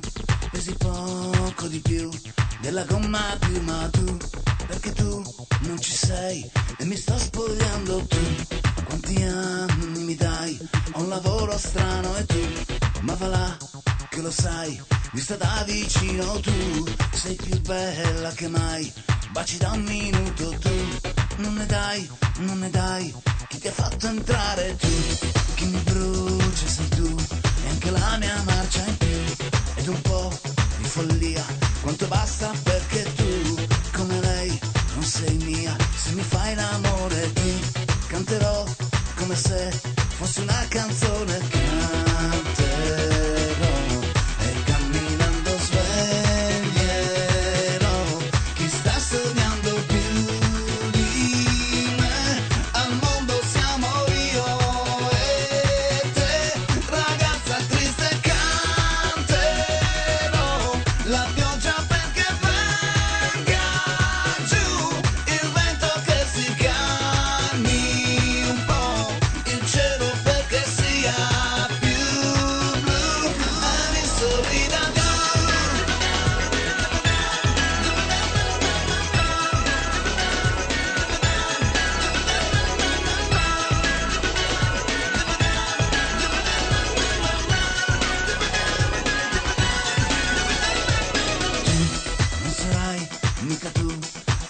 Speaker 15: pesi poco di più, della gomma più ma tu, perché tu non ci sei e mi sto spogliando tu, quanti anni mi dai, ho un lavoro strano e tu, ma va là, che lo sai, vista da vicino tu, sei più bella che mai, baci da un minuto tu, non ne dai, non ne dai, chi ti ha fatto entrare tu, chi mi brucia sei tu, e anche la mia marcia in più, ed un po' di follia, quanto basta perché tu, come lei, non sei mia, se mi fai l'amore ti canterò come se fosse una canzone, canterò. Camminando sveglierò chi sta sognando più di me. Al mondo siamo io e te, ragazza triste canterò la pioggia perché venga giù, il vento che si calmi un po', il cielo perché sia più blu, a mi sorrida Non sarai mica tu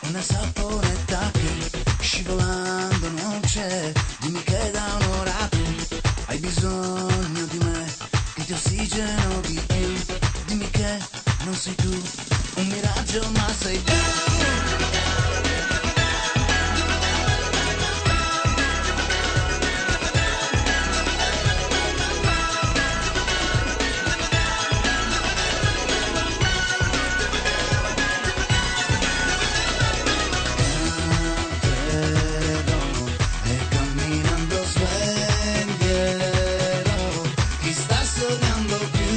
Speaker 15: una saponetta che scivolando non c'è. Dimmi che da un'ora tu hai bisogno di me, che ti ossigeno di più. Dimmi che non sei tu un miraggio ma sei tu. Camminando sveglierò chi sta sognando più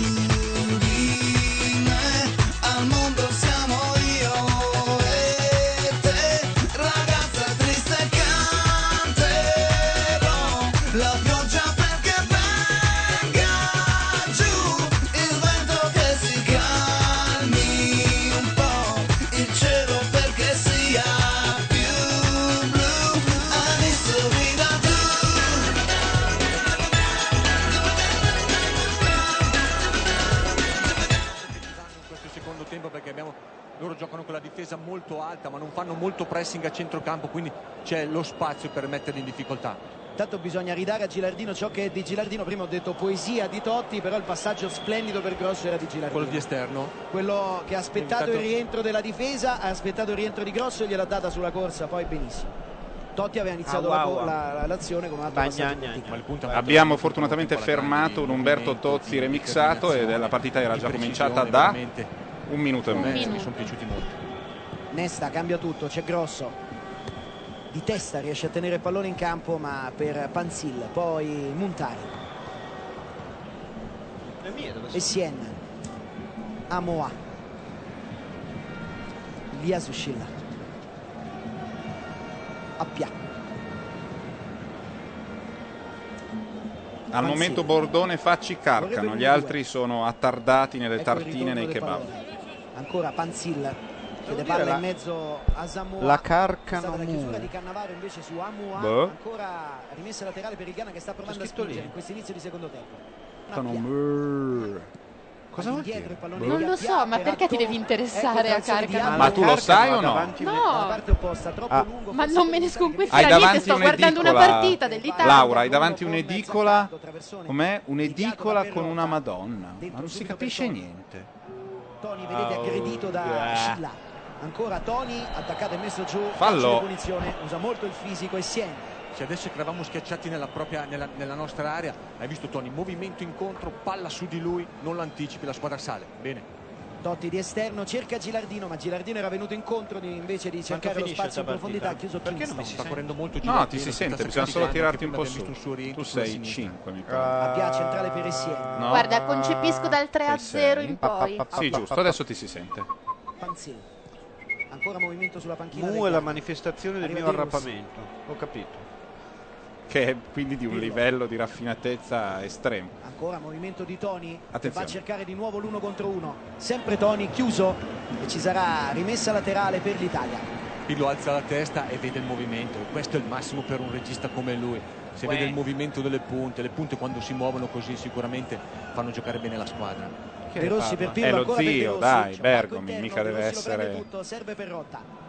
Speaker 15: di me. Al mondo siamo io e te, ragazza triste canterò la pioggia perché venga giù, il vento che si calmi un po', il cielo perché sia più blu, a mi sorrida tu.
Speaker 4: Mm.
Speaker 11: in questo secondo tempo perché abbiamo- loro giocano con la difesa molto alta ma non fanno molto pressing a centrocampo quindi c'è lo spazio per metterli in difficoltà.
Speaker 9: Intanto bisogna ridare a Gilardino ciò che è di Gilardino. Prima ho detto poesia di Totti, però il passaggio splendido per Grosso era di Gilardino.
Speaker 11: Quello di esterno
Speaker 9: Quello che ha aspettato il
Speaker 11: Evitato-
Speaker 9: rientro della difesa, ha aspettato il rientro di Grosso e gliel'ha data sulla corsa, poi benissimo. Totti aveva iniziato la
Speaker 11: Ah, wow,
Speaker 9: co-
Speaker 11: wow.
Speaker 9: la- la- l'azione con un altro passaggio.
Speaker 11: Ma il punto è andato
Speaker 5: Abbiamo fortunatamente fermato un Umberto Tozzi remixato e la partita era già cominciata da un minuto e
Speaker 9: Un
Speaker 5: mezzo.
Speaker 9: minuto. Mi sono
Speaker 11: piaciuti molto.
Speaker 9: Nesta cambia tutto, c'è Grosso. Di testa riesce a tenere il pallone in campo, ma per Panzil, poi Muntari e Sien. Amoa. Via Suscilla. Appia.
Speaker 5: Al momento Bordone, Facci, Carcano,
Speaker 9: Vorrebbe
Speaker 5: gli
Speaker 9: un due.
Speaker 5: altri sono attardati nelle
Speaker 9: Ecco il
Speaker 5: tartine e nei
Speaker 9: ritorno del
Speaker 5: kebab.
Speaker 9: pallone. Ancora Panzil che
Speaker 12: Devo dire
Speaker 9: ne parla
Speaker 12: la-
Speaker 9: in mezzo a Samoa.
Speaker 12: la Carcano
Speaker 9: È stata la
Speaker 12: Mu.
Speaker 9: chiusura di Cannavaro invece su Amoa.
Speaker 5: Boh.
Speaker 9: Ancora rimessa laterale per il Ghana che sta provando a spingere in questo inizio di secondo tempo.
Speaker 5: Sono brrr. Cosa vuol
Speaker 9: Indietro
Speaker 5: dire?
Speaker 9: il pallone
Speaker 3: Non
Speaker 9: di
Speaker 3: lo
Speaker 9: Appia
Speaker 3: so, ma
Speaker 9: per
Speaker 3: perché ti
Speaker 9: Atto.
Speaker 3: devi interessare
Speaker 9: Ecco
Speaker 3: a
Speaker 9: il calcio di
Speaker 3: Carcano?
Speaker 9: Amoa.
Speaker 5: Ma tu lo sai o no?
Speaker 12: davanti
Speaker 9: La
Speaker 3: No,
Speaker 9: parte opposta, troppo
Speaker 5: Ah.
Speaker 9: lungo.
Speaker 3: ma non me ne sconquiffia
Speaker 5: Hai
Speaker 3: niente,
Speaker 5: davanti
Speaker 3: sto guardando una
Speaker 5: un'edicola-
Speaker 3: partita dell'Italia.
Speaker 5: Laura, hai davanti un'edicola. Com'è? Un'edicola con una Madonna. Ma non si capisce niente.
Speaker 9: Toni, vedete,
Speaker 5: Oh,
Speaker 9: aggredito da
Speaker 5: yeah.
Speaker 9: Scilla. Ancora Toni, attaccato e messo giù.
Speaker 5: Fallo.
Speaker 9: Calcio di punizione, usa molto il fisico e Sien.
Speaker 11: Se adesso eravamo schiacciati nella, propria, nella, nella nostra area, hai visto Tony, movimento incontro, palla su di lui, non l'anticipi, la squadra sale. Bene.
Speaker 9: Totti di esterno cerca Gilardino, ma Gilardino era venuto incontro di- invece di cercare lo
Speaker 11: finisce
Speaker 9: spazio in
Speaker 11: sta partita?
Speaker 9: profondità. Ha chiuso Kingston.
Speaker 11: sta correndo molto
Speaker 5: No, ti
Speaker 11: Gilardino,
Speaker 5: si
Speaker 11: sta
Speaker 5: sente, bisogna
Speaker 11: sacrificando
Speaker 5: solo
Speaker 11: anche
Speaker 5: tirarti un
Speaker 11: prima
Speaker 5: po'
Speaker 11: abbiamo
Speaker 5: su.
Speaker 11: visto un suo rientro
Speaker 5: Tu
Speaker 11: sulla
Speaker 5: sei
Speaker 11: sinistra.
Speaker 5: 5, mi
Speaker 9: A
Speaker 5: pare.
Speaker 9: via centrale per Essien.
Speaker 5: No.
Speaker 10: Guarda, concepisco dal 3 a 0 in poi.
Speaker 5: Sì, giusto, adesso ti si sente.
Speaker 9: Panzini. Ancora movimento sulla panchina.
Speaker 8: Mu
Speaker 9: del
Speaker 8: è la
Speaker 9: Ghana.
Speaker 8: manifestazione del mio
Speaker 9: Arriva Darius.
Speaker 8: arrappamento. Ho capito.
Speaker 5: Che è quindi di un livello di raffinatezza estremo.
Speaker 9: Ancora eh, movimento di Tony. che Va
Speaker 5: Attenzione.
Speaker 9: a cercare di nuovo l'uno contro uno. Sempre Tony chiuso e ci sarà rimessa laterale per l'Italia.
Speaker 11: Pirlo alza la testa e vede il movimento. Questo è il massimo per un regista come lui. Se
Speaker 9: Uè.
Speaker 11: vede il movimento delle punte, le punte quando si muovono così sicuramente fanno giocare bene la squadra.
Speaker 9: Chi è De Rossi per Pirlo,
Speaker 5: È lo
Speaker 9: ancora per De
Speaker 5: zio,
Speaker 9: Rossi.
Speaker 5: dai,
Speaker 9: C'è un
Speaker 5: Bergomi,
Speaker 9: interno,
Speaker 5: mica
Speaker 9: De
Speaker 5: deve
Speaker 9: Rossi lo prende
Speaker 5: essere...
Speaker 9: tutto, serve per rotta.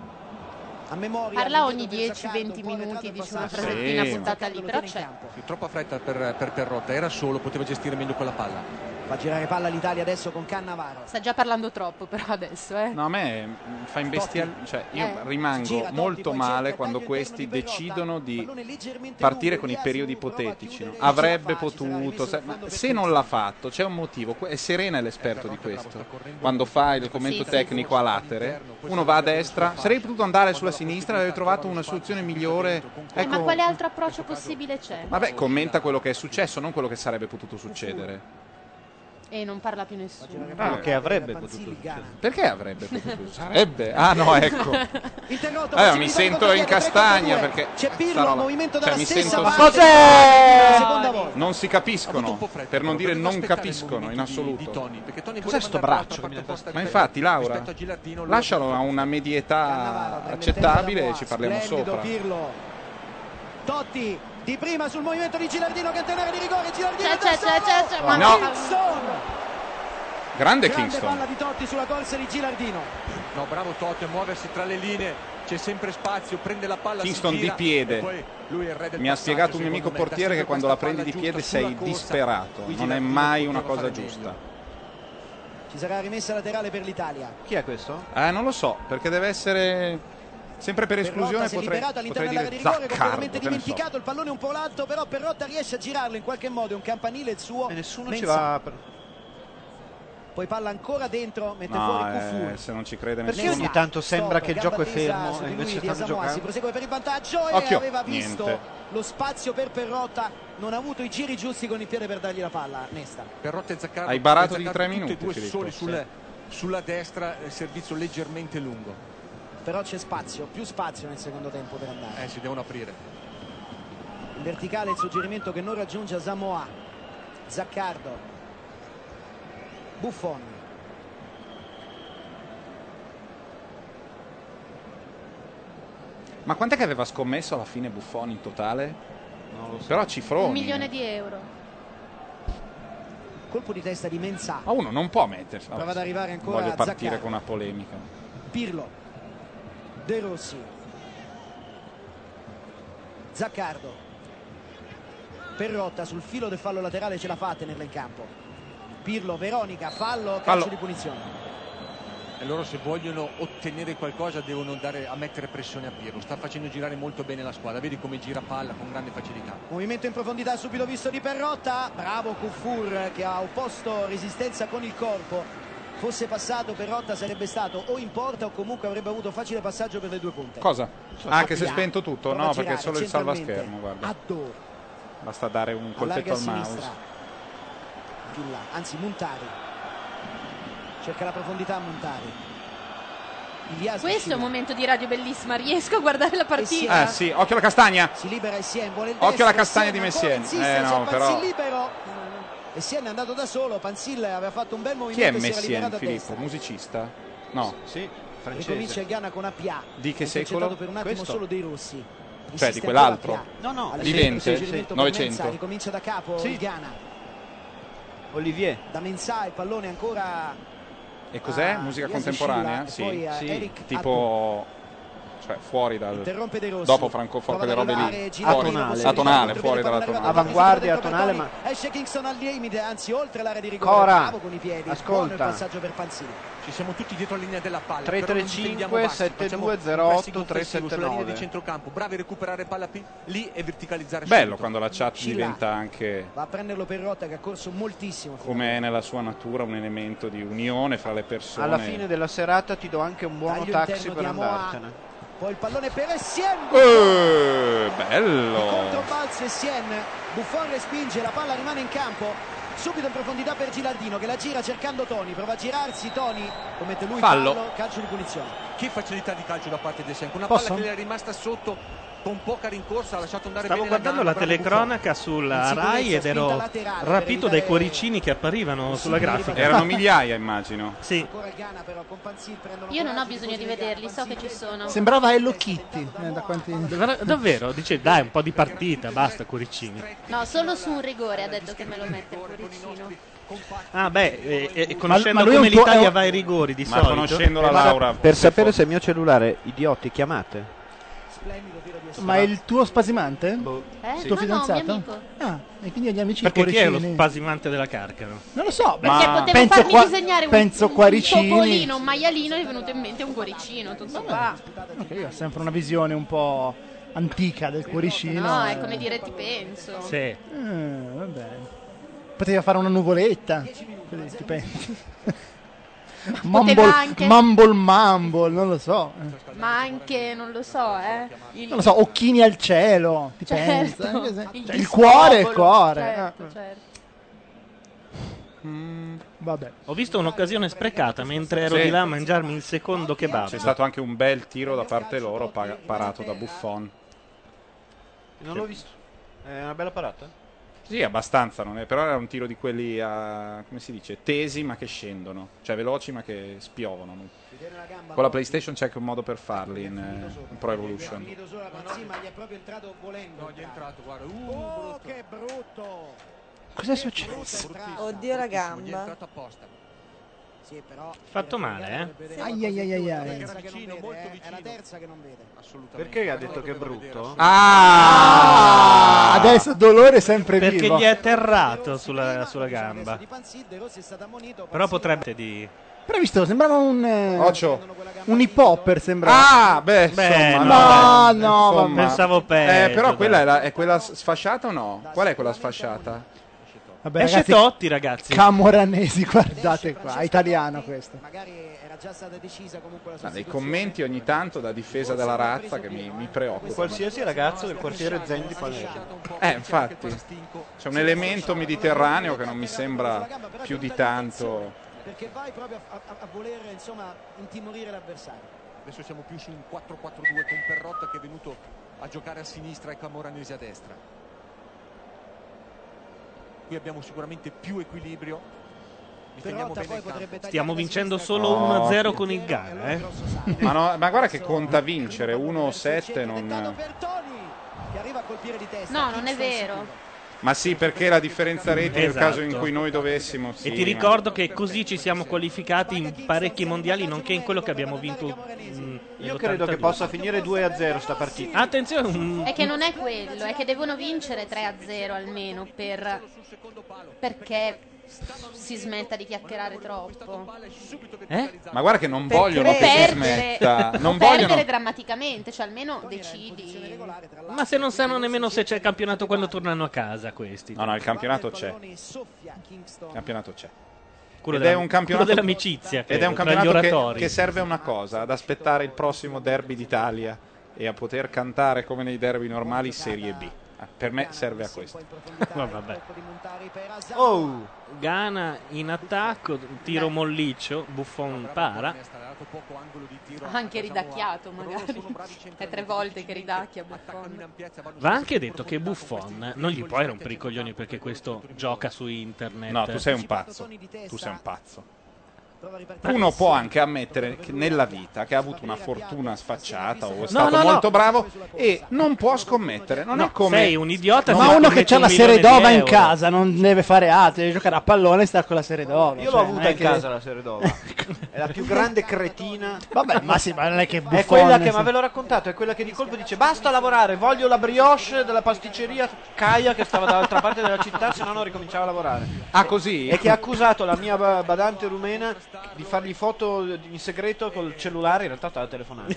Speaker 9: A memoria.
Speaker 3: Parla
Speaker 9: all'interno
Speaker 3: ogni
Speaker 9: del
Speaker 3: 10-20 minuti, dice una
Speaker 11: Sì.
Speaker 3: frasettina buttata lì, però c'è.
Speaker 11: Troppa fretta per, per Perrotta, era solo, poteva gestire meglio quella palla.
Speaker 9: Fa girare palla l'Italia adesso con Cannavaro.
Speaker 3: Sta già parlando troppo però adesso, eh.
Speaker 5: No, a me mm, fa imbestial... Cioè, io
Speaker 3: Eh.
Speaker 5: rimango
Speaker 3: Gira, Totti,
Speaker 5: molto
Speaker 3: poi
Speaker 5: male quando questi decidono di
Speaker 9: leggermente
Speaker 5: partire con i periodi ipotetici. no? Avrebbe potuto... se- ma se non l'ha fatto, c'è un motivo. que- È Serena è l'esperto di questo. Quando fa il commento
Speaker 11: Sì.
Speaker 5: tecnico a latere, uno va a destra. Sarei potuto andare sulla sinistra, avrei trovato una soluzione migliore.
Speaker 10: Eh, ma
Speaker 5: Ecco,
Speaker 10: quale altro approccio possibile c'è?
Speaker 5: Vabbè, commenta quello che è successo, non quello che sarebbe potuto succedere.
Speaker 3: E non parla più nessuno.
Speaker 5: Ah, che avrebbe potuto
Speaker 9: succedere.
Speaker 5: Perché avrebbe potuto Sarebbe? Ah, no, ecco.
Speaker 9: Interrotto,
Speaker 5: Allora,
Speaker 9: possibilità
Speaker 5: mi
Speaker 9: di
Speaker 5: sento
Speaker 9: contropiede,
Speaker 5: in
Speaker 9: tre
Speaker 5: castagna
Speaker 9: contro due.
Speaker 5: perché.
Speaker 9: C'è Pirlo,
Speaker 5: sta roba.
Speaker 9: movimento
Speaker 5: Cioè,
Speaker 9: della
Speaker 5: mi
Speaker 9: stessa
Speaker 5: sento.
Speaker 9: parte. Cos'è? La seconda volta.
Speaker 5: Non si capiscono, per non dire non capiscono in assoluto. Cos'è sto braccio? che mi dà fastidio? Ma infatti, Laura, lascialo a una medietà accettabile e ci parliamo
Speaker 9: Splendido
Speaker 5: sopra.
Speaker 9: Pirlo. Totti di prima sul movimento di Gilardino che tenere di rigore. Gilardino
Speaker 3: C'è,
Speaker 9: da
Speaker 3: c'è,
Speaker 9: solo.
Speaker 3: c'è, c'è, ma-
Speaker 5: No.
Speaker 9: Kingston.
Speaker 5: Grande
Speaker 9: Grande
Speaker 5: Kingston.
Speaker 9: palla di Totti sulla corsa di Gilardino.
Speaker 11: No, bravo Totti a muoversi tra le linee, c'è sempre spazio, prende la palla,
Speaker 5: Kingston
Speaker 11: si
Speaker 5: di
Speaker 11: gira, e poi
Speaker 5: piede.
Speaker 11: lui è il re del
Speaker 5: Mi ha
Speaker 11: passaggio,
Speaker 5: spiegato un mio
Speaker 11: secondo
Speaker 5: amico
Speaker 11: me.
Speaker 5: portiere
Speaker 11: Da
Speaker 5: che quando la
Speaker 11: sempre
Speaker 5: prendi di
Speaker 11: questa
Speaker 5: piede
Speaker 11: palla
Speaker 5: sei
Speaker 11: giusta sulla corsa,
Speaker 5: disperato.
Speaker 11: qui
Speaker 5: Non è
Speaker 11: Gilardino
Speaker 5: mai
Speaker 11: poteva
Speaker 5: una cosa
Speaker 11: fare
Speaker 5: giusta.
Speaker 9: Ci sarà rimessa laterale per l'Italia.
Speaker 8: Chi è questo?
Speaker 5: Eh, non lo so, perché deve essere. Sempre per esclusione
Speaker 9: Perrotta si è
Speaker 5: potrei,
Speaker 9: liberato all'interno
Speaker 5: potrei
Speaker 9: dell'area di
Speaker 5: dire
Speaker 9: rigore,
Speaker 5: Zaccardo.
Speaker 9: completamente
Speaker 5: che ne so.
Speaker 9: dimenticato, il pallone un po' l'alto, però Perrotta riesce a girarlo in qualche modo, è un campanile il suo. E nessuno
Speaker 8: ci va
Speaker 9: Poi palla ancora dentro, mette
Speaker 5: No,
Speaker 9: fuori Cufu.
Speaker 5: eh, se non ci crede
Speaker 8: Perché
Speaker 5: nessuno.
Speaker 8: ogni tanto sembra che il gioco è
Speaker 9: Tesa
Speaker 8: fermo
Speaker 9: su
Speaker 8: e
Speaker 9: di
Speaker 8: invece
Speaker 9: lui di
Speaker 8: stanno
Speaker 9: Asamoah, si
Speaker 8: giocando?
Speaker 9: prosegue per il vantaggio e
Speaker 8: Occhio.
Speaker 9: aveva visto
Speaker 8: Niente.
Speaker 9: lo spazio per Perrotta, non ha avuto i giri giusti con il piede per dargli la palla, Nesta.
Speaker 11: Perrotta e Zaccardo.
Speaker 5: Hai barato
Speaker 11: Zaccardo
Speaker 5: di tre
Speaker 11: tutti e
Speaker 5: minuti,
Speaker 11: due
Speaker 5: Filippo,
Speaker 11: soli
Speaker 5: sì.
Speaker 11: sulle- sulla destra, eh, servizio leggermente lungo.
Speaker 9: Però c'è spazio, più spazio nel secondo tempo per andare.
Speaker 11: Eh, si devono aprire.
Speaker 9: In verticale il suggerimento che non raggiunge Asamoah. Zaccardo. Buffon.
Speaker 5: Ma quant'è che aveva scommesso alla fine Buffoni in totale? Non lo so. Però cifroni.
Speaker 10: Un milione di euro.
Speaker 9: Colpo di testa di Mensah.
Speaker 5: Ma uno non può mettersi.
Speaker 9: Prova ad arrivare ancora
Speaker 5: Voglio
Speaker 9: a
Speaker 5: partire
Speaker 9: Zaccagni.
Speaker 5: con una polemica.
Speaker 9: Pirlo. De Rossi. Zaccardo. Perrotta sul filo del fallo laterale ce la fa a tenerla in campo. Pirlo, Veronica, fallo, calcio
Speaker 11: Fallo.
Speaker 9: di punizione.
Speaker 11: E loro se vogliono ottenere qualcosa devono andare a mettere pressione a Pirlo. Sta facendo girare molto bene la squadra, vedi come gira palla con grande facilità.
Speaker 9: Movimento in profondità subito visto di Perrotta, bravo Kufur che ha opposto resistenza con il corpo. Fosse passato Perrotta sarebbe stato o in porta o comunque avrebbe avuto facile passaggio per le due punte.
Speaker 5: Cosa?
Speaker 9: So,
Speaker 5: Ah, anche se
Speaker 9: Sofia,
Speaker 5: spento tutto?
Speaker 9: prova
Speaker 5: No,
Speaker 9: a
Speaker 5: perché è
Speaker 9: girare
Speaker 5: solo il
Speaker 9: centralmente.
Speaker 5: salvaschermo, guarda.
Speaker 9: Addo,
Speaker 5: Basta dare un
Speaker 9: allarga
Speaker 5: colpetto
Speaker 9: a
Speaker 5: al mouse.
Speaker 9: sinistra. Più là, anzi Montari. Cerca la profondità Montari. Ilias
Speaker 3: Questo è
Speaker 9: Scilia.
Speaker 3: un momento di radio bellissima, riesco a guardare la partita.
Speaker 5: Eh sì, occhio alla castagna.
Speaker 9: Si libera Essien, vuole il
Speaker 5: Occhio alla
Speaker 9: destro,
Speaker 5: castagna di
Speaker 9: Essien ancora
Speaker 5: Messien.
Speaker 9: insiste,
Speaker 5: Eh, no,
Speaker 9: c'è
Speaker 5: però-
Speaker 9: Panzil libero. Essien è andato da solo, Panzil aveva fatto un bel
Speaker 5: Chi è
Speaker 9: movimento e si era
Speaker 5: Messien,
Speaker 9: liberato a
Speaker 5: Filippo?
Speaker 9: destra.
Speaker 5: Musicista? No.
Speaker 8: Sì,
Speaker 9: Ricomincia il Ghana con Appia.
Speaker 5: Di che
Speaker 9: È concentrato
Speaker 5: secolo?
Speaker 9: per un attimo
Speaker 5: Questo?
Speaker 9: solo dei rossi.
Speaker 5: Cioè,
Speaker 9: Insiste
Speaker 5: di
Speaker 9: ancora
Speaker 5: quell'altro?
Speaker 9: Appia.
Speaker 8: No, no,
Speaker 9: Alla
Speaker 5: Di
Speaker 9: scelta il
Speaker 5: Vente?
Speaker 9: suggerimento per Mensah,
Speaker 5: 900.
Speaker 9: Ricomincia da capo
Speaker 8: Sì.
Speaker 9: il Ghana.
Speaker 8: Olivier.
Speaker 9: Da Mensah il pallone ancora
Speaker 5: E cos'è?
Speaker 9: Ah,
Speaker 5: Musica
Speaker 9: Ilias
Speaker 5: contemporanea?
Speaker 9: Sciula,
Speaker 5: Sì.
Speaker 9: e poi, eh,
Speaker 5: Sì.
Speaker 9: Eric
Speaker 5: Tipo. Cioè, fuori dal.
Speaker 9: Interrompe De Rossi.
Speaker 5: Dopo Francoforte, quelle robe
Speaker 9: arrivare,
Speaker 5: lì.
Speaker 9: gira
Speaker 5: Fuori.
Speaker 9: prima, possibilità
Speaker 5: Atonale,
Speaker 9: di
Speaker 5: fuori dalla
Speaker 9: arrivare
Speaker 5: tonale.
Speaker 9: avanti,
Speaker 8: Avanguardia,
Speaker 9: dentro per
Speaker 8: atonale,
Speaker 9: Toni. Esce Kingston al limite, anzi oltre l'area di rigore.
Speaker 8: Cora,
Speaker 9: Bravo con i piedi. Buono il
Speaker 8: ascolta.
Speaker 9: passaggio per Panzini.
Speaker 11: Ci siamo tutti dietro la linea della palla.
Speaker 8: 3,
Speaker 11: però non
Speaker 8: 3, 5,
Speaker 11: difendiamo bassi,
Speaker 8: 7,
Speaker 11: facciamo
Speaker 8: 2,
Speaker 11: un
Speaker 8: 0, 8,
Speaker 11: pressing
Speaker 8: 3,
Speaker 11: offensivo
Speaker 8: 7,
Speaker 11: sulla linea
Speaker 8: 9.
Speaker 11: di centrocampo. Bravi a recuperare palla pi- lì e verticalizzare
Speaker 5: Bello
Speaker 11: subito.
Speaker 5: quando la chat
Speaker 11: Scilla.
Speaker 5: diventa anche.
Speaker 9: Va a prenderlo per rotta che ha corso moltissimo.
Speaker 5: come è nella sua natura un elemento di unione fra le persone.
Speaker 8: Alla fine della serata ti do anche un buono
Speaker 9: Taglio
Speaker 8: taxi
Speaker 9: interno
Speaker 8: per
Speaker 9: di Amoa.
Speaker 8: andartene. Oh!
Speaker 9: Poi il pallone per Essien.
Speaker 5: Eh, bello!
Speaker 9: Controbalzo Essien. Buffon respinge, la palla rimane in campo. subito in profondità per Gilardino che la gira cercando Toni, prova a girarsi Toni, commette lui
Speaker 11: Fallo.
Speaker 9: fallo, calcio di punizione.
Speaker 11: Che facilità di calcio da parte del Senco. Una
Speaker 9: Posso?
Speaker 11: palla che le è rimasta sotto con poca rincorsa, ha lasciato andare
Speaker 2: Stavo
Speaker 11: bene
Speaker 2: guardando la
Speaker 11: gamba, bravo
Speaker 2: telecronaca sulla Rai ed ero rapito dai cuoricini che apparivano sulla grafica.
Speaker 5: Erano migliaia, immagino.
Speaker 2: Sì.
Speaker 10: Io non ho bisogno di vederli, so che ci sono.
Speaker 4: Sembrava Hello Kitty. eh, da quanti...
Speaker 2: Davvero- Davvero? Dice dai, un po' di partita, basta cuoricini.
Speaker 10: No, solo su un rigore ha detto che me lo mette il cuoricino.
Speaker 2: Ah, beh, eh, eh,
Speaker 8: ma
Speaker 2: conoscendo
Speaker 8: lui è
Speaker 2: come
Speaker 8: un po'-
Speaker 2: l'Italia
Speaker 8: è un-
Speaker 2: va ai rigori di
Speaker 5: Ma
Speaker 2: solito.
Speaker 5: conoscendo la
Speaker 8: Eh,
Speaker 2: Esatto.
Speaker 8: guarda,
Speaker 5: Laura,
Speaker 8: Per sapere se il mio cellulare, idioti, chiamate.
Speaker 4: Ma è il tuo spasimante?
Speaker 10: Eh,
Speaker 4: tuo
Speaker 10: no,
Speaker 4: Boh, fidanzato?
Speaker 10: no, mio amico.
Speaker 4: Ah, e quindi gli amici
Speaker 2: Perché chi è lo
Speaker 4: cuoricini.
Speaker 2: spasimante della Carcano?
Speaker 4: Non lo so,
Speaker 2: Perché Ma- potevo
Speaker 4: penso
Speaker 10: farmi
Speaker 4: qua-
Speaker 10: disegnare un,
Speaker 4: penso
Speaker 10: un
Speaker 4: Quaricini.
Speaker 10: topolino, un maialino e è venuto in mente un cuoricino, tutto qua.
Speaker 4: Ok, io ho sempre una visione un po' antica del cuoricino.
Speaker 10: No, è
Speaker 4: eh.
Speaker 10: come dire ti penso.
Speaker 2: Sì.
Speaker 4: Eh, va bene. Poteva fare una nuvoletta. Così, Ti pensi? Mumble,
Speaker 10: poteva anche-
Speaker 4: mumble, mumble, non lo so. eh.
Speaker 10: Ma anche, non lo so, eh.
Speaker 4: Non lo so, occhini al cielo. Ti
Speaker 10: Certo.
Speaker 4: pensi? Anche se-
Speaker 10: Il
Speaker 4: cioè, il cuore è il
Speaker 10: discepolo,
Speaker 4: cuore.
Speaker 10: certo,
Speaker 4: eh.
Speaker 10: certo.
Speaker 4: Ah. Vabbè.
Speaker 2: Ho visto un'occasione sprecata mentre ero
Speaker 5: Sì.
Speaker 2: di là a mangiarmi il secondo kebab.
Speaker 5: C'è stato anche un bel tiro da parte loro, pa- parato da Buffon.
Speaker 12: Non l'ho visto. È una bella parata?
Speaker 5: Sì, abbastanza, non è? Però era un tiro di quelli a, come si dice, tesi ma che scendono, cioè veloci ma che spiovono. non- Con la PlayStation c'è anche un modo per farli in, eh, in Pro Evolution.
Speaker 9: gli è proprio entrato volendo. No, gli è entrato, guarda. che brutto!
Speaker 4: Cos'è successo?
Speaker 6: Oddio la
Speaker 2: mm.
Speaker 9: Gli è
Speaker 6: gamba.
Speaker 9: entrato apposta. Sì, però
Speaker 2: Fatto male, eh?
Speaker 4: Ai ai ai ai ai.
Speaker 9: Terza che non vede, eh, È la terza che non vede.
Speaker 12: Perché ha detto che è brutto?
Speaker 4: Ah! Adesso dolore sempre
Speaker 2: Perché
Speaker 4: vivo.
Speaker 2: gli è atterrato sulla, sulla gamba. Però potrebbe di...
Speaker 4: Però hai visto, sembrava un eh,
Speaker 2: Ocio.
Speaker 4: un hip hopper sembrava.
Speaker 5: Ah, beh,
Speaker 4: Beh,
Speaker 5: insomma,
Speaker 4: no,
Speaker 5: beh,
Speaker 4: no,
Speaker 5: insomma.
Speaker 4: vabbè. Pensavo
Speaker 5: Eh,
Speaker 4: peggio,
Speaker 5: però
Speaker 4: dai.
Speaker 5: quella è, la- è quella s- sfasciata o no? Qual è quella sfasciata?
Speaker 4: Vabbè,
Speaker 5: Esce
Speaker 4: ragazzi,
Speaker 5: Totti, ragazzi.
Speaker 4: Camoranesi, guardate qua, è italiano questo.
Speaker 9: Era già stata decisa comunque la
Speaker 5: Ah,
Speaker 9: sua
Speaker 5: dei commenti ogni tanto da difesa della razza che mi, mi preoccupa.
Speaker 12: Qualsiasi ragazzo del quartiere Zen di Palermo.
Speaker 5: Eh, infatti, c'è un elemento mediterraneo che non mi sembra più di tanto.
Speaker 9: Perché vai proprio a, a- a voler insomma intimorire l'avversario.
Speaker 11: Adesso siamo più su un 4-4-2 con Perrotta che è venuto a giocare a sinistra e Camoranesi a destra. Qui abbiamo sicuramente più equilibrio. Difendiamo
Speaker 9: Perrotta
Speaker 11: bene
Speaker 9: poi
Speaker 11: il campo.
Speaker 9: potrebbe
Speaker 2: Stiamo vincendo solo
Speaker 5: No.
Speaker 2: 1-0 con il Ghana, eh.
Speaker 5: Ma, no, ma guarda che conta vincere 1-7, non...
Speaker 9: Che arriva a colpire di testa.
Speaker 10: No, non è
Speaker 9: Kingston
Speaker 10: vero.
Speaker 5: ma sì perché la differenza reti nel
Speaker 2: Esatto.
Speaker 5: caso in cui noi dovessimo... sì,
Speaker 2: E ti
Speaker 5: ma-
Speaker 2: ricordo che così ci siamo qualificati in parecchi mondiali, nonché in quello che abbiamo vinto. mm,
Speaker 12: Io credo che possa finire 2 a 0 sta partita.
Speaker 2: Attenzione, un-
Speaker 10: È che non è quello, è che devono vincere 3-0 almeno per... perché si smetta di chiacchierare troppo.
Speaker 2: Eh?
Speaker 5: Ma guardra che non vogliono che si
Speaker 10: perdere,
Speaker 5: smetta. Non
Speaker 10: o perdere
Speaker 5: vogliono...
Speaker 10: drammaticamente, cioè almeno decidi.
Speaker 2: ma se non sanno nemmeno se c'è il campionato quando tornano a casa questi.
Speaker 5: No, no, il campionato c'è.
Speaker 9: Soffia Kingston.
Speaker 5: Il campionato c'è.
Speaker 2: Quello
Speaker 5: ed è
Speaker 2: della-
Speaker 5: un campionato
Speaker 2: quello dell'amicizia,
Speaker 5: ed è un
Speaker 2: credo, tra gli
Speaker 5: campionato che,
Speaker 2: oratori.
Speaker 5: che serve a una cosa, ad aspettare il prossimo derby d'Italia e a poter cantare come nei derby normali Serie B. Ah, Per me serve a questo.
Speaker 2: vabbè. Oh! Ghana in attacco, tiro molliccio, Buffon para.
Speaker 9: Ah,
Speaker 10: Anche ridacchiato magari. È tre volte che ridacchia Buffon.
Speaker 2: Va anche detto che Buffon non gli puoi rompere i coglioni perché questo gioca su internet.
Speaker 5: No, tu sei un pazzo. Tu sei un pazzo. Uno può anche ammettere che nella vita che ha avuto una fortuna sfacciata o è stato
Speaker 2: no, no.
Speaker 5: molto bravo e non può scommettere. Non
Speaker 2: No,
Speaker 5: è come
Speaker 2: sei un idiota
Speaker 5: No,
Speaker 2: se
Speaker 4: Ma uno che
Speaker 2: commette
Speaker 4: ha
Speaker 2: un
Speaker 4: la
Speaker 2: milione
Speaker 4: Seredova
Speaker 2: di
Speaker 4: in
Speaker 2: euro.
Speaker 4: casa non deve fare altro, deve giocare a pallone e sta con la Seredova.
Speaker 12: Io l'ho
Speaker 4: cioè, non
Speaker 12: avuta
Speaker 4: è
Speaker 12: in
Speaker 4: che-
Speaker 12: casa la Seredova. È la più grande cretina.
Speaker 4: Vabbè, ma sì, ma non è che Buffon
Speaker 12: È quella che,
Speaker 4: sì.
Speaker 12: ma ve l'ho raccontato, è quella che di colpo dice basta lavorare, voglio la brioche della pasticceria Caia che stava dall'altra parte della città, se no non ricominciava a lavorare.
Speaker 5: Ah, così?
Speaker 12: E che ha accusato la mia ba- badante rumena di fargli foto in segreto col cellulare, in realtà stava telefonando.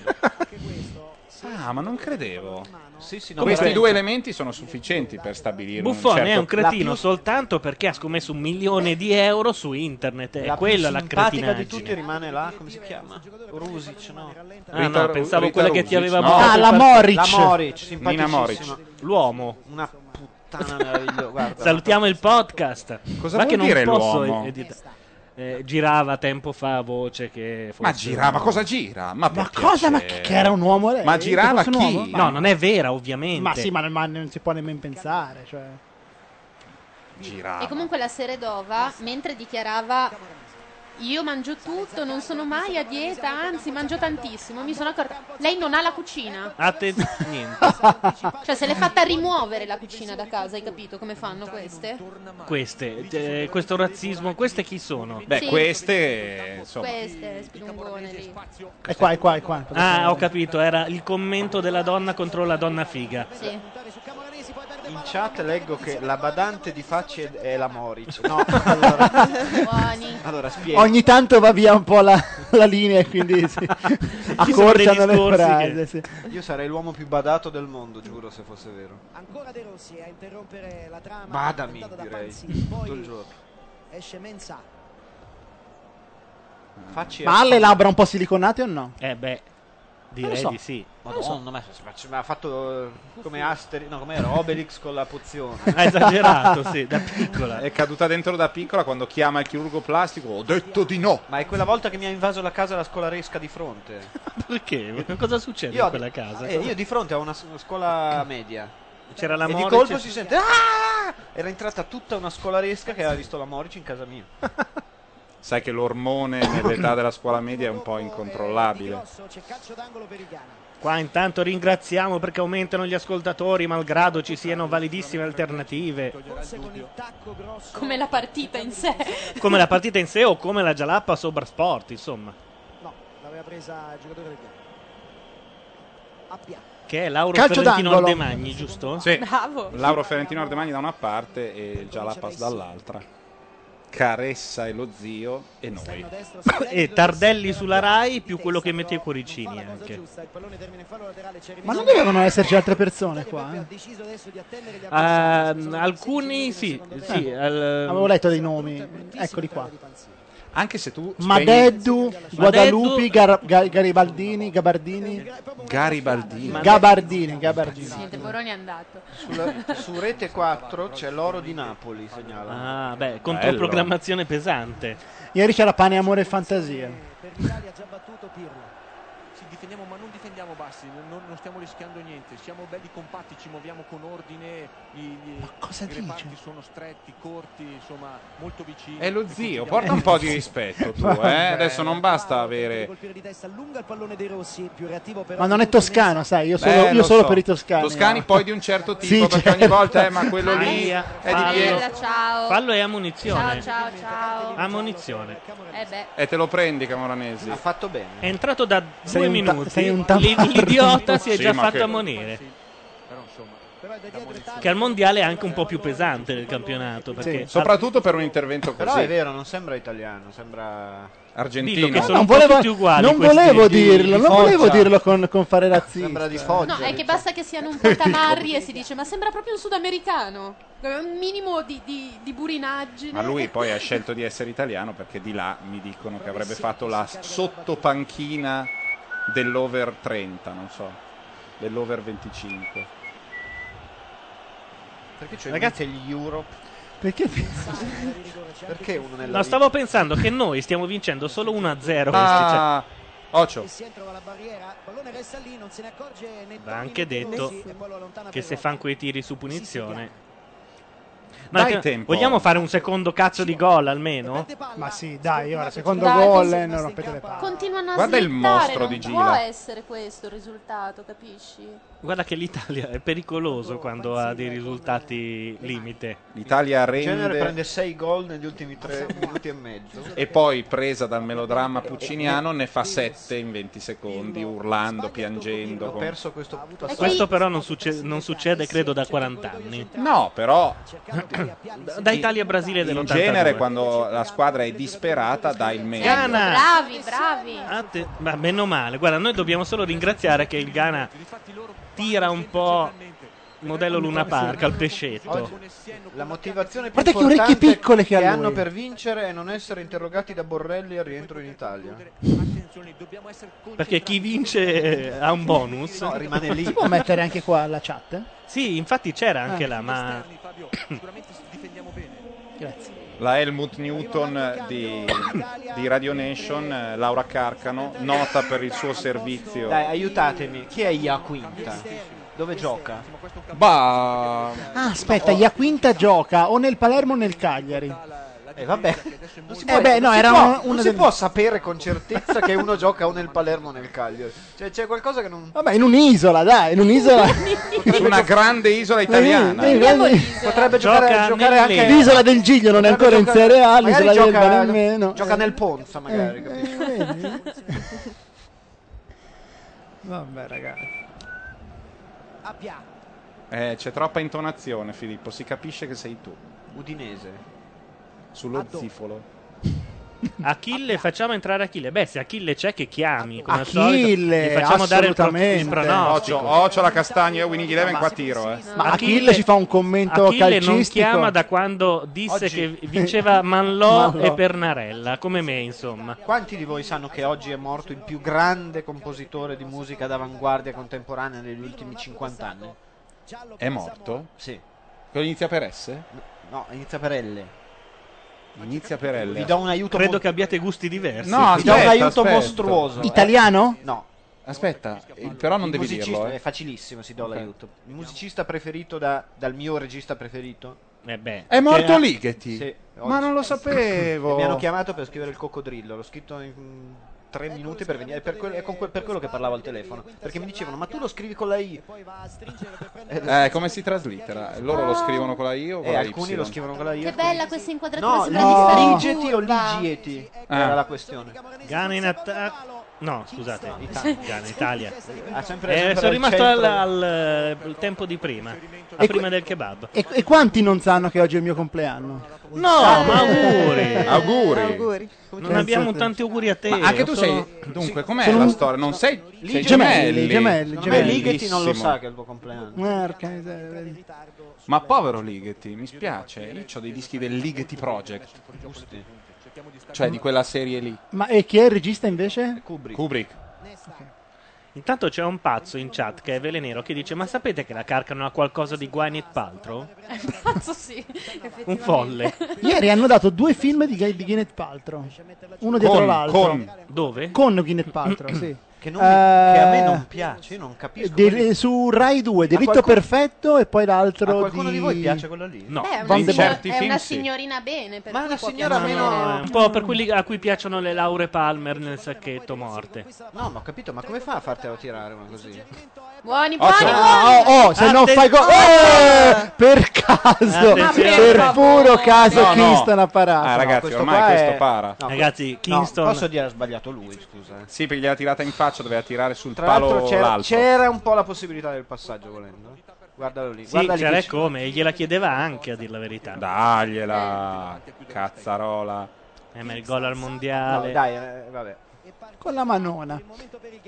Speaker 5: Ah, ma non credevo.
Speaker 12: Sì, sì, no,
Speaker 5: Questi
Speaker 12: veramente.
Speaker 5: due elementi sono sufficienti per stabilire
Speaker 2: Buffon
Speaker 5: un certo
Speaker 2: è un cretino
Speaker 5: La più-
Speaker 2: soltanto perché ha scommesso un milione di euro su internet. E
Speaker 12: La più
Speaker 2: quella è la
Speaker 12: simpatica di
Speaker 2: cretinaggine.
Speaker 12: tutti rimane là, come si chiama? Rusic, no?
Speaker 2: Ah, no,
Speaker 12: Rita-
Speaker 2: pensavo
Speaker 12: Rita
Speaker 2: quella che ti
Speaker 4: Ah,
Speaker 5: Ah,
Speaker 12: Rusic,
Speaker 2: aveva
Speaker 12: no.
Speaker 2: mosso il partito.
Speaker 12: La Moric,
Speaker 2: Nina Moric.
Speaker 12: simpaticissima.
Speaker 2: L'uomo.
Speaker 12: Una puttana.
Speaker 8: puttana meraviglioso. Guarda.
Speaker 2: Salutiamo il podcast.
Speaker 5: Cosa
Speaker 2: Ma
Speaker 5: vuol
Speaker 2: che non
Speaker 5: dire
Speaker 2: posso
Speaker 5: l'uomo?
Speaker 2: edita- eh, girava tempo fa voce che fosse
Speaker 5: Ma gira, ma cosa gira? Ma, cosa? Ma che
Speaker 4: Eh, era un uomo lei?
Speaker 5: Ma girava
Speaker 4: Che fosse un
Speaker 5: chi?
Speaker 4: uomo?
Speaker 2: No, non è vera, ovviamente.
Speaker 4: Ma sì, ma, ma non si può nemmeno pensare. Cioè.
Speaker 5: Girava.
Speaker 10: E comunque la Seredova, mentre dichiarava io mangio tutto, non sono mai a dieta, anzi mangio tantissimo, mi sono accorta, lei non ha la cucina.
Speaker 2: Attenzione, niente.
Speaker 10: Cioè se l'è fatta rimuovere la cucina da casa, hai capito come fanno queste?
Speaker 2: Queste, eh, questo razzismo, queste chi sono?
Speaker 10: Beh, Sì. queste,
Speaker 2: insomma.
Speaker 10: Queste, spilungone lì.
Speaker 4: È qua, è qua, è qua.
Speaker 2: Ah, ho capito, era il commento della donna contro la donna figa.
Speaker 10: Sì.
Speaker 8: In chat leggo che la badante di facci è- è la Moric. No, allora, allora spiego.
Speaker 4: Ogni tanto va via un po' la, la linea e quindi si
Speaker 8: Ci sono dei
Speaker 4: accorciano le
Speaker 8: discorsi
Speaker 4: frasi.
Speaker 8: che-
Speaker 4: sì.
Speaker 8: Io sarei l'uomo più badato del mondo, giuro, se fosse vero.
Speaker 9: Ancora De Rossi a interrompere la trama.
Speaker 8: Badami,
Speaker 9: tentata da
Speaker 8: direi.
Speaker 9: Panzini.
Speaker 8: Tutto il
Speaker 9: Poi
Speaker 8: giorno.
Speaker 9: esce Mensa.
Speaker 8: Facci
Speaker 4: Ma ha le labbra un po' siliconate o no?
Speaker 2: Eh beh,
Speaker 8: direi di
Speaker 2: sì.
Speaker 4: Non
Speaker 8: Madonna, ma se faccio- ma ha fatto eh, come Aster, no, come era Obelix con la pozione.
Speaker 2: Ha esagerato, sì, da piccola.
Speaker 5: È caduta dentro da piccola quando chiama il chirurgo plastico. Ho detto di no.
Speaker 8: Ma è quella volta che mi ha invaso la casa la scolaresca di fronte.
Speaker 2: Perché? Cosa succede
Speaker 8: Io
Speaker 2: in
Speaker 8: ad-
Speaker 2: quella casa?
Speaker 8: Eh, io di fronte a una s- scuola media.
Speaker 2: C'era la
Speaker 8: e di
Speaker 2: Morici-
Speaker 8: colpo si sente "Ah!" Era entrata tutta una scolaresca che aveva visto la Morici in casa mia.
Speaker 5: Sai che l'ormone nell'età della scuola media è un po' incontrollabile.
Speaker 2: Qua intanto ringraziamo perché aumentano gli ascoltatori, malgrado ci siano validissime alternative,
Speaker 10: Come la partita in sé.
Speaker 2: come la partita in sé o come la Jalappa Sobra Sport, insomma,
Speaker 9: No, l'aveva presa il giocatore del Ghana. Appia.
Speaker 2: che è Lauro
Speaker 5: Calcio
Speaker 2: Ferrentino
Speaker 5: d'angolo.
Speaker 2: Ardemagni, giusto?
Speaker 5: Sì.
Speaker 9: Bravo.
Speaker 5: Lauro Ferentino Ardemagni da una parte e il Jalapas dall'altra. Caressa e lo zio e noi.
Speaker 2: E Tardelli sulla Rai più quello che mette i cuoricini anche.
Speaker 4: Ma non dovevano esserci altre persone qua? eh?
Speaker 2: Ehm, alcuni sì, sì, al-
Speaker 4: Avevo letto dei nomi, eccoli qua.
Speaker 5: Anche se tu
Speaker 4: Madeddu,
Speaker 5: spegni-
Speaker 4: Guadalupi, Gar- Gar- Garibaldini, Gabardini.
Speaker 5: Garibaldini.
Speaker 4: Gabardini, Gabardini.
Speaker 10: Niente, Boroni è andato.
Speaker 8: Sulla- su Rete 4 c'è l'oro di Napoli, segnala.
Speaker 2: Ah, beh, controprogrammazione pesante.
Speaker 4: Ieri c'era pane, amore e fantasia.
Speaker 11: Per l'Italia ha già battuto Pirlo. Sì, difendiamo ma non difendiamo bassi, non, non- non stiamo rischiando niente, siamo belli compatti, ci muoviamo con ordine, gli, gli-
Speaker 4: cosa
Speaker 11: i
Speaker 4: dice?
Speaker 11: reparti sono stretti, corti, insomma, molto vicini.
Speaker 5: È Eh, lo
Speaker 11: E
Speaker 5: zio,
Speaker 11: continuiamo-
Speaker 5: porta un po' di rispetto tu, eh.
Speaker 11: Vabbè.
Speaker 5: Adesso non basta avere
Speaker 9: Colpire di testa, allunga il pallone dei Rossi, più reattivo però.
Speaker 4: Ma non è toscano, sai, io solo,
Speaker 5: Beh,
Speaker 4: io
Speaker 5: lo
Speaker 4: solo
Speaker 5: so.
Speaker 4: per i toscani.
Speaker 5: Toscani
Speaker 4: no.
Speaker 5: poi di un certo tipo,
Speaker 4: Sì,
Speaker 5: perché ogni
Speaker 4: certo.
Speaker 5: volta, eh, ma quello lì
Speaker 2: Maria,
Speaker 5: è di
Speaker 2: fallo.
Speaker 5: Pietro.
Speaker 10: Ciao.
Speaker 2: Fallo e a munizione.
Speaker 10: Ciao, ciao, ciao.
Speaker 2: A munizione.
Speaker 10: Eh beh.
Speaker 5: E te lo prendi, Camoranesi. Ha
Speaker 8: fatto bene.
Speaker 2: È entrato da due
Speaker 5: Sei un ta-
Speaker 2: minuti.
Speaker 5: sei un
Speaker 2: L'i-
Speaker 5: tamarro.
Speaker 2: L'idiota si è
Speaker 5: Sì,
Speaker 2: già
Speaker 5: ma
Speaker 2: fatto
Speaker 5: che-
Speaker 2: ammonire.
Speaker 11: Però insomma,
Speaker 2: Che al mondiale è anche un po' più pesante del campionato. Perché
Speaker 5: Soprattutto per un intervento così.
Speaker 8: Però è vero, non sembra italiano, sembra
Speaker 5: Argentino.
Speaker 2: Dillo che sono
Speaker 4: Non
Speaker 2: un po'
Speaker 4: volevo,
Speaker 2: tutti uguali
Speaker 4: non
Speaker 2: questi
Speaker 4: volevo
Speaker 2: di-
Speaker 4: dirlo,
Speaker 2: di
Speaker 4: non volevo
Speaker 2: Foggia.
Speaker 4: dirlo con, con fare razzista.
Speaker 8: Sembra di Foggia.
Speaker 10: No, è che basta che siano un po' tamarri e si dice, ma sembra proprio un sudamericano. Come Un minimo di, di, di burinaggine.
Speaker 5: Ma lui poi ha scelto di essere italiano perché di là mi dicono che avrebbe fatto la sottopanchina dell'over 30, non so, dell'over 25.
Speaker 8: Perché c'è
Speaker 2: Ragazzi-
Speaker 8: Ragazzi, gli Europe?
Speaker 4: Perché
Speaker 8: Perché uno nella
Speaker 2: No, stavo pensando che noi stiamo vincendo solo 1-0.
Speaker 5: Ah,
Speaker 2: cioè,
Speaker 5: Ocio.
Speaker 9: Si entrava la barriera, il pallone resta lì, non se ne accorge né
Speaker 2: Va anche detto che se fanno quei tiri su punizione.
Speaker 5: Dai
Speaker 2: che-
Speaker 5: tempo.
Speaker 2: vogliamo fare un secondo cazzo di gol almeno?
Speaker 4: Ma sì, dai, ora, secondo
Speaker 10: Dai,
Speaker 4: gol,
Speaker 10: così-
Speaker 4: eh, non rompete le palle.
Speaker 10: Continuano a
Speaker 2: Guarda il
Speaker 10: slittare,
Speaker 2: mostro
Speaker 10: non
Speaker 2: di
Speaker 10: può
Speaker 2: Gila. Eh.
Speaker 10: essere questo il risultato, capisci?
Speaker 2: Guarda che l'Italia è
Speaker 8: Oh,
Speaker 2: pericoloso quando ha dei risultati limite.
Speaker 5: L'Italia
Speaker 8: In genere
Speaker 5: rende
Speaker 8: prende 6 gol negli ultimi 3 minuti e mezzo.
Speaker 5: e poi presa dal melodramma pucciniano ne fa 7 in 20 secondi, urlando, piangendo.
Speaker 8: Ho
Speaker 5: con-
Speaker 8: perso questo passaggio.
Speaker 2: Questo però non, succe- non succede credo da 40 anni.
Speaker 5: No, però
Speaker 2: da Italia e Brasile
Speaker 5: in
Speaker 2: dell'82.
Speaker 5: genere quando la squadra è disperata dà il meglio.
Speaker 2: Ghana.
Speaker 10: Bravi, bravi.
Speaker 2: Atte- ma meno male. Guarda, noi dobbiamo solo ringraziare che il Ghana tira un po' modello Luna Park al pescetto.
Speaker 8: Oggi la motivazione più
Speaker 2: Guarda che
Speaker 8: importante
Speaker 2: orecchie piccole che ha lui.
Speaker 8: hanno per vincere è non essere interrogati da Borrelli al rientro in Italia.
Speaker 2: Perché chi vince eh, ha un bonus.
Speaker 8: No, rimane
Speaker 4: Si può mettere anche qua la chat?
Speaker 2: Sì, infatti c'era anche
Speaker 4: Ah.
Speaker 2: là, ma.
Speaker 4: Grazie.
Speaker 5: La Helmut Newton di, di Radio Nation, eh, Laura Carcano, nota per il suo servizio.
Speaker 8: Dai, aiutatemi. Chi è Iaquinta? Dove gioca?
Speaker 5: Bah,
Speaker 4: Ah, aspetta, Iaquinta gioca o nel Palermo o nel Cagliari.
Speaker 8: Eh vabbè, non si
Speaker 4: Eh beh, no,
Speaker 8: non si
Speaker 4: era
Speaker 8: può-
Speaker 4: una-
Speaker 8: non
Speaker 4: una
Speaker 8: si
Speaker 4: delle-
Speaker 8: può sapere con certezza che uno gioca o nel Palermo o nel Cagliari. Cioè, c'è qualcosa che non.
Speaker 4: Vabbè, in un'isola, dai, in un'isola.
Speaker 5: Su una grande isola italiana.
Speaker 4: Lei- lei- lei-
Speaker 8: Potrebbe giocare,
Speaker 4: Gioca
Speaker 8: giocare
Speaker 4: nel
Speaker 8: anche.
Speaker 4: Leo. L'isola del Giglio non è
Speaker 8: potrebbe
Speaker 4: ancora in
Speaker 8: giocare-
Speaker 4: Serie A,
Speaker 8: magari
Speaker 4: l'isola del
Speaker 8: gioca-
Speaker 4: Bari nemmeno.
Speaker 8: Gioca
Speaker 4: Eh.
Speaker 8: nel Ponza, magari. capisci?
Speaker 4: Vabbè, ragazzi.
Speaker 5: Eh, c'è troppa intonazione, Filippo. Si capisce che sei tu.
Speaker 8: Udinese.
Speaker 5: Sullo zifolo.
Speaker 2: Achille, facciamo entrare Achille. Beh, se Achille c'è, che chiami. Come al
Speaker 5: Achille,
Speaker 2: solito, gli Eh, facciamo dare il, pro- il
Speaker 5: assolutamente.
Speaker 2: pronostico.
Speaker 5: Occhio, occhio la castagna e Winning Eleven qua tiro. Eh.
Speaker 4: Ma Achille, ci fa un commento
Speaker 2: Achille
Speaker 4: calcistico.
Speaker 2: non chiama da quando disse
Speaker 8: Oggi.
Speaker 2: che vinceva Manlò
Speaker 8: Manlò.
Speaker 2: e Pernarella, come me, insomma.
Speaker 8: Quanti di voi sanno che oggi è morto il più grande compositore di musica d'avanguardia contemporanea negli ultimi 50 anni?
Speaker 5: È morto?
Speaker 8: Sì.
Speaker 5: Quello inizia per S?
Speaker 8: No, inizia per L.
Speaker 5: Inizia per L.
Speaker 8: Vi do un aiuto
Speaker 2: Credo che abbiate gusti diversi.
Speaker 5: No,
Speaker 8: Ti do un
Speaker 5: aspetta,
Speaker 8: aiuto
Speaker 5: aspetta.
Speaker 8: mostruoso. Eh,
Speaker 4: Italiano?
Speaker 8: No.
Speaker 5: Aspetta, eh, però non
Speaker 8: Il
Speaker 5: devi
Speaker 8: musicista-
Speaker 5: dirlo.
Speaker 8: È
Speaker 5: Eh.
Speaker 8: facilissimo, si do
Speaker 5: Ok.
Speaker 8: l'aiuto. Il musicista preferito da- dal mio regista preferito?
Speaker 5: Eh, È morto Ligeti?
Speaker 8: Sì,
Speaker 5: Ma
Speaker 8: oggi.
Speaker 5: non lo sapevo.
Speaker 8: E mi hanno chiamato per scrivere il coccodrillo, l'ho scritto in mm,
Speaker 5: Ecco,
Speaker 8: tre minuti per venire, per, quel- è con que- per quello che parlavo al telefono, perché mi dicevano "Ma tu lo scrivi con la I?".
Speaker 5: Eh, come si traslittera? Loro lo scrivono con la I o con
Speaker 8: Eh,
Speaker 5: la
Speaker 8: alcuni
Speaker 5: Y?
Speaker 8: lo scrivono con la I.
Speaker 10: Che bella questa inquadratura,
Speaker 8: No,
Speaker 10: sembra di stare in
Speaker 8: Ligeti o
Speaker 10: curva.
Speaker 8: Ligeti
Speaker 5: Ah.
Speaker 8: era la questione.
Speaker 2: Gana in attacco. No, scusate, Ghana, Italia.
Speaker 8: Ah, sempre- sempre
Speaker 2: Eh, sono
Speaker 8: al
Speaker 2: rimasto al,
Speaker 8: centro.
Speaker 2: al- al tempo di prima, a
Speaker 4: E-
Speaker 2: prima del kebab.
Speaker 4: E, e quanti non sanno che oggi è il mio compleanno?
Speaker 2: No, ma auguri.
Speaker 5: Ah. Auguri.
Speaker 2: Non abbiamo tanti auguri a te.
Speaker 5: Ma anche tu
Speaker 2: sono-
Speaker 5: sei. Dunque, com'è
Speaker 2: sono
Speaker 5: la
Speaker 2: un-
Speaker 5: storia? Non sei.
Speaker 2: Lì
Speaker 5: sei
Speaker 2: gemelli, gemelli,
Speaker 8: Secondo me
Speaker 5: gemelli.
Speaker 8: Ligeti non lo
Speaker 5: Bellissimo.
Speaker 8: sa che è il tuo compleanno.
Speaker 4: Porca miseria, vedi.
Speaker 5: Ma povero Ligeti, mi spiace. Io ho dei dischi del Ligeti Project. Cioè di quella serie lì.
Speaker 4: Ma e chi è il regista invece?
Speaker 5: Kubrick.
Speaker 2: Intanto c'è un pazzo in chat che è Velenero che dice: Ma sapete che la carcano ha qualcosa di Gwyneth Paltrow?
Speaker 10: Pazzo sì,
Speaker 2: Un folle.
Speaker 4: Ieri hanno dato due film di, Gu- di Gwyneth Paltrow, uno dietro
Speaker 2: Con-
Speaker 4: l'altro.
Speaker 2: con- Dove?
Speaker 4: Con Gwyneth Paltrow, sì.
Speaker 8: Che, non mi- che a me
Speaker 4: Eh,
Speaker 8: non piace, io non capisco.
Speaker 4: del-
Speaker 8: come-
Speaker 4: su Rai 2, Delitto
Speaker 8: qualcuno-
Speaker 4: Perfetto e poi l'altro
Speaker 8: A qualcuno di voi piace quello lì?
Speaker 2: No.
Speaker 10: Beh,
Speaker 5: Eh,
Speaker 10: è una,
Speaker 4: Van de
Speaker 10: signor-
Speaker 4: Bosch.
Speaker 10: è una signorina bene, per Ma una
Speaker 8: signora
Speaker 2: No,
Speaker 10: Eh,
Speaker 2: è un po' per quelli a cui piacciono le Laure Palmer nel sacchetto morte.
Speaker 8: No, ma ho capito, ma come fa a fartelo tirare una così?
Speaker 10: Buoni,
Speaker 2: Occhio.
Speaker 10: buoni,
Speaker 4: Ah,
Speaker 10: buoni.
Speaker 4: oh, oh, se non
Speaker 2: Atten-
Speaker 4: fai gol... Eh, per caso,
Speaker 2: Attenzione.
Speaker 4: per puro caso,
Speaker 8: No, no.
Speaker 4: Kingston ha parato.
Speaker 5: Ah, ragazzi,
Speaker 8: questo
Speaker 5: ormai
Speaker 8: qua
Speaker 5: questo
Speaker 8: è-
Speaker 5: para.
Speaker 8: no,
Speaker 2: Ragazzi,
Speaker 8: no,
Speaker 2: Kingston-
Speaker 8: posso dire, ha sbagliato lui, scusa. eh.
Speaker 5: Sì, perché gliela tirata in faccia, doveva tirare sul
Speaker 8: Tra
Speaker 5: palo
Speaker 8: l'altro c'era,
Speaker 5: l'altro.
Speaker 8: c'era un po' la possibilità del passaggio volendo. eh. Guardalo lì,
Speaker 2: Sì,
Speaker 8: guarda lì.
Speaker 2: c'era
Speaker 8: che
Speaker 2: e come, e gliela chiedeva anche a dir la verità.
Speaker 5: Dagliela, cazzarola.
Speaker 2: Eh, ma il gol al
Speaker 8: c'è-
Speaker 2: mondiale.
Speaker 8: No, dai, eh, vabbè.
Speaker 4: Con la manona.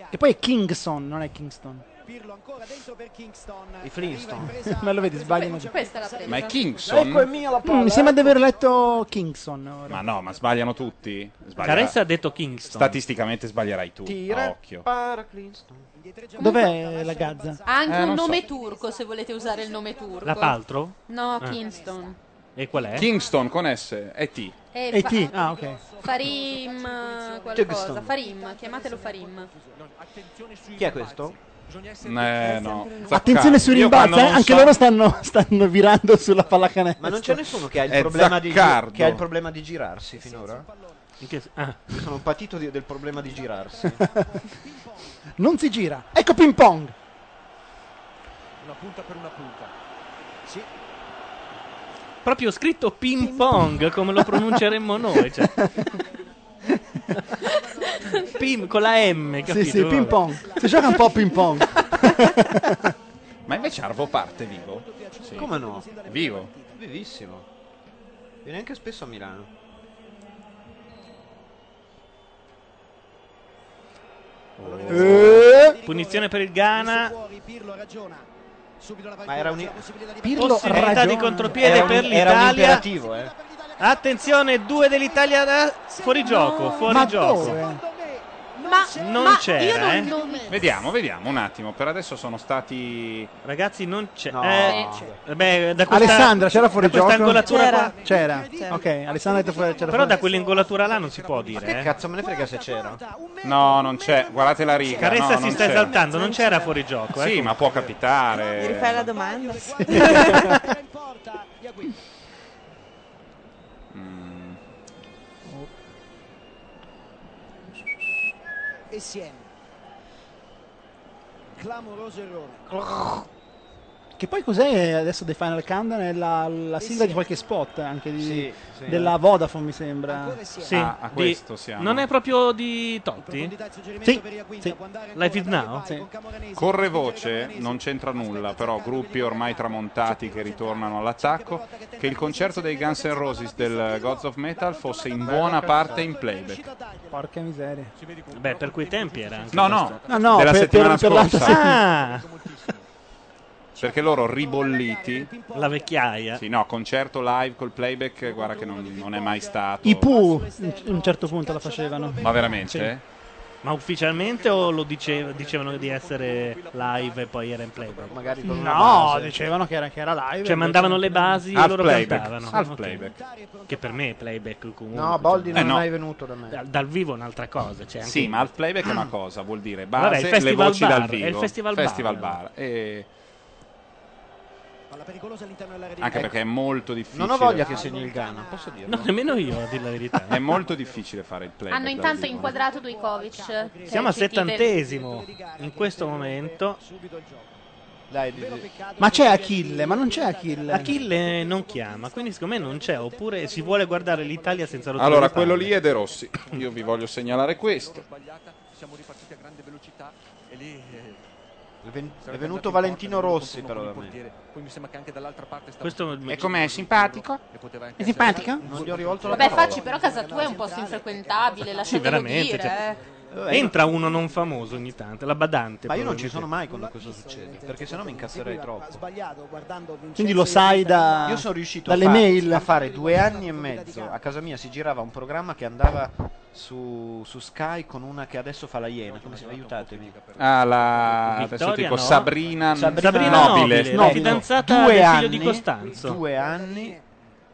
Speaker 4: Che poi è Kingston, non è Kingston.
Speaker 8: I Flintstone.
Speaker 4: Ma lo vedi, sbagliano.
Speaker 10: Questa è la presa.
Speaker 5: Ma è Kingston? Ecco, è mia la palla,
Speaker 4: Mm, mi sembra di aver letto Kingston. ora.
Speaker 5: Ma no, ma sbagliano tutti. Sbaglierà-
Speaker 2: Caressa ha detto Kingston.
Speaker 5: Statisticamente sbaglierai tu.
Speaker 8: Tira,
Speaker 5: a occhio.
Speaker 8: para, Clinston.
Speaker 4: Dov'è la Gazza?
Speaker 10: Ha anche
Speaker 5: Eh,
Speaker 10: un
Speaker 5: non so.
Speaker 10: nome turco, se volete usare il nome turco.
Speaker 5: La Paltrow?
Speaker 10: No,
Speaker 5: Ah.
Speaker 10: Kingston.
Speaker 2: E qual è?
Speaker 5: Kingston con S e T.
Speaker 10: Eh,
Speaker 4: E
Speaker 10: fa-
Speaker 4: T, ah ok.
Speaker 10: Farim eh, qualcosa,
Speaker 5: Kingston.
Speaker 10: Farim, chiamatelo Farim.
Speaker 8: Chi è questo?
Speaker 5: Eh, no.
Speaker 4: Attenzione su
Speaker 5: Io
Speaker 4: rimbalzo,
Speaker 5: quando
Speaker 4: eh,
Speaker 5: non
Speaker 4: anche
Speaker 5: so-
Speaker 4: loro stanno, stanno virando sulla pallacanestro.
Speaker 8: Ma non c'è nessuno che ha il,
Speaker 5: È
Speaker 8: problema di, gi-
Speaker 5: Zaccardo.
Speaker 8: che ha il problema di girarsi finora? Io sono un patito di- del problema di girarsi.
Speaker 4: Non si gira. Ecco ping pong.
Speaker 11: Una punta per una punta. Sì.
Speaker 4: oh!
Speaker 2: Proprio scritto ping pong, come lo pronunceremmo noi. Cioè. Pim- con la M, capito?
Speaker 4: Sì, sì, ping pong. Si gioca un po' a ping pong.
Speaker 5: Ma invece Arvo parte vivo?
Speaker 8: Come no?
Speaker 5: È vivo.
Speaker 8: Vivissimo. Viene anche spesso a Milano.
Speaker 2: Punizione per il Ghana.
Speaker 9: Subito la
Speaker 8: Ma era un
Speaker 2: Pirlo Possibilità ragiona. di contropiede
Speaker 8: Era un-
Speaker 2: per
Speaker 8: era un
Speaker 2: l'Italia.
Speaker 8: imperativo, eh.
Speaker 2: Attenzione, due dell'Italia da- fuori gioco, fuori
Speaker 5: Ma
Speaker 2: gioco.
Speaker 5: dove?
Speaker 10: Ma
Speaker 2: Non c'era, eh.
Speaker 5: Vediamo, vediamo un attimo. Per adesso sono stati.
Speaker 2: Ragazzi, non c'è.
Speaker 4: Eh,
Speaker 2: beh, da questa-
Speaker 4: Alessandra c'era fuori
Speaker 2: da questa
Speaker 4: gioco?
Speaker 2: angolatura
Speaker 4: c'era. C'era.
Speaker 2: qua-
Speaker 4: Ok, Alessandra ha detto fuori c'era
Speaker 2: Però
Speaker 4: fuori.
Speaker 2: da quell'ingolatura là non si può dire.
Speaker 8: che
Speaker 2: eh.
Speaker 8: cazzo me ne frega se c'era?
Speaker 5: No, non c'è. Guardate la riga.
Speaker 2: Caressa
Speaker 5: no,
Speaker 2: si
Speaker 5: non
Speaker 2: sta
Speaker 5: c'è.
Speaker 2: esaltando, non c'era fuori gioco. ecco.
Speaker 5: Sì, ma può capitare.
Speaker 6: Mi rifai la domanda?
Speaker 5: Mm.
Speaker 9: E Siem. Clamoroso errore.
Speaker 4: Che poi cos'è adesso dei Final Countdown? È la, la sigla di qualche spot anche di,
Speaker 9: Sì, sì.
Speaker 2: eh.
Speaker 4: della Vodafone, mi sembra.
Speaker 2: Ah, Sì, di- Non è proprio di Totti?
Speaker 4: Sì,
Speaker 2: sì. Life is now?
Speaker 5: Corre voce, non c'entra nulla, però gruppi ormai tramontati che ritornano all'attacco, che il concerto dei Guns N' Roses del Gods of Metal fosse in buona parte in playback.
Speaker 4: Porca miseria.
Speaker 2: Beh, per quei tempi era anche
Speaker 5: No, no,
Speaker 2: questo.
Speaker 5: della settimana
Speaker 2: l'altra
Speaker 5: scorsa.
Speaker 2: settimana. Ah,
Speaker 5: Perché loro ribolliti
Speaker 2: la vecchiaia.
Speaker 5: Sì, no, concerto live col playback, guarda che non, non è mai stato.
Speaker 4: I Pooh a un certo punto la facevano.
Speaker 5: Ma veramente?
Speaker 2: Ma ufficialmente o lo dice- dicevano di essere live e poi era in playback?
Speaker 4: Magari
Speaker 2: con una
Speaker 4: No,
Speaker 2: base.
Speaker 4: dicevano che era, che era live.
Speaker 2: Cioè mandavano le basi e
Speaker 4: Half
Speaker 2: loro
Speaker 4: playback.
Speaker 2: cantavano.
Speaker 4: Half
Speaker 2: Ok.
Speaker 4: playback.
Speaker 2: Che per me è playback comunque.
Speaker 5: No, Boldi
Speaker 2: insomma.
Speaker 5: non è Eh, no. mai
Speaker 16: venuto da me.
Speaker 2: Dal, dal vivo è un'altra cosa. Cioè anche-
Speaker 5: Sì, ma il playback è una cosa, vuol dire base,
Speaker 2: Vabbè, il
Speaker 5: le
Speaker 2: festival
Speaker 5: voci
Speaker 2: bar,
Speaker 5: dal vivo.
Speaker 2: è il festival bar.
Speaker 5: bar. E
Speaker 9: Palla pericolosa all'interno dell'area di
Speaker 5: anche
Speaker 9: rigore.
Speaker 5: perché è molto difficile.
Speaker 8: Ecco. Non ho voglia che segni il Ghana, posso dirlo?
Speaker 2: No, nemmeno io, a dire la verità.
Speaker 5: è molto difficile fare il playback.
Speaker 10: Hanno
Speaker 5: dal
Speaker 10: intanto
Speaker 5: vivo.
Speaker 10: inquadrato Dujkovic. che
Speaker 2: Siamo
Speaker 10: è
Speaker 2: al
Speaker 10: il CT del-
Speaker 2: settantesimo in questo momento.
Speaker 4: Ma c'è Achille, ma non c'è Achille.
Speaker 2: Achille non chiama, quindi secondo me non c'è. Oppure si vuole guardare l'Italia senza lo
Speaker 5: Allora, quello lì è De Rossi. Io vi voglio segnalare questo.
Speaker 11: Siamo ripartiti a grande velocità e lì eh,
Speaker 8: È venuto Valentino Rossi, però, da me.
Speaker 11: poi mi sembra che anche dall'altra parte stava
Speaker 8: Questo-
Speaker 11: facendo
Speaker 8: E com'è,
Speaker 11: un
Speaker 8: simpatico?
Speaker 11: giro e poteva anche
Speaker 8: È simpatico?
Speaker 11: essere-
Speaker 8: Non gli ho rivolto la
Speaker 10: Vabbè, Facci, però casa tua è un posto infrequentabile,
Speaker 2: Sì,
Speaker 10: lasciatelo
Speaker 2: veramente.
Speaker 10: Ah, dire.
Speaker 2: cioè,
Speaker 10: eh.
Speaker 2: entra uno non famoso ogni tanto, la badante.
Speaker 8: Ma io non ci
Speaker 2: probabilmente.
Speaker 8: sono mai quando questo succede, perché sennò mi incazzerei troppo.
Speaker 4: Quindi lo sai da-
Speaker 8: Io sono riuscito
Speaker 4: dalle
Speaker 8: a, fa-
Speaker 4: mail.
Speaker 8: a fare due anni e mezzo. A casa mia si girava un programma che andava su, su Sky con una che adesso fa la Iena. Come si aiutatemi?
Speaker 5: Ah, la adesso
Speaker 8: Vittoria,
Speaker 5: dico
Speaker 8: no?
Speaker 5: Sabrina,
Speaker 8: Sabrina
Speaker 5: Nobile,
Speaker 8: Nobile, la fidanzata
Speaker 5: Due
Speaker 8: del
Speaker 5: anni.
Speaker 8: figlio di Costanzo. Due anni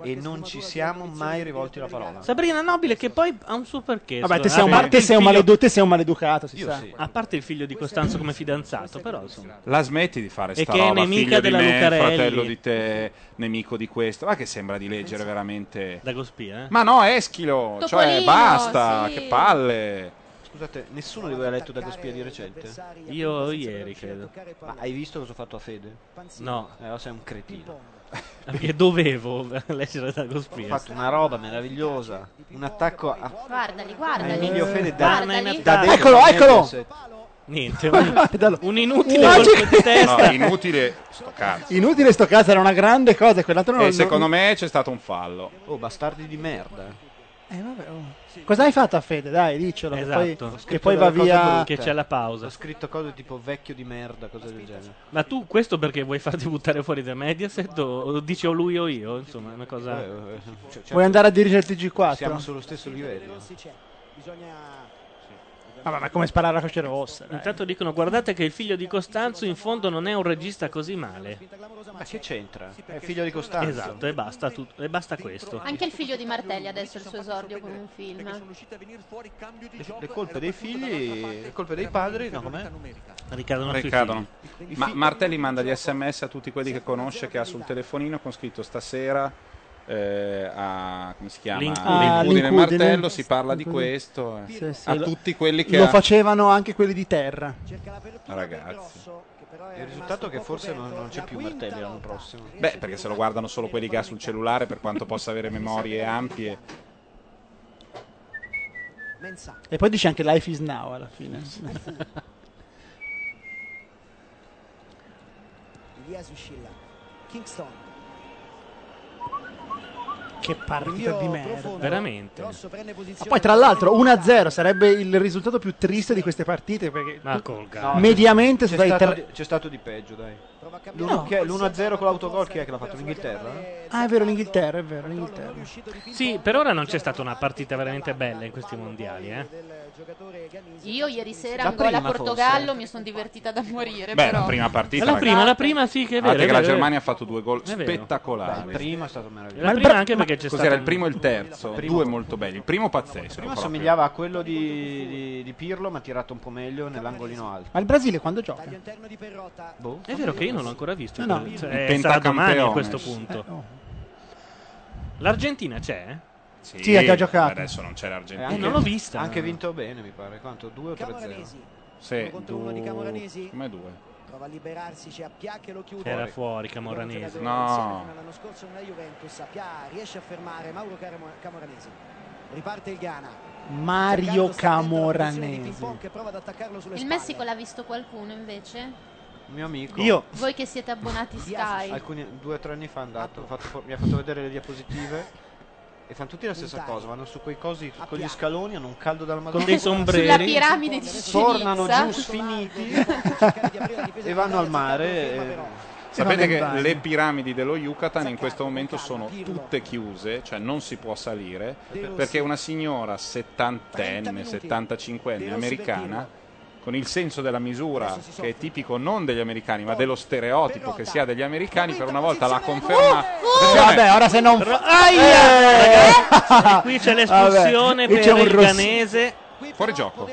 Speaker 8: e non ci siamo mai rivolti la parola.
Speaker 2: Sabrina Nobile che poi ha un suo perché.
Speaker 4: Vabbè, te
Speaker 2: secondo
Speaker 4: sei un,
Speaker 2: me.
Speaker 4: te sei un maledu- te sei un maleducato, si
Speaker 2: Io
Speaker 4: sa.
Speaker 2: sì. A parte il figlio di Costanzo come fidanzato, però insomma.
Speaker 5: La smetti di fare
Speaker 2: E
Speaker 5: sta
Speaker 2: che è
Speaker 5: roba,
Speaker 2: nemica
Speaker 5: figlio
Speaker 2: della
Speaker 5: di me,
Speaker 2: Lucarelli.
Speaker 5: fratello di te, nemico di questo. Ma che sembra di leggere veramente...
Speaker 2: Da Gospia, eh?
Speaker 5: Ma no, Eschilo, cioè
Speaker 8: Topolino,
Speaker 5: basta,
Speaker 8: sì.
Speaker 5: che palle.
Speaker 8: Scusate, nessuno di voi ha letto Da Gospia di recente?
Speaker 2: Io ieri, credo.
Speaker 8: Ma hai visto cosa ho fatto a Fede?
Speaker 2: No.
Speaker 8: Eh, allora sei un cretino.
Speaker 2: Perché dovevo leggere da
Speaker 8: Ho
Speaker 2: Gospia.
Speaker 8: fatto una roba meravigliosa. Un attacco a
Speaker 10: Guardali, guardali.
Speaker 8: Emilio Fede da,
Speaker 10: guardali.
Speaker 8: da dentro
Speaker 4: Eccolo,
Speaker 8: nel
Speaker 4: eccolo!
Speaker 8: Mediaset.
Speaker 2: Niente, un, un inutile
Speaker 4: Un
Speaker 2: colpo
Speaker 4: magico-
Speaker 2: di testa.
Speaker 5: No, inutile, sto cazzo.
Speaker 4: Inutile sto caso, era una grande cosa. Quell'altro non
Speaker 5: E secondo me c'è stato un fallo.
Speaker 8: Oh, bastardi di merda.
Speaker 4: Eh, vabbè, oh. Cosa hai fatto a Fede? Dai, diccelo. che poi-
Speaker 2: Esatto.
Speaker 8: Ho
Speaker 4: Che poi,
Speaker 8: Esatto. scritto
Speaker 4: va
Speaker 8: delle cose
Speaker 4: via.
Speaker 8: brutte.
Speaker 2: Che c'è la pausa.
Speaker 8: Ho scritto cose tipo vecchio di merda, cose del genere.
Speaker 2: Ma tu questo perché vuoi farti buttare fuori da Mediaset o, o dici o lui o io? Insomma, è una cosa...
Speaker 4: Vuoi andare a dirigere il TG4?
Speaker 8: Siamo sullo stesso livello.
Speaker 4: Vabbè, ma come sparare la croce rossa? dai.
Speaker 2: Intanto dicono guardate che il figlio di Costanzo in fondo non è un regista così male.
Speaker 8: Ma che c'entra? È figlio di Costanzo.
Speaker 2: Esatto, e basta, tut- e basta questo.
Speaker 10: Anche il figlio di Martelli adesso ha il suo esordio con un film.
Speaker 8: Le colpe dei figli, le colpe dei padri, no com'è?
Speaker 2: Ricadono, sui
Speaker 5: Ricadono.
Speaker 2: figli.
Speaker 5: Ma Martelli manda gli sms a tutti quelli che conosce che ha sul telefonino con scritto stasera eh, a come si chiama
Speaker 4: L'incudine. Ah,
Speaker 5: L'incudine
Speaker 4: l'incudine.
Speaker 5: Martello si parla di
Speaker 4: L'incudine.
Speaker 5: questo eh.
Speaker 4: Sì, sì,
Speaker 5: a
Speaker 4: lo-
Speaker 5: tutti quelli che
Speaker 4: Lo
Speaker 5: ha-
Speaker 4: facevano anche quelli di terra.
Speaker 5: ragazzi
Speaker 8: Il risultato è che forse non, non c'è più Martelli l'anno prossimo.
Speaker 5: beh perché se lo guardano solo quelli che ha sul cellulare per quanto possa avere memorie ampie
Speaker 9: Mensa.
Speaker 4: E poi dice anche Life is Now alla fine.
Speaker 9: Ilia Sushilla. Kingston.
Speaker 4: che partita di merda.
Speaker 2: Veramente.
Speaker 4: Ma poi, tra l'altro, 1-0 sarebbe il risultato più triste di queste partite. Perché tu-
Speaker 2: Ma col
Speaker 8: No,
Speaker 4: mediamente
Speaker 8: c'è,
Speaker 4: sono stati
Speaker 8: stato
Speaker 4: tre-
Speaker 8: di, c'è stato di peggio, dai. L'uno- chi è- L'1-0 con l'autogol chi è che l'ha fatto? L'Inghilterra?
Speaker 4: Ah, è vero, l'Inghilterra, è vero, l'Inghilterra.
Speaker 2: Sì, per ora non c'è stata una partita veramente bella in questi mondiali. Eh.
Speaker 10: Io ieri sera
Speaker 2: La prima,
Speaker 10: Angola-Portogallo
Speaker 2: forse. eh.
Speaker 10: mi sono divertita da morire.
Speaker 5: Beh,
Speaker 10: però.
Speaker 5: la prima partita.
Speaker 2: La
Speaker 5: ragazzi.
Speaker 2: prima, la prima sì che è vero.
Speaker 5: Guardate
Speaker 2: è
Speaker 5: che la
Speaker 2: vero, è
Speaker 5: Germania ha
Speaker 2: vero.
Speaker 5: fatto due gol
Speaker 2: È vero.
Speaker 5: spettacolari.
Speaker 8: Beh, il primo è stato meraviglioso.
Speaker 2: La
Speaker 5: il
Speaker 2: prima
Speaker 5: bra-
Speaker 2: anche perché c'è
Speaker 5: Cos'era
Speaker 2: stato
Speaker 5: il primo e il terzo? Due molto belli. Il primo pazzesco.
Speaker 8: Prima
Speaker 5: proprio.
Speaker 8: somigliava a quello di, di- di Pirlo, ma tirato un po' meglio nell'angolino alto.
Speaker 4: Ma il Brasile quando gioca?
Speaker 8: Boh.
Speaker 2: È vero che io non l'ho ancora visto.
Speaker 4: No, no.
Speaker 2: Cioè,
Speaker 4: Il
Speaker 2: eh, sarà domani a
Speaker 5: pentacampeone.
Speaker 2: questo
Speaker 4: Eh, no.
Speaker 2: punto. L'Argentina c'è? Eh,
Speaker 4: Sì, ha già giocato.
Speaker 5: Adesso non c'è
Speaker 8: E
Speaker 5: l'Argentina.
Speaker 8: anche-
Speaker 2: non l'ho vista.
Speaker 8: Ha anche vinto bene, mi pare. Quanto? 2 o 3-0.
Speaker 5: Sì,
Speaker 8: contro uno di Camoranesi.
Speaker 5: Come due?
Speaker 9: Prova a liberarsi, c'è Appia che lo chiude.
Speaker 2: Era fuori Camoranesi.
Speaker 5: No.
Speaker 9: L'anno scorso nella Juventus, Appia riesce a fermare Mauro Caramo- Camoranesi. Riparte il Ghana.
Speaker 4: Mario Camoranesi.
Speaker 9: Buffon che prova ad attaccarlo sulle
Speaker 10: Il
Speaker 9: spalle.
Speaker 10: Messico l'ha visto qualcuno invece?
Speaker 8: Un mio amico.
Speaker 4: Io.
Speaker 10: Voi che siete abbonati Sky.
Speaker 8: Alcuni, due o tre anni fa è andato, ho fatto fo- mi ha fatto vedere le diapositive. E fanno tutti la stessa cosa, vanno su quei cosi, su- con gli scaloni, hanno un caldo dal madonna.
Speaker 2: dei sombreri. Sulla
Speaker 14: Ah,
Speaker 10: piramide di Cicenizza.
Speaker 8: Tornano giù sfiniti e vanno al mare. e-
Speaker 5: Sapete che
Speaker 8: bagno.
Speaker 5: le piramidi dello Yucatan in questo momento sono tutte chiuse, cioè non si può salire, perché una signora settantenne, 75enne americana, con il senso della misura che è tipico non degli americani,
Speaker 8: Oh,
Speaker 5: ma dello stereotipo che si ha degli americani, per una volta l'ha confermato.
Speaker 8: Oh,
Speaker 5: Attenzione, Eh!
Speaker 4: Vabbè, ora se non. Eh!
Speaker 2: Aia! Eh, Qui c'è l'espulsione
Speaker 4: Vabbè, qui c'è
Speaker 2: per
Speaker 4: un
Speaker 2: il
Speaker 4: rossi-
Speaker 2: ghanese.
Speaker 5: Fuori gioco.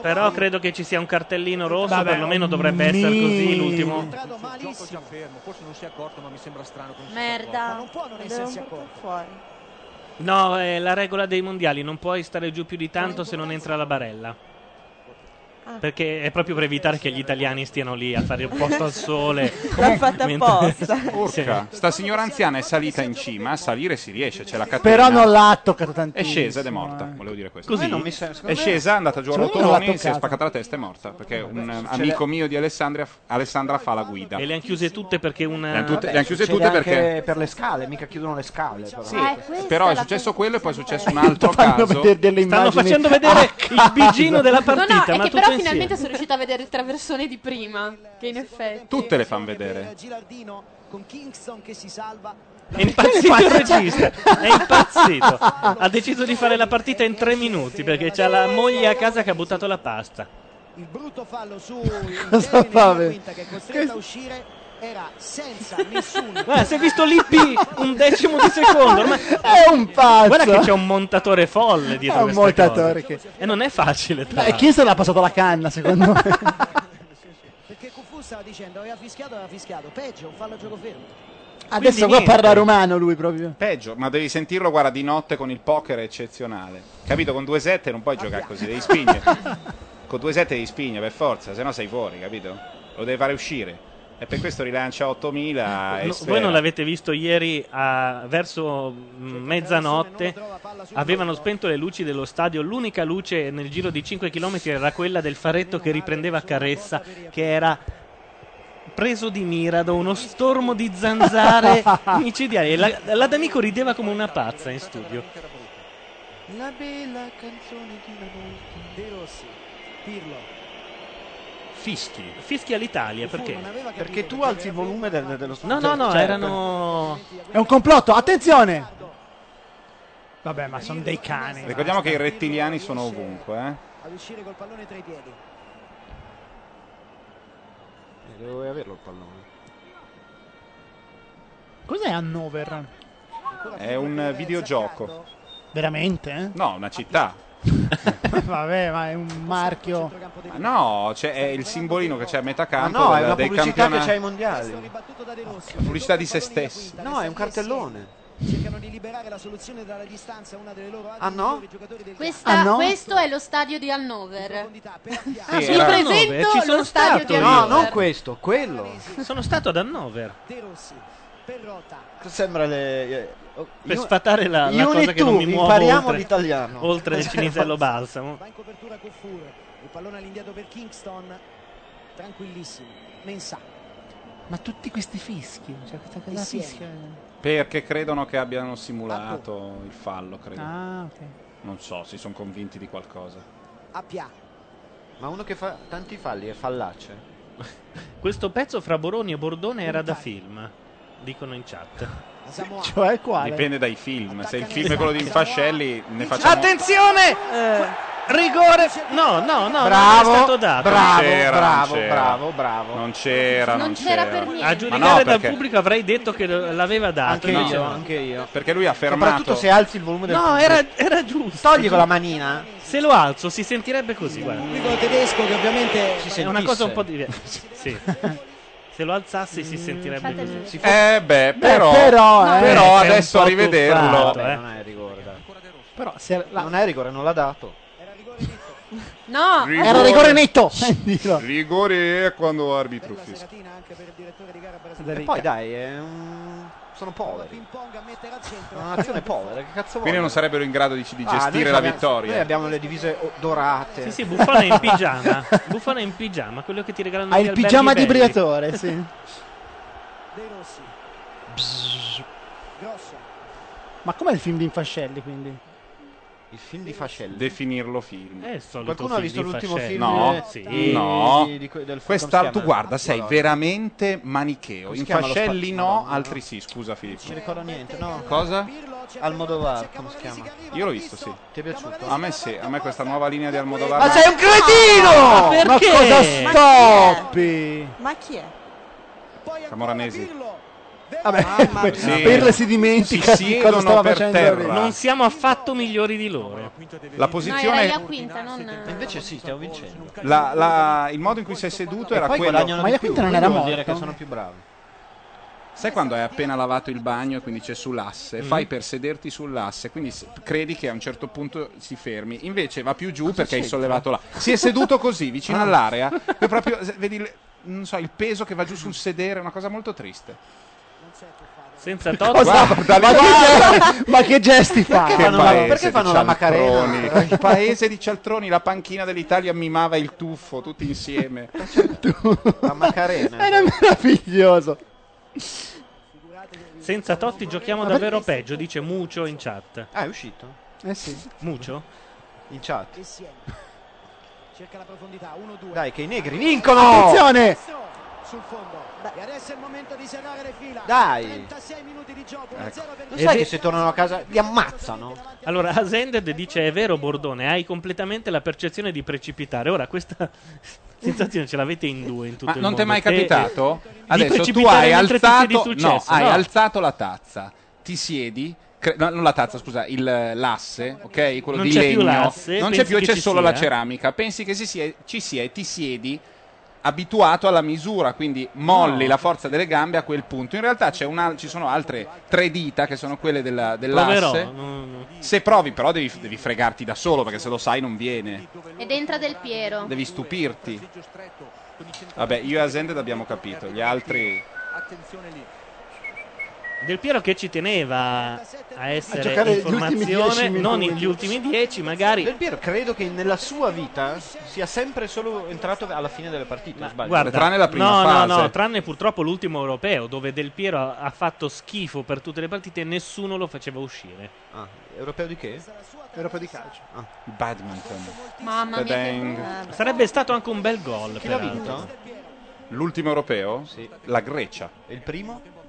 Speaker 2: Però credo che ci sia un cartellino rosso,
Speaker 11: Vabbà,
Speaker 2: perlomeno dovrebbe essere così l'ultimo.
Speaker 11: Gioco già fermo, forse non si è accorto, ma mi sembra strano che non si sia
Speaker 14: Merda.
Speaker 11: accorto.
Speaker 14: Non può non
Speaker 11: essersi
Speaker 14: fuori.
Speaker 2: No, è la regola dei mondiali, non puoi stare giù più di tanto se non entra la barella. Perché è proprio per evitare che gli italiani stiano lì a fare il posto al sole.
Speaker 5: L'ha fatta
Speaker 14: apposta.
Speaker 5: Urca, sta signora anziana è salita in cima, a salire si riesce, c'è la catena.
Speaker 4: Però non l'ha toccato tantissimo.
Speaker 5: È scesa ed è morta, volevo dire questo.
Speaker 4: Così? A me non mi sa-
Speaker 5: è
Speaker 4: secondo me-
Speaker 5: scesa, è andata giù a
Speaker 4: secondo me non l'ha
Speaker 5: rotoloni, si è
Speaker 4: toccata.
Speaker 5: spaccata la testa e è morta. Perché un eh,
Speaker 2: succede-
Speaker 5: amico mio di Alessandria, Alessandra fa la guida.
Speaker 2: E le hanno chiuse tutte perché una.
Speaker 5: Le han tutte-
Speaker 8: Vabbè,
Speaker 5: le han chiuse
Speaker 8: succede
Speaker 5: tutte
Speaker 8: anche
Speaker 5: perché-
Speaker 8: per le scale, mica chiudono le scale. Però.
Speaker 5: Sì,
Speaker 10: Eh,
Speaker 5: però è successo quello e poi è successo un altro
Speaker 8: Fanno
Speaker 5: caso.
Speaker 8: vedere delle Ah,
Speaker 2: Stanno facendo vedere
Speaker 4: Ah,
Speaker 2: il bigino della partita,
Speaker 10: no, no, è
Speaker 2: ma
Speaker 10: che
Speaker 2: tutto
Speaker 10: però
Speaker 2: insieme.
Speaker 10: finalmente sono riuscita a vedere il traversone di prima. Che in effetti.
Speaker 5: Tutte le fan vedere.
Speaker 9: Gilardino con Kingston che si salva.
Speaker 2: È impazzito il regista, è impazzito. Ha deciso di fare la partita in tre minuti perché c'ha la moglie a casa che ha buttato la pasta.
Speaker 9: Il brutto fallo su
Speaker 2: Cosa fa?
Speaker 9: Quinta che è costretta a uscire era senza nessuno.
Speaker 2: Guarda, Eh, si è visto l'IP un decimo di secondo. Ormai... È
Speaker 4: un pazzo.
Speaker 2: Guarda che c'è un montatore folle dietro
Speaker 4: È un
Speaker 2: queste
Speaker 4: montatore
Speaker 2: cose. E non è facile, tra
Speaker 4: E
Speaker 2: l'altro.
Speaker 4: Eh, chi se l'ha passato la canna, secondo me?
Speaker 9: Perché Cuffù stava dicendo aveva fischiato, aveva fischiato. Peggio, un fallo a gioco fermo.
Speaker 4: Adesso qua parla romano lui proprio.
Speaker 5: Peggio, ma devi sentirlo, guarda, di notte con il poker è eccezionale. Capito? Con due sette non puoi giocare così, devi spingere. Con due sette devi spingere per forza, se no sei fuori, capito? Lo devi fare uscire. E per questo rilancia 8000 e
Speaker 2: No,
Speaker 5: spera.
Speaker 2: voi non l'avete visto ieri a- verso mh, mezzanotte avevano spento le luci dello stadio l'unica luce nel giro di 5 km era quella del faretto che riprendeva Caressa che era preso di mira da uno stormo di zanzare micidiali e la, la D'Amico rideva come una pazza in studio
Speaker 9: La bella canzone di una volta. De Rossi, Pirlo.
Speaker 5: Fischi
Speaker 2: fischi all'Italia perché?
Speaker 8: Perché tu alzi il volume del- dello
Speaker 2: no no no
Speaker 8: cioè,
Speaker 2: erano
Speaker 4: È un complotto, attenzione! Vabbè, ma sono dei cani.
Speaker 5: Ricordiamo che i rettiliani sono ovunque, eh.
Speaker 9: Ad uscire col pallone tra i piedi.
Speaker 8: per- Dovevi averlo il pallone.
Speaker 4: Cos'è Hannover?
Speaker 5: È un eh, videogioco.
Speaker 4: Veramente? eh?
Speaker 5: No, una città.
Speaker 4: Vabbè, ma è un marchio.
Speaker 5: Ma no, c'è è il simbolino che c'è a metà campo.
Speaker 8: no, è
Speaker 5: del-
Speaker 8: una
Speaker 5: dei
Speaker 8: pubblicità
Speaker 5: campionati-
Speaker 8: che c'è ai mondiali.
Speaker 5: Pubblicità di se stessi.
Speaker 8: No, è un cartellone.
Speaker 9: Cercano di liberare la soluzione dalla distanza una delle loro
Speaker 8: Ah, no?
Speaker 10: Questa-
Speaker 8: Ah, no?
Speaker 10: Questo è lo stadio di Hannover.
Speaker 8: Ah,
Speaker 2: Sì,
Speaker 8: sono
Speaker 2: era-
Speaker 8: presento
Speaker 2: Hannover, ci sono
Speaker 8: lo stadio
Speaker 2: stato
Speaker 8: di
Speaker 2: io.
Speaker 8: No, non questo, quello.
Speaker 2: sono stato ad Hannover
Speaker 9: De Rossi, Perrotta.
Speaker 8: Sembra le oh,
Speaker 2: per
Speaker 8: io-
Speaker 2: sfatare la, la
Speaker 8: io e
Speaker 2: cosa che
Speaker 8: tu
Speaker 2: non mi muovo
Speaker 8: impariamo
Speaker 2: oltre,
Speaker 8: l'italiano.
Speaker 2: oltre il cinisello balsamo
Speaker 9: Va in copertura Kufur. Il pallone all'indietro per Kingston. Tranquillissimo. Mensah.
Speaker 4: Ma tutti questi fischi. Cioè, questa cosa
Speaker 9: Insieme.
Speaker 4: fischia.
Speaker 5: Perché credono che abbiano simulato il fallo, credo.
Speaker 4: Ah, ok.
Speaker 5: Non so, si sono convinti di qualcosa.
Speaker 9: Appia.
Speaker 8: Ma uno che fa tanti falli è fallace.
Speaker 2: Questo pezzo fra Boroni e Bordone era da film, dicono in chat.
Speaker 4: Cioè quale?
Speaker 5: Dipende dai film. Se il film è quello di Fascelli, ne
Speaker 8: Cioè,
Speaker 5: facciamo.
Speaker 2: Attenzione!
Speaker 5: Eh,
Speaker 2: Rigore! No, no, no,
Speaker 5: Bravo,
Speaker 2: non è stato dato.
Speaker 5: bravo, Non c'era, bravo, non c'era.
Speaker 2: bravo,
Speaker 8: bravo.
Speaker 5: Non c'era, non,
Speaker 2: A
Speaker 5: Ma
Speaker 2: giudicare
Speaker 5: no,
Speaker 2: dal
Speaker 5: perché-
Speaker 2: pubblico avrei detto che lo- l'aveva dato.
Speaker 5: Anche
Speaker 2: no.
Speaker 5: io,
Speaker 8: anche io.
Speaker 5: Perché lui ha
Speaker 8: Soprattutto
Speaker 5: fermato.
Speaker 8: se alzi il volume del
Speaker 2: No,
Speaker 8: pubblico.
Speaker 2: era, era giusto.
Speaker 8: Togli con la manina.
Speaker 2: Se lo alzo si sentirebbe così, guarda.
Speaker 9: pubblico tedesco che ovviamente
Speaker 2: È una cosa un po' diversa. Sì. Se lo alzassi si sentirebbe così.
Speaker 8: Si
Speaker 5: Eh beh, però,
Speaker 4: però, eh.
Speaker 5: però
Speaker 4: È un
Speaker 5: adesso
Speaker 4: po'
Speaker 5: a rivederlo.
Speaker 4: tuffato, eh.
Speaker 8: Non è rigore. dai.
Speaker 4: Però se la-
Speaker 8: Non è rigore, non l'ha dato.
Speaker 17: No,
Speaker 4: Era un rigore netto. Dillo.
Speaker 5: Rigore è quando arbitro fischia.
Speaker 8: E poi dai, è un- sono poveri. Una nazione povera, che cazzo vuoi?
Speaker 5: Quindi non sarebbero in grado di, di
Speaker 8: Ah, noi
Speaker 5: gestire la
Speaker 8: abbiamo-
Speaker 5: vittoria.
Speaker 8: Noi abbiamo le divise o- dorate.
Speaker 2: Sì, sì, Buffon è in pigiama. Buffon è in pigiama, quello che ti regalano
Speaker 4: Ha Ah,
Speaker 2: gli
Speaker 4: il pigiama di
Speaker 2: alberghi belli.
Speaker 4: briatore, sì.
Speaker 9: De Rossi. Grosso.
Speaker 4: Ma com'è il film di Infascelli, quindi?
Speaker 8: Il film di Fascelli.
Speaker 5: Definirlo film.
Speaker 8: Eh, il solito Qualcuno ha film visto di l'ultimo Fascelli. film
Speaker 5: No,
Speaker 8: di-
Speaker 5: Sì.
Speaker 8: di-
Speaker 5: no.
Speaker 8: di- di que- del-
Speaker 5: Questa,
Speaker 8: come si
Speaker 5: tu
Speaker 8: chiama?
Speaker 5: guarda, sei
Speaker 8: Madonna.
Speaker 5: veramente manicheo.
Speaker 8: Come si
Speaker 5: In
Speaker 8: chiama lo
Speaker 5: fascelli
Speaker 8: spazio?
Speaker 5: no,
Speaker 8: Madonna, no.
Speaker 5: altri sì. Scusa Filippo.
Speaker 8: Non ricordo niente, no.
Speaker 5: Cosa?
Speaker 8: Almodovar, come si chiama?
Speaker 5: Io l'ho visto, sì.
Speaker 8: Ti è piaciuto?
Speaker 5: A me sì, a me questa nuova linea di Almodovar.
Speaker 8: Ma sei un
Speaker 4: cretino!
Speaker 5: Ma
Speaker 4: Ma
Speaker 5: perché?
Speaker 4: cosa
Speaker 5: Ma
Speaker 4: stoppi?
Speaker 10: Ma chi è?
Speaker 5: Camoranesi.
Speaker 9: Ah,
Speaker 4: Vabbè,
Speaker 5: mia. Sì.
Speaker 4: Pirlo si dimentica
Speaker 5: Si
Speaker 4: di cosa
Speaker 5: siedono
Speaker 4: stava
Speaker 5: per
Speaker 4: facendo
Speaker 5: terra.
Speaker 4: lì.
Speaker 2: Non siamo affatto migliori di loro.
Speaker 5: La
Speaker 1: No,
Speaker 5: posizione.
Speaker 1: era la quinta, non...
Speaker 8: Invece sì, stiamo vincendo.
Speaker 5: la- la- il modo in cui sei seduto
Speaker 8: E
Speaker 5: era
Speaker 8: poi
Speaker 5: quello.
Speaker 8: guadagnano di più, quindi vuol dire che
Speaker 5: morto?
Speaker 8: sono più bravi.
Speaker 5: Sai quando hai appena lavato il bagno e quindi c'è sull'asse,
Speaker 8: Mm.
Speaker 5: fai per sederti sull'asse, quindi s- credi che a un certo punto si fermi, invece va più giù perché hai
Speaker 8: c'entra?
Speaker 5: sollevato là. Si è seduto così, vicino
Speaker 8: Ah.
Speaker 5: all'area, e proprio se- vedi il- non so, il peso che va giù sul sedere, è una cosa molto triste.
Speaker 2: Senza
Speaker 4: Cosa-
Speaker 2: Totti.
Speaker 5: Guarda,
Speaker 4: ma, che
Speaker 5: guarda.
Speaker 4: gesti, ma che gesti fa?
Speaker 5: Che paese di
Speaker 4: macaroni?
Speaker 5: cialtroni. Il paese di Cialtroni, la panchina dell'Italia mimava il tuffo tutti insieme. Eh,
Speaker 8: La Macarena.
Speaker 4: Era meraviglioso.
Speaker 2: Senza Totti giochiamo davvero peggio, dice Mucio in chat.
Speaker 8: Ah, è uscito?
Speaker 4: Eh sì.
Speaker 2: Mucio?
Speaker 8: In chat.
Speaker 9: Cerca la profondità, 1-2.
Speaker 8: Dai, che i negri vincono!
Speaker 4: Attenzione!
Speaker 9: Sul fondo. E adesso è il momento di serrare le fila.
Speaker 8: Dai.
Speaker 9: 36 minuti di gioco.
Speaker 8: Lo
Speaker 2: E
Speaker 8: sai
Speaker 2: ve-
Speaker 8: che se tornano a casa li ammazzano?
Speaker 2: Allora, Asended dice: È vero, Bordone, hai completamente la percezione di precipitare. Ora, questa sensazione ce l'avete in due in tutto
Speaker 5: Ma
Speaker 2: il
Speaker 5: non ti è
Speaker 2: mondo.
Speaker 5: mai
Speaker 2: Eh, Te-
Speaker 5: capitato?
Speaker 2: di
Speaker 5: Adesso tu
Speaker 2: precipitare
Speaker 5: hai
Speaker 2: mentre ti siedi
Speaker 5: alzato,
Speaker 2: sul
Speaker 5: no,
Speaker 2: cesso,
Speaker 5: hai
Speaker 2: no.
Speaker 5: alzato la tazza, ti siedi, cre- no, non la tazza, scusa, il, eh, l'asse, ok? Quello
Speaker 2: Non
Speaker 5: di
Speaker 2: c'è più
Speaker 5: legno.
Speaker 2: l'asse,
Speaker 5: non c'è
Speaker 2: pensi
Speaker 5: più,
Speaker 2: che
Speaker 5: c'è
Speaker 2: ci
Speaker 5: solo
Speaker 2: sia?
Speaker 5: la ceramica. Pensi che si sia- ci sia e ti siedi abituato alla misura, quindi molli
Speaker 2: No.
Speaker 5: la forza delle gambe a quel punto. In realtà c'è una- ci sono altre tre dita che sono quelle della- dell'asse.
Speaker 2: Proverò. non-
Speaker 5: Se provi, però, devi, devi fregarti da solo perché se lo sai non viene.
Speaker 1: Ed entra Del Piero.
Speaker 5: Devi stupirti. Vabbè, io e Asended abbiamo capito, gli altri.
Speaker 11: Attenzione lì.
Speaker 2: Del Piero che ci teneva a
Speaker 8: A
Speaker 2: essere
Speaker 8: giocare
Speaker 2: in
Speaker 8: gli ultimi
Speaker 2: formazione,
Speaker 8: 10
Speaker 2: non
Speaker 8: minuti.
Speaker 2: gli ultimi dieci, magari.
Speaker 8: Del Piero credo che nella sua vita sia sempre solo entrato alla fine delle partite. o sbaglio?
Speaker 2: Guarda, no, No, no, tranne purtroppo l'ultimo europeo, dove Del Piero ha ha fatto schifo per tutte le partite e nessuno lo faceva uscire.
Speaker 8: Ah, europeo di che?
Speaker 4: Europa di calcio.
Speaker 5: Badminton.
Speaker 1: Mamma mia,
Speaker 5: Ta-dang.
Speaker 1: che-
Speaker 2: Sarebbe stato anche un bel gol.
Speaker 8: Chi l'ha
Speaker 2: peraltro.
Speaker 8: vinto?
Speaker 5: L'ultimo europeo? La Grecia.
Speaker 8: E il primo?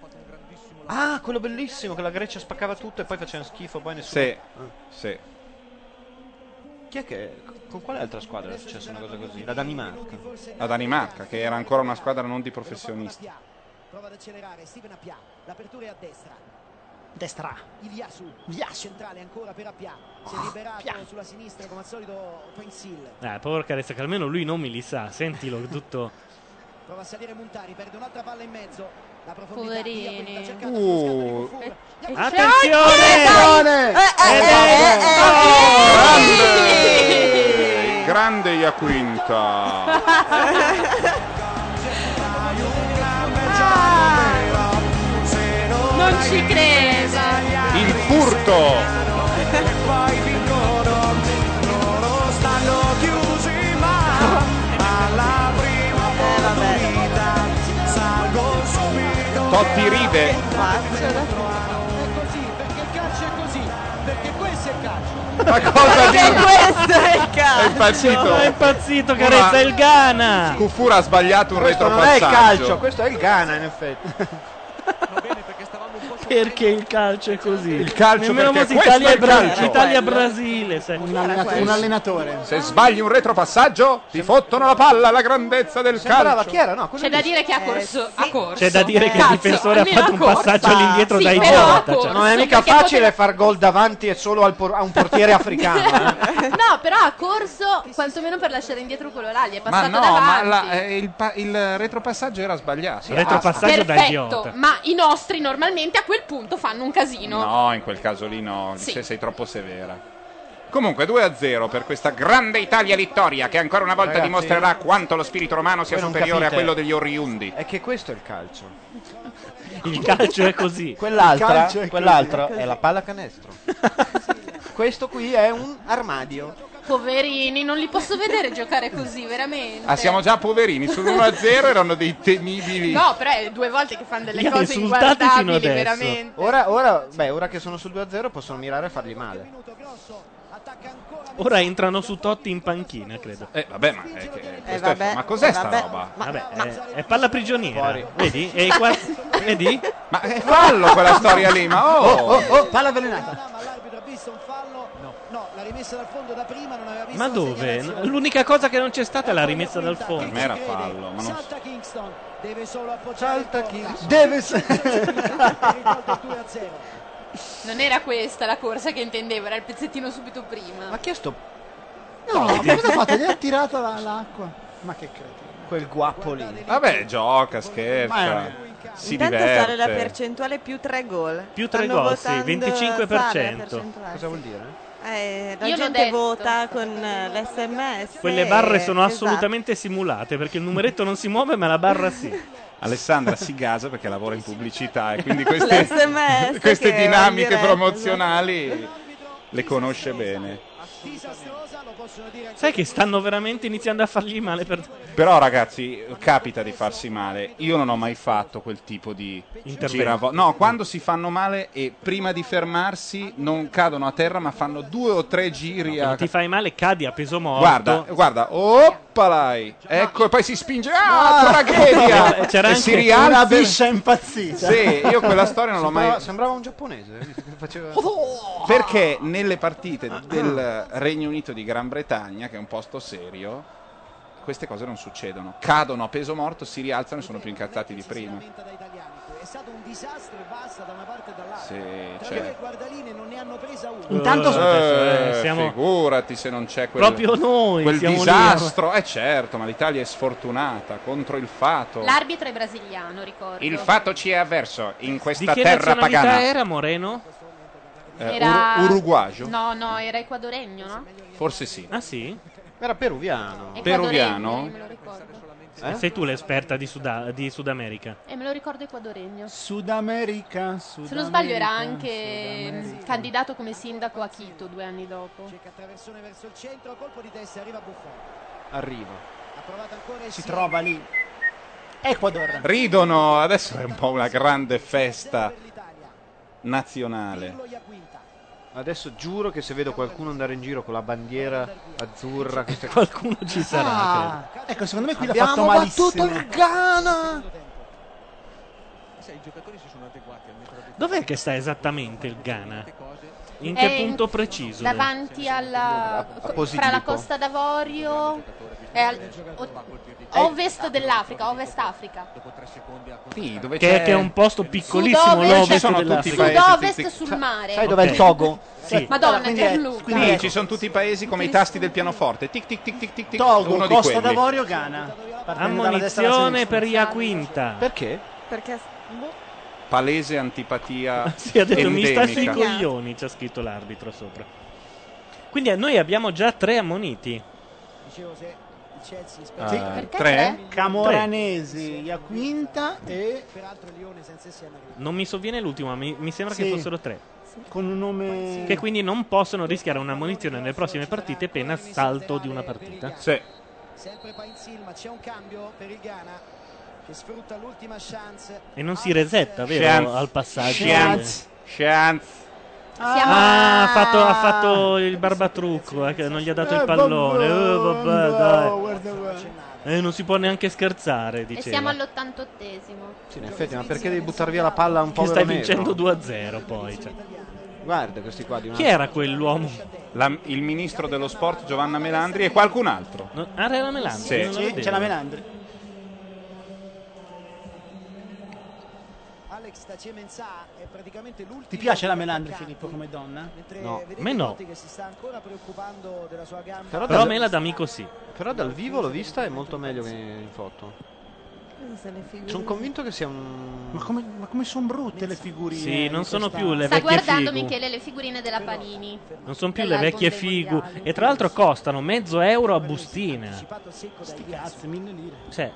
Speaker 8: Ah, quello bellissimo che la Grecia spaccava tutto e poi faceva schifo, poi nessuno.
Speaker 5: Sì,
Speaker 8: Ah.
Speaker 5: sì.
Speaker 8: Chi è che. Con quale altra squadra è successa una cosa così? La Danimarca.
Speaker 5: La Danimarca, che era ancora una squadra non di professionisti.
Speaker 9: Prova ad accelerare. Steven Appia. L'apertura è a destra.
Speaker 4: Destra.
Speaker 9: Iliasu. Centrale ancora per Appia.
Speaker 8: Ah,
Speaker 9: Si è liberato sulla sinistra come al solito Pensil.
Speaker 2: Eh, porca resta che almeno lui non mi li sa, sentilo tutto.
Speaker 9: Prova a salire Montari. Perde un'altra palla in mezzo. La profondità.
Speaker 1: Poverini.
Speaker 2: Uh,
Speaker 5: Attenzione!
Speaker 14: Eh,
Speaker 9: Eh,
Speaker 14: eh,
Speaker 9: eh!
Speaker 1: Grande!
Speaker 5: Grande Iaquinta!
Speaker 1: Non ci credo.
Speaker 5: Il furto!
Speaker 14: Poi vincono, loro stanno chiusi ma alla prima opportunità salgo subito.
Speaker 5: Totti ride.
Speaker 9: È così, perché il calcio è così. Perché questo è il calcio.
Speaker 5: Ma cosa
Speaker 2: Perché
Speaker 5: dici?
Speaker 2: questo
Speaker 5: è impazzito.
Speaker 2: È impazzito, carezza
Speaker 5: Ma-
Speaker 2: il Ghana.
Speaker 5: Kufura ha sbagliato un
Speaker 8: Questo non è il
Speaker 5: retropassaggio.
Speaker 8: calcio, questo è il Ghana in effetti.
Speaker 2: Perché il calcio è così? Il
Speaker 5: calcio
Speaker 2: Nemmeno
Speaker 5: perché
Speaker 2: Mosè,
Speaker 5: questo
Speaker 2: Italia
Speaker 5: è
Speaker 2: e
Speaker 5: il calcio.
Speaker 2: Bra- Italia-Brasile. sai.
Speaker 4: Un allenatore.
Speaker 5: Se sbagli un retropassaggio, ti fottono la palla alla grandezza del
Speaker 4: Sembrava
Speaker 5: calcio.
Speaker 4: chi era?
Speaker 8: No,
Speaker 10: C'è da dire che ha corso. ha corso.
Speaker 2: C'è da dire che il
Speaker 10: Cazzo,
Speaker 2: difensore ha
Speaker 10: almeno
Speaker 2: fatto un
Speaker 10: corso.
Speaker 2: passaggio all'indietro
Speaker 10: Sì,
Speaker 2: dai
Speaker 10: però ha
Speaker 2: Morata.
Speaker 10: corso,
Speaker 2: cioè.
Speaker 8: Non è mica
Speaker 10: perché
Speaker 8: facile far gol davanti e solo al por- a un portiere africano. eh.
Speaker 10: No, però ha corso quantomeno per lasciare indietro quello là. Gli è
Speaker 5: Ma
Speaker 10: passato
Speaker 5: no, ma
Speaker 10: davanti.
Speaker 5: la- eh, il, pa- il retropassaggio era sbagliato.
Speaker 2: Il retropassaggio da
Speaker 10: Perfetto, ma i nostri normalmente a quel punto fanno un casino.
Speaker 5: No, in quel caso lì no,
Speaker 10: Sì.
Speaker 5: se sei troppo severa. Comunque 2-0 per questa grande Italia vittoria che ancora una volta
Speaker 8: Ragazzi,
Speaker 5: dimostrerà quanto lo spirito romano sia
Speaker 8: voi non
Speaker 5: superiore a
Speaker 8: capite.
Speaker 5: quello degli oriundi.
Speaker 8: È che questo è il calcio.
Speaker 2: Il calcio è così.
Speaker 5: Il
Speaker 8: Quell'altra,
Speaker 5: calcio è così.
Speaker 8: quell'altra è la pallacanestro. questo qui è un armadio.
Speaker 10: Poverini, non li posso vedere giocare così, veramente.
Speaker 5: Ah, siamo già poverini, sull'1-0 erano dei temibili.
Speaker 10: No, però è due volte che fanno delle
Speaker 5: Li ha
Speaker 10: cose
Speaker 5: insultati fino
Speaker 10: inguardabili,
Speaker 5: adesso.
Speaker 10: veramente.
Speaker 8: Ora, ora, beh, ora che sono sul 2-0 possono mirare a fargli male.
Speaker 2: Ora entrano su Totti in panchina, credo.
Speaker 5: Eh, vabbè, ma, è che- questo è-
Speaker 2: vabbè,
Speaker 5: ma cos'è
Speaker 2: eh,
Speaker 5: sta
Speaker 2: vabbè,
Speaker 5: roba?
Speaker 2: ma- Vabbè, è, è palla prigioniera.
Speaker 5: Fuori.
Speaker 2: Vedi? E i qua- Vedi?
Speaker 5: Ma è fallo quella storia lì, ma oh!
Speaker 4: palla avvelenata.
Speaker 9: L'arbitro ha visto un fallo. No, la rimessa dal fondo da prima non aveva visto.
Speaker 2: Ma
Speaker 9: la
Speaker 2: dove?
Speaker 9: segnalazione.
Speaker 2: L'unica cosa che non c'è stata è la rimessa dal fondo.
Speaker 5: Per me era fallo, ma non-
Speaker 9: Salta Kingston, deve solo appoggiare. Salta Kingston.
Speaker 2: Deve
Speaker 10: Non era questa la corsa che intendevo, era il pezzettino subito prima. Ma
Speaker 8: chi è sto
Speaker 9: No, ma cosa ha fatto? Gli ha tirata la- l'acqua. Ma che credo.
Speaker 8: Quel guappo lì.
Speaker 5: Vabbè, gioca, scherza. Si
Speaker 14: Intanto sale la
Speaker 5: diverte.
Speaker 14: percentuale più 3 gol.
Speaker 5: Più tre
Speaker 14: Stanno
Speaker 5: gol, sì,
Speaker 14: votando-
Speaker 5: 25%.
Speaker 14: sale la percentuale,
Speaker 8: Cosa
Speaker 14: sì.
Speaker 8: vuol dire?
Speaker 14: Eh, la
Speaker 10: Io l'ho
Speaker 14: gente
Speaker 10: detto.
Speaker 14: vota con eh, l'SMS.
Speaker 2: Quelle barre sono
Speaker 14: Esatto.
Speaker 2: assolutamente simulate perché il numeretto non si muove, ma la barra sì.
Speaker 5: Alessandra si gasa perché lavora in pubblicità e quindi
Speaker 14: L'SMS
Speaker 5: queste, queste
Speaker 14: che è in
Speaker 5: dinamiche
Speaker 14: diretta,
Speaker 5: promozionali le conosce bene.
Speaker 2: Sai che stanno veramente iniziando a fargli male per
Speaker 5: Però ragazzi, capita di farsi male. Io non ho mai fatto quel tipo di
Speaker 2: Intervento.
Speaker 5: giravo- No, quando si fanno male e prima di fermarsi non cadono a terra, ma fanno due o tre giri a
Speaker 2: ti fai male, cadi a peso morto.
Speaker 5: Guarda, guarda, oppalai. Ecco, e poi si spinge. Ah,
Speaker 2: No.
Speaker 5: tragedia!
Speaker 2: C'era
Speaker 5: e
Speaker 2: anche
Speaker 5: si rialza.
Speaker 2: una
Speaker 4: biscia impazzita.
Speaker 5: Sì, io quella storia non l'ho
Speaker 8: Sembrava-
Speaker 5: mai Oh,
Speaker 8: Sembrava un giapponese. hai visto che faceva-
Speaker 5: perché nelle partite del Regno Unito di Gran Bretagna, che è un posto serio, queste cose non succedono. Cadono a peso morto, si rialzano e sono più incazzati di prima.
Speaker 9: È stato un disastro e basta da una parte e dall'altra.
Speaker 5: Sì,
Speaker 9: Tra
Speaker 5: cioè.
Speaker 9: due guardaline non ne hanno presa una.
Speaker 5: Eh,
Speaker 2: eh, siamo-
Speaker 5: figurati se non c'è quel,
Speaker 2: Proprio noi
Speaker 5: quel
Speaker 2: siamo lì a-
Speaker 5: disastro. Eh certo, ma l'Italia è sfortunata contro il fato.
Speaker 10: L'arbitro è brasiliano, ricordo.
Speaker 5: Il fatto ci è avverso in
Speaker 2: Di
Speaker 5: questa
Speaker 2: che
Speaker 5: terra
Speaker 2: nazionalità
Speaker 5: pagana.
Speaker 2: era Moreno?
Speaker 5: Eh,
Speaker 10: Era-
Speaker 5: ur- uruguagio?
Speaker 10: No, no, era equadoregno, no?
Speaker 5: Forse sì.
Speaker 2: Ah sì?
Speaker 8: Era peruviano.
Speaker 5: Peruviano?
Speaker 10: Me lo ricordo.
Speaker 2: Eh, Sei tu l'esperta di, Suda- di Sud America.
Speaker 10: E me lo ricordo equadoregno.
Speaker 4: Sud America, Sud
Speaker 10: Se non sbaglio era
Speaker 4: America,
Speaker 10: anche
Speaker 4: Sud America.
Speaker 10: mh, candidato come sindaco a Quito due anni dopo.
Speaker 9: Attraversione verso il centro, colpo di testa, arriva Buffon.
Speaker 8: Arriva.
Speaker 9: Ha provato ancora e
Speaker 4: Si trova lì. Ecuador.
Speaker 5: Ridono, adesso è un po' una grande festa nazionale.
Speaker 8: Adesso giuro che se vedo qualcuno andare in giro con la bandiera azzurra, queste-
Speaker 2: qualcuno ci
Speaker 4: Ah, ecco, secondo me qui l'ha
Speaker 8: Abbiamo
Speaker 4: fatto malissimo.
Speaker 8: battuto il Ghana!
Speaker 11: Sai, i giocatori si sono adeguati al metro di
Speaker 2: Dov'è che sta esattamente il Ghana? In che
Speaker 10: È in-
Speaker 2: punto preciso? del-
Speaker 10: Davanti alla. co-
Speaker 2: Posillipo.
Speaker 10: fra la costa d'Avorio. È al o- ovest dell'Africa, ovest Africa.
Speaker 5: Sì, dove
Speaker 2: che,
Speaker 5: c'è-
Speaker 2: che è un posto piccolissimo,
Speaker 5: Sud-ovest-
Speaker 2: l'ovest
Speaker 5: Ci sono tutti i
Speaker 2: dell'Africa.
Speaker 5: paesi
Speaker 10: Sud-ovest sul mare.
Speaker 5: Sai dov'è il Togo?
Speaker 2: Sì.
Speaker 10: Madonna,
Speaker 9: Quindi è-
Speaker 10: Gianluca.
Speaker 5: Quindi
Speaker 8: Ecco.
Speaker 5: ci sono tutti i paesi come i tasti del pianoforte. Tic tic tic tic tic. tic
Speaker 4: Togo,
Speaker 5: uno di
Speaker 4: Costa
Speaker 5: quelli.
Speaker 4: d'Avorio, Ghana. Partendo dalla destra alla
Speaker 2: Ammonizione
Speaker 4: sinistra.
Speaker 2: per Iaquinta.
Speaker 8: Perché?
Speaker 14: Perché
Speaker 5: Palese antipatia.
Speaker 2: Sì, ha detto mi sta sui
Speaker 5: endemica.
Speaker 2: coglioni, c'ha scritto l'arbitro sopra. Quindi eh, noi abbiamo già tre ammoniti.
Speaker 9: Dicevo se il Chelsea
Speaker 2: Ah,
Speaker 9: spera.
Speaker 2: Sì. perché tre? tre?
Speaker 4: Camoranesi, Iaquinta e
Speaker 9: Peraltro il Lione senza Siena che
Speaker 2: Non mi sovviene l'ultima, mi, mi sembra che
Speaker 4: Sì.
Speaker 2: fossero tre.
Speaker 4: con un nome
Speaker 2: Che quindi non possono rischiare una munizione nelle prossime partite pena salto di una partita.
Speaker 5: Sì.
Speaker 9: Sempre Painsil, ma c'è un cambio per il Ghana che sfrutta l'ultima chance.
Speaker 2: E non si resetta, vero?
Speaker 5: Chance.
Speaker 2: Al passaggio.
Speaker 5: Chance. Chance.
Speaker 10: Siamo
Speaker 2: Ah, ha fatto, ha fatto il barbatrucco, eh, che non gli ha dato il
Speaker 10: Eh,
Speaker 2: pallone.
Speaker 10: vabbè,
Speaker 2: Eh, vabbè,
Speaker 10: no,
Speaker 2: dai. Eh, non si può neanche scherzare,
Speaker 10: e
Speaker 2: diceva.
Speaker 10: siamo all'88esimo.
Speaker 8: Sì, in effetti, ma perché devi buttare via la palla a un po'
Speaker 2: Che stai vincendo 2-0 poi. cioè.
Speaker 8: Guarda questi qua di una...
Speaker 2: Chi era quell'uomo?
Speaker 5: il ministro dello sport Giovanna Melandri e qualcun altro.
Speaker 2: ah, era la Melandri,
Speaker 5: Sì.
Speaker 2: non la vedevo.
Speaker 5: c'è la
Speaker 4: Melandri.
Speaker 9: Alex Tacemensa è praticamente l'ultimo.
Speaker 4: Ti piace la Melandri, Filippo, come donna?
Speaker 8: No.
Speaker 9: Vedete
Speaker 2: A me no.
Speaker 9: Totti che si sta ancora preoccupando della sua gamba.
Speaker 8: Però
Speaker 2: Però
Speaker 8: dal-
Speaker 2: me la d'amico sì.
Speaker 8: Però dal vivo l'ho vista, è molto meglio che in foto. Sono convinto che sia un.
Speaker 18: Ma come, ma come sono brutte le figurine?
Speaker 2: Sì, non
Speaker 18: di quest'anno.
Speaker 2: sono più le
Speaker 10: Sta
Speaker 2: vecchie
Speaker 10: guardando
Speaker 2: figu.
Speaker 10: Michele le figurine della Panini.
Speaker 2: Non sono più le
Speaker 10: Dell'album
Speaker 2: vecchie
Speaker 10: dei
Speaker 2: figu.
Speaker 10: mondiali.
Speaker 2: E tra l'altro costano mezzo euro a bustina.
Speaker 9: Sti cazzi,
Speaker 4: mille lire.
Speaker 2: Cioè,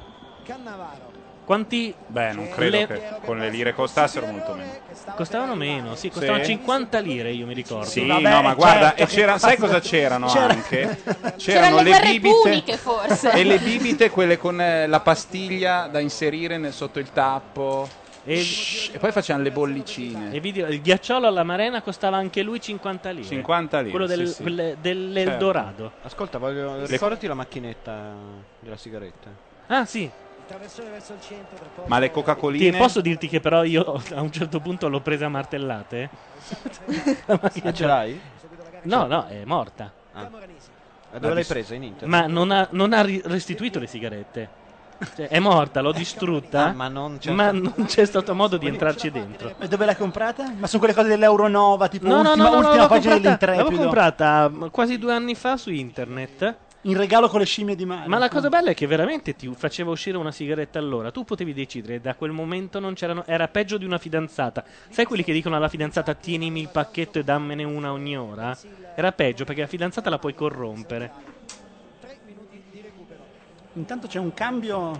Speaker 9: Cannavaro
Speaker 2: quanti.
Speaker 5: Beh, non credo
Speaker 2: le-
Speaker 5: che con le lire costassero molto meno.
Speaker 2: Costavano meno, sì, costavano
Speaker 5: Sì.
Speaker 2: 50 lire, io mi ricordo.
Speaker 5: Sì, no,
Speaker 8: certo.
Speaker 5: ma guarda, e c'era, sai cosa c'erano
Speaker 2: C'era-
Speaker 5: anche? C'erano,
Speaker 10: certo. C'erano le
Speaker 5: le
Speaker 10: guerre
Speaker 5: bibite
Speaker 10: puniche, forse.
Speaker 5: e le bibite, quelle con eh, la pastiglia da inserire nel- sotto il tappo.
Speaker 2: E,
Speaker 5: e poi facevano le bollicine.
Speaker 2: E vi dico, il ghiacciolo alla Marena costava anche lui 50 lire.
Speaker 5: 50 lire,
Speaker 2: Quello del,
Speaker 5: sì, sì.
Speaker 2: quelle- dell'Eldorado.
Speaker 8: Cioè, Ascolta, voglio...
Speaker 2: Le-
Speaker 8: ricordati la macchinetta eh, della sigaretta.
Speaker 2: Ah, sì.
Speaker 9: traversone verso il centro per poco.
Speaker 5: Certo. Ma le Coca-Coline?
Speaker 2: Ti- posso dirti che però io a un certo punto l'ho presa a martellate? La macchina-
Speaker 8: Ah, ce l'hai?
Speaker 2: No, no, è morta.
Speaker 8: Ah. E dove
Speaker 2: Ma
Speaker 8: l'hai
Speaker 2: dis-
Speaker 8: presa? In internet?
Speaker 2: Ma non ha, non ha ri- restituito le sigarette. Cioè, è morta, l'ho distrutta.
Speaker 8: Ah, ma non c'è-
Speaker 2: ma non c'è stato modo di entrarci dentro.
Speaker 4: E dove l'hai comprata? Ma sono quelle cose dell'Euronova, tipo
Speaker 2: No, no,
Speaker 4: ultima,
Speaker 2: no, no, no,
Speaker 4: ultima
Speaker 2: l'ho
Speaker 4: pagina
Speaker 2: comprata,
Speaker 4: dell'intrepido.
Speaker 2: l'avevo comprata mm, quasi due anni fa su internet.
Speaker 4: In regalo con le scimmie di mare.
Speaker 2: Ma la cosa bella è che veramente ti faceva uscire una sigaretta all'ora. Tu potevi decidere, da quel momento non c'erano. Era peggio di una fidanzata. Sai quelli che dicono alla fidanzata tienimi il pacchetto e dammene una ogni ora? Era peggio perché la fidanzata la puoi corrompere.
Speaker 4: Intanto c'è un cambio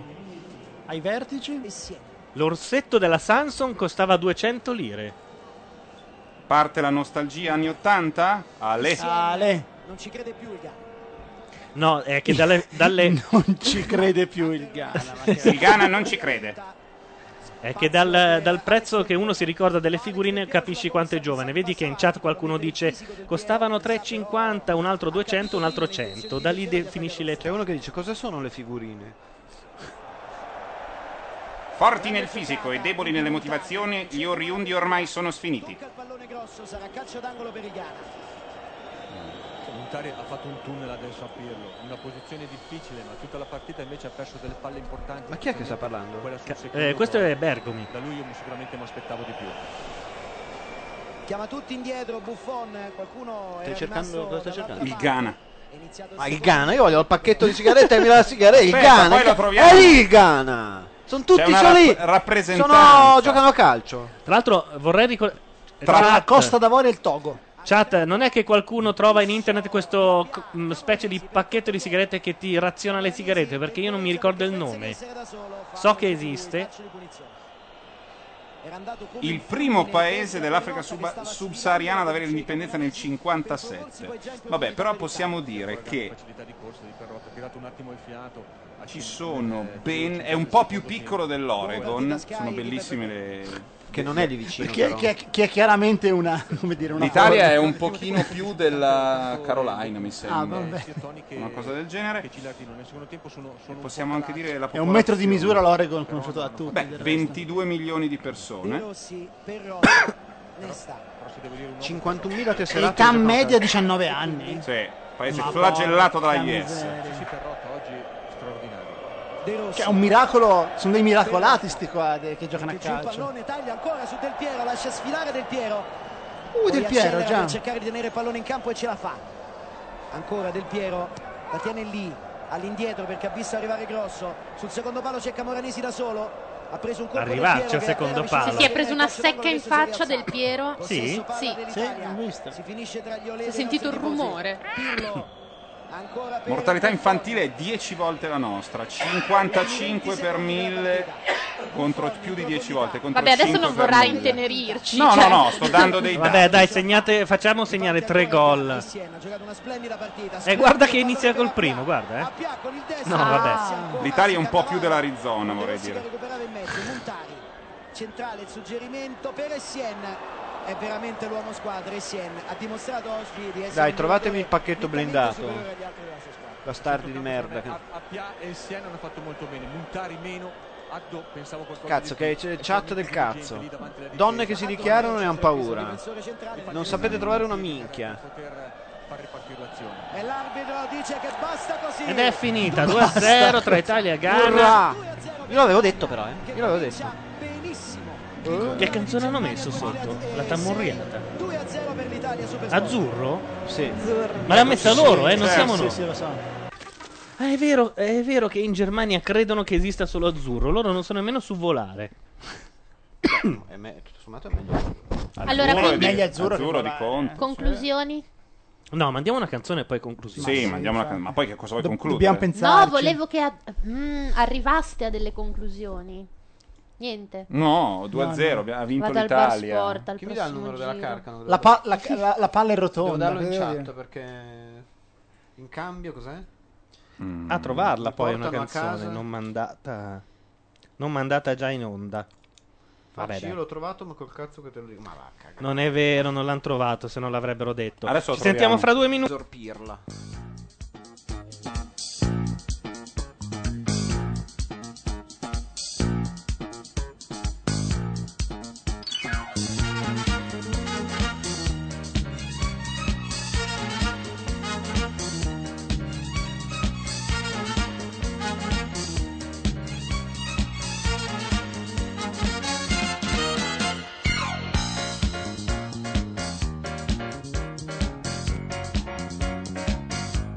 Speaker 4: ai vertici.
Speaker 10: Eh
Speaker 2: L'orsetto della Samsung costava 200 lire.
Speaker 5: Parte la nostalgia anni 80? Ale.
Speaker 4: Ale.
Speaker 9: Non ci crede più il Ghana.
Speaker 2: No, è che dalle. dalle-
Speaker 4: Non ci crede più il Ghana. ma che-
Speaker 5: Il Ghana non ci crede.
Speaker 2: È che dal, dal prezzo che uno si ricorda delle figurine capisci quanto è giovane. Vedi che in chat qualcuno dice costavano 3,50, un altro 200, un altro 100. Da lì definisci le...
Speaker 8: C'è uno che dice cosa sono le figurine?
Speaker 5: Forti nel fisico e deboli nelle motivazioni, gli oriundi ormai sono sfiniti.
Speaker 9: Pallone grosso, sarà calcio d'angolo per il Ghana.
Speaker 11: Cioè, Montari ha fatto un tunnel adesso a Pirlo, una posizione difficile, ma tutta la partita invece ha perso delle palle importanti.
Speaker 8: Ma chi è che sta parlando?
Speaker 11: Quella sul
Speaker 8: Ca-
Speaker 11: secondo
Speaker 2: eh, questo
Speaker 11: gol.
Speaker 2: è Bergomi.
Speaker 11: Da lui io mi- sicuramente mi aspettavo di più.
Speaker 9: Chiama tutti indietro, Buffon, qualcuno
Speaker 8: Stai cercando- cosa stai cercando?
Speaker 5: Il Ghana.
Speaker 8: Ma il Ghana, io voglio il pacchetto di sigarette e mi la sigaretta. Il
Speaker 5: Aspetta,
Speaker 8: Ghana,
Speaker 5: poi
Speaker 8: il
Speaker 5: lo
Speaker 8: Ga-
Speaker 5: troviamo.
Speaker 8: è lì il Ghana. Sono tutti
Speaker 5: una
Speaker 8: sono lì.
Speaker 5: rapp- rappresentanza.
Speaker 8: Sono giocano a calcio.
Speaker 2: Tra l'altro vorrei ricordare...
Speaker 4: Tra la
Speaker 2: Esatto.
Speaker 4: Costa d'Avorio e il Togo.
Speaker 2: Chat, non è che qualcuno trova in internet questo c- mh, specie di pacchetto di sigarette che ti raziona le sigarette? Perché io non mi ricordo il nome. So che esiste.
Speaker 5: Il primo paese dell'Africa sub- subsahariana ad avere l'indipendenza nel 57. Vabbè, però possiamo dire che
Speaker 11: Facilità di corsa di Perrotta, ha tirato un attimo il fiato. ha cinque-
Speaker 5: ci sono
Speaker 11: eh,
Speaker 5: ben... è un po' più piccolo dell'Oregon, sono bellissime le...
Speaker 8: Che non è lì vicino
Speaker 4: Che, che- che è chiaramente una. Come dire, una
Speaker 5: L'Italia è un pochino più della Carolina, mi
Speaker 4: Ah,
Speaker 5: sembra.
Speaker 10: Eh,
Speaker 4: vabbè.
Speaker 5: Una cosa del genere. E possiamo anche dire la
Speaker 4: È un metro di
Speaker 5: popolazione.
Speaker 4: misura l'Oregon conosciuto da tutti.
Speaker 5: Beh,
Speaker 4: del resto.
Speaker 5: 22 milioni di
Speaker 9: De
Speaker 5: persone.
Speaker 9: Rossi, Perro, Nesta.
Speaker 8: 51.000 tesserate.
Speaker 4: Età media 19 anni.
Speaker 5: Sì, paese
Speaker 4: Ma
Speaker 5: flagellato
Speaker 4: porca
Speaker 5: dalla IS.
Speaker 8: eh.
Speaker 4: miseria.
Speaker 11: Sì, Perrotta oggi straordinario.
Speaker 4: Cioè, è un miracolo. Sono dei miracolati sti qua de- che giocano a
Speaker 9: Il
Speaker 4: calcio.
Speaker 9: pallone taglia ancora su Del Piero, lascia sfilare Del Piero.
Speaker 4: Uh, Del
Speaker 9: Poi
Speaker 4: Piero,
Speaker 9: accelera
Speaker 4: già.
Speaker 9: Per cercare di tenere il pallone in campo e ce la fa. Ancora Del Piero, la tiene lì, all'indietro perché ha visto arrivare Grosso. Sul secondo palo c'è Camoranesi da solo. Ha preso un colpo Del
Speaker 2: Arrivarci
Speaker 9: Piero
Speaker 2: al
Speaker 9: che
Speaker 2: secondo
Speaker 9: era vicino
Speaker 2: palo.
Speaker 9: al
Speaker 10: Si è preso
Speaker 9: portiere,
Speaker 10: una
Speaker 9: calcio d'angolo
Speaker 10: secca in
Speaker 9: che si è
Speaker 10: faccia del
Speaker 9: rialzato.
Speaker 10: Piero.
Speaker 2: Sì?
Speaker 9: Sì,
Speaker 4: Si
Speaker 9: finisce tra gli
Speaker 10: Si
Speaker 9: oleri
Speaker 10: è sentito il rumore.
Speaker 9: Ancora per
Speaker 5: Mortalità infantile è 10 volte la nostra, 55 per 1000 contro più di 10 volte. contro
Speaker 10: Vabbè, adesso
Speaker 5: 5
Speaker 10: non
Speaker 5: per
Speaker 10: vorrà
Speaker 5: 1000.
Speaker 10: intenerirci.
Speaker 5: No,
Speaker 10: cioè.
Speaker 5: no, no, sto dando dei dati.
Speaker 2: Vabbè, dai, segnate, facciamo segnare tre gol. E guarda che inizia col primo, guarda, eh. No,
Speaker 10: Ah.
Speaker 2: vabbè.
Speaker 5: L'Italia è un po' più dell'Arizona, vorrei
Speaker 9: Rossi che
Speaker 5: dire.
Speaker 9: recuperava in mezzo, Montari. Centrale il suggerimento per Essien. è veramente l'uomo squadra e Sien ha dimostrato oggi di essere
Speaker 8: Dai,
Speaker 9: un
Speaker 8: trovatemi il
Speaker 9: giocatore
Speaker 8: pacchetto
Speaker 9: nettamente
Speaker 8: blindato.
Speaker 9: superiore agli altri della sua squadra.
Speaker 8: Bastardi di merda. che-
Speaker 11: Appia e Siena hanno fatto molto bene, Montari meno, Addo pensavo qualcosa di
Speaker 8: Cazzo,
Speaker 11: più.
Speaker 8: che c'è chat del cazzo.
Speaker 11: lì davanti alla
Speaker 8: Donne che si dichiarano e hanno paura.
Speaker 11: Infatti
Speaker 8: Non sapete trovare una
Speaker 11: per
Speaker 8: minchia.
Speaker 11: poter far ripartire l'azione.
Speaker 9: E l'arbitro dice che basta così.
Speaker 2: Ed è finita 2-0 tra Italia e Ghana.
Speaker 8: Io l'avevo detto però, eh. Io l'avevo detto. Oh.
Speaker 2: Che canzone hanno messo sotto? La tamburriata.
Speaker 9: 2-0 per l'Italia Super
Speaker 2: Azzurro?
Speaker 8: Sì.
Speaker 2: Ma l'ha messa loro, eh, non siamo noi.
Speaker 4: Sì, sì, lo so.
Speaker 2: Ah, è vero, è vero che in Germania credono che esista solo azzurro. Loro non sono nemmeno su volare.
Speaker 8: È Eh, me- tutto sommato è meglio.
Speaker 10: Allora,
Speaker 2: Azzurro
Speaker 10: quindi-
Speaker 2: di- Meglio azzurro che
Speaker 5: azzurro di
Speaker 2: volare,
Speaker 5: Conte.
Speaker 10: cioè. Conclusioni?
Speaker 2: No, mandiamo una canzone e poi conclusiamo.
Speaker 5: Sì, mandiamo una can- ma poi che cosa vuoi concludere?
Speaker 2: dobbiamo
Speaker 10: No, volevo che a- mm, arrivaste a delle conclusioni. Niente.
Speaker 5: No, 2-0,
Speaker 4: No,
Speaker 5: ha vinto
Speaker 10: Vado al bar
Speaker 5: l'Italia.
Speaker 10: sport, al Chi mi dà il prossimo numero della giro. carca? Non
Speaker 4: La, pa- la- la- la palla è
Speaker 19: Devo
Speaker 4: rotonda.
Speaker 19: darlo in
Speaker 4: cosa devo
Speaker 19: chat
Speaker 4: dire?
Speaker 19: perché in cambio cos'è?
Speaker 5: Mm.
Speaker 2: A trovarla
Speaker 19: Mi
Speaker 2: poi una
Speaker 19: portano a casa.
Speaker 2: canzone non mandata. Non mandata già in onda. Vabbè,
Speaker 19: Facci, io
Speaker 2: dai.
Speaker 19: l'ho trovato ma col cazzo che te lo dico. Ma va, cagare.
Speaker 2: Non è vero, non l'hanno trovato, se non l'avrebbero detto.
Speaker 5: Adesso lo
Speaker 2: Ci sentiamo
Speaker 5: troviamo.
Speaker 2: fra due minuti.
Speaker 19: Zorpirla.
Speaker 14: Thank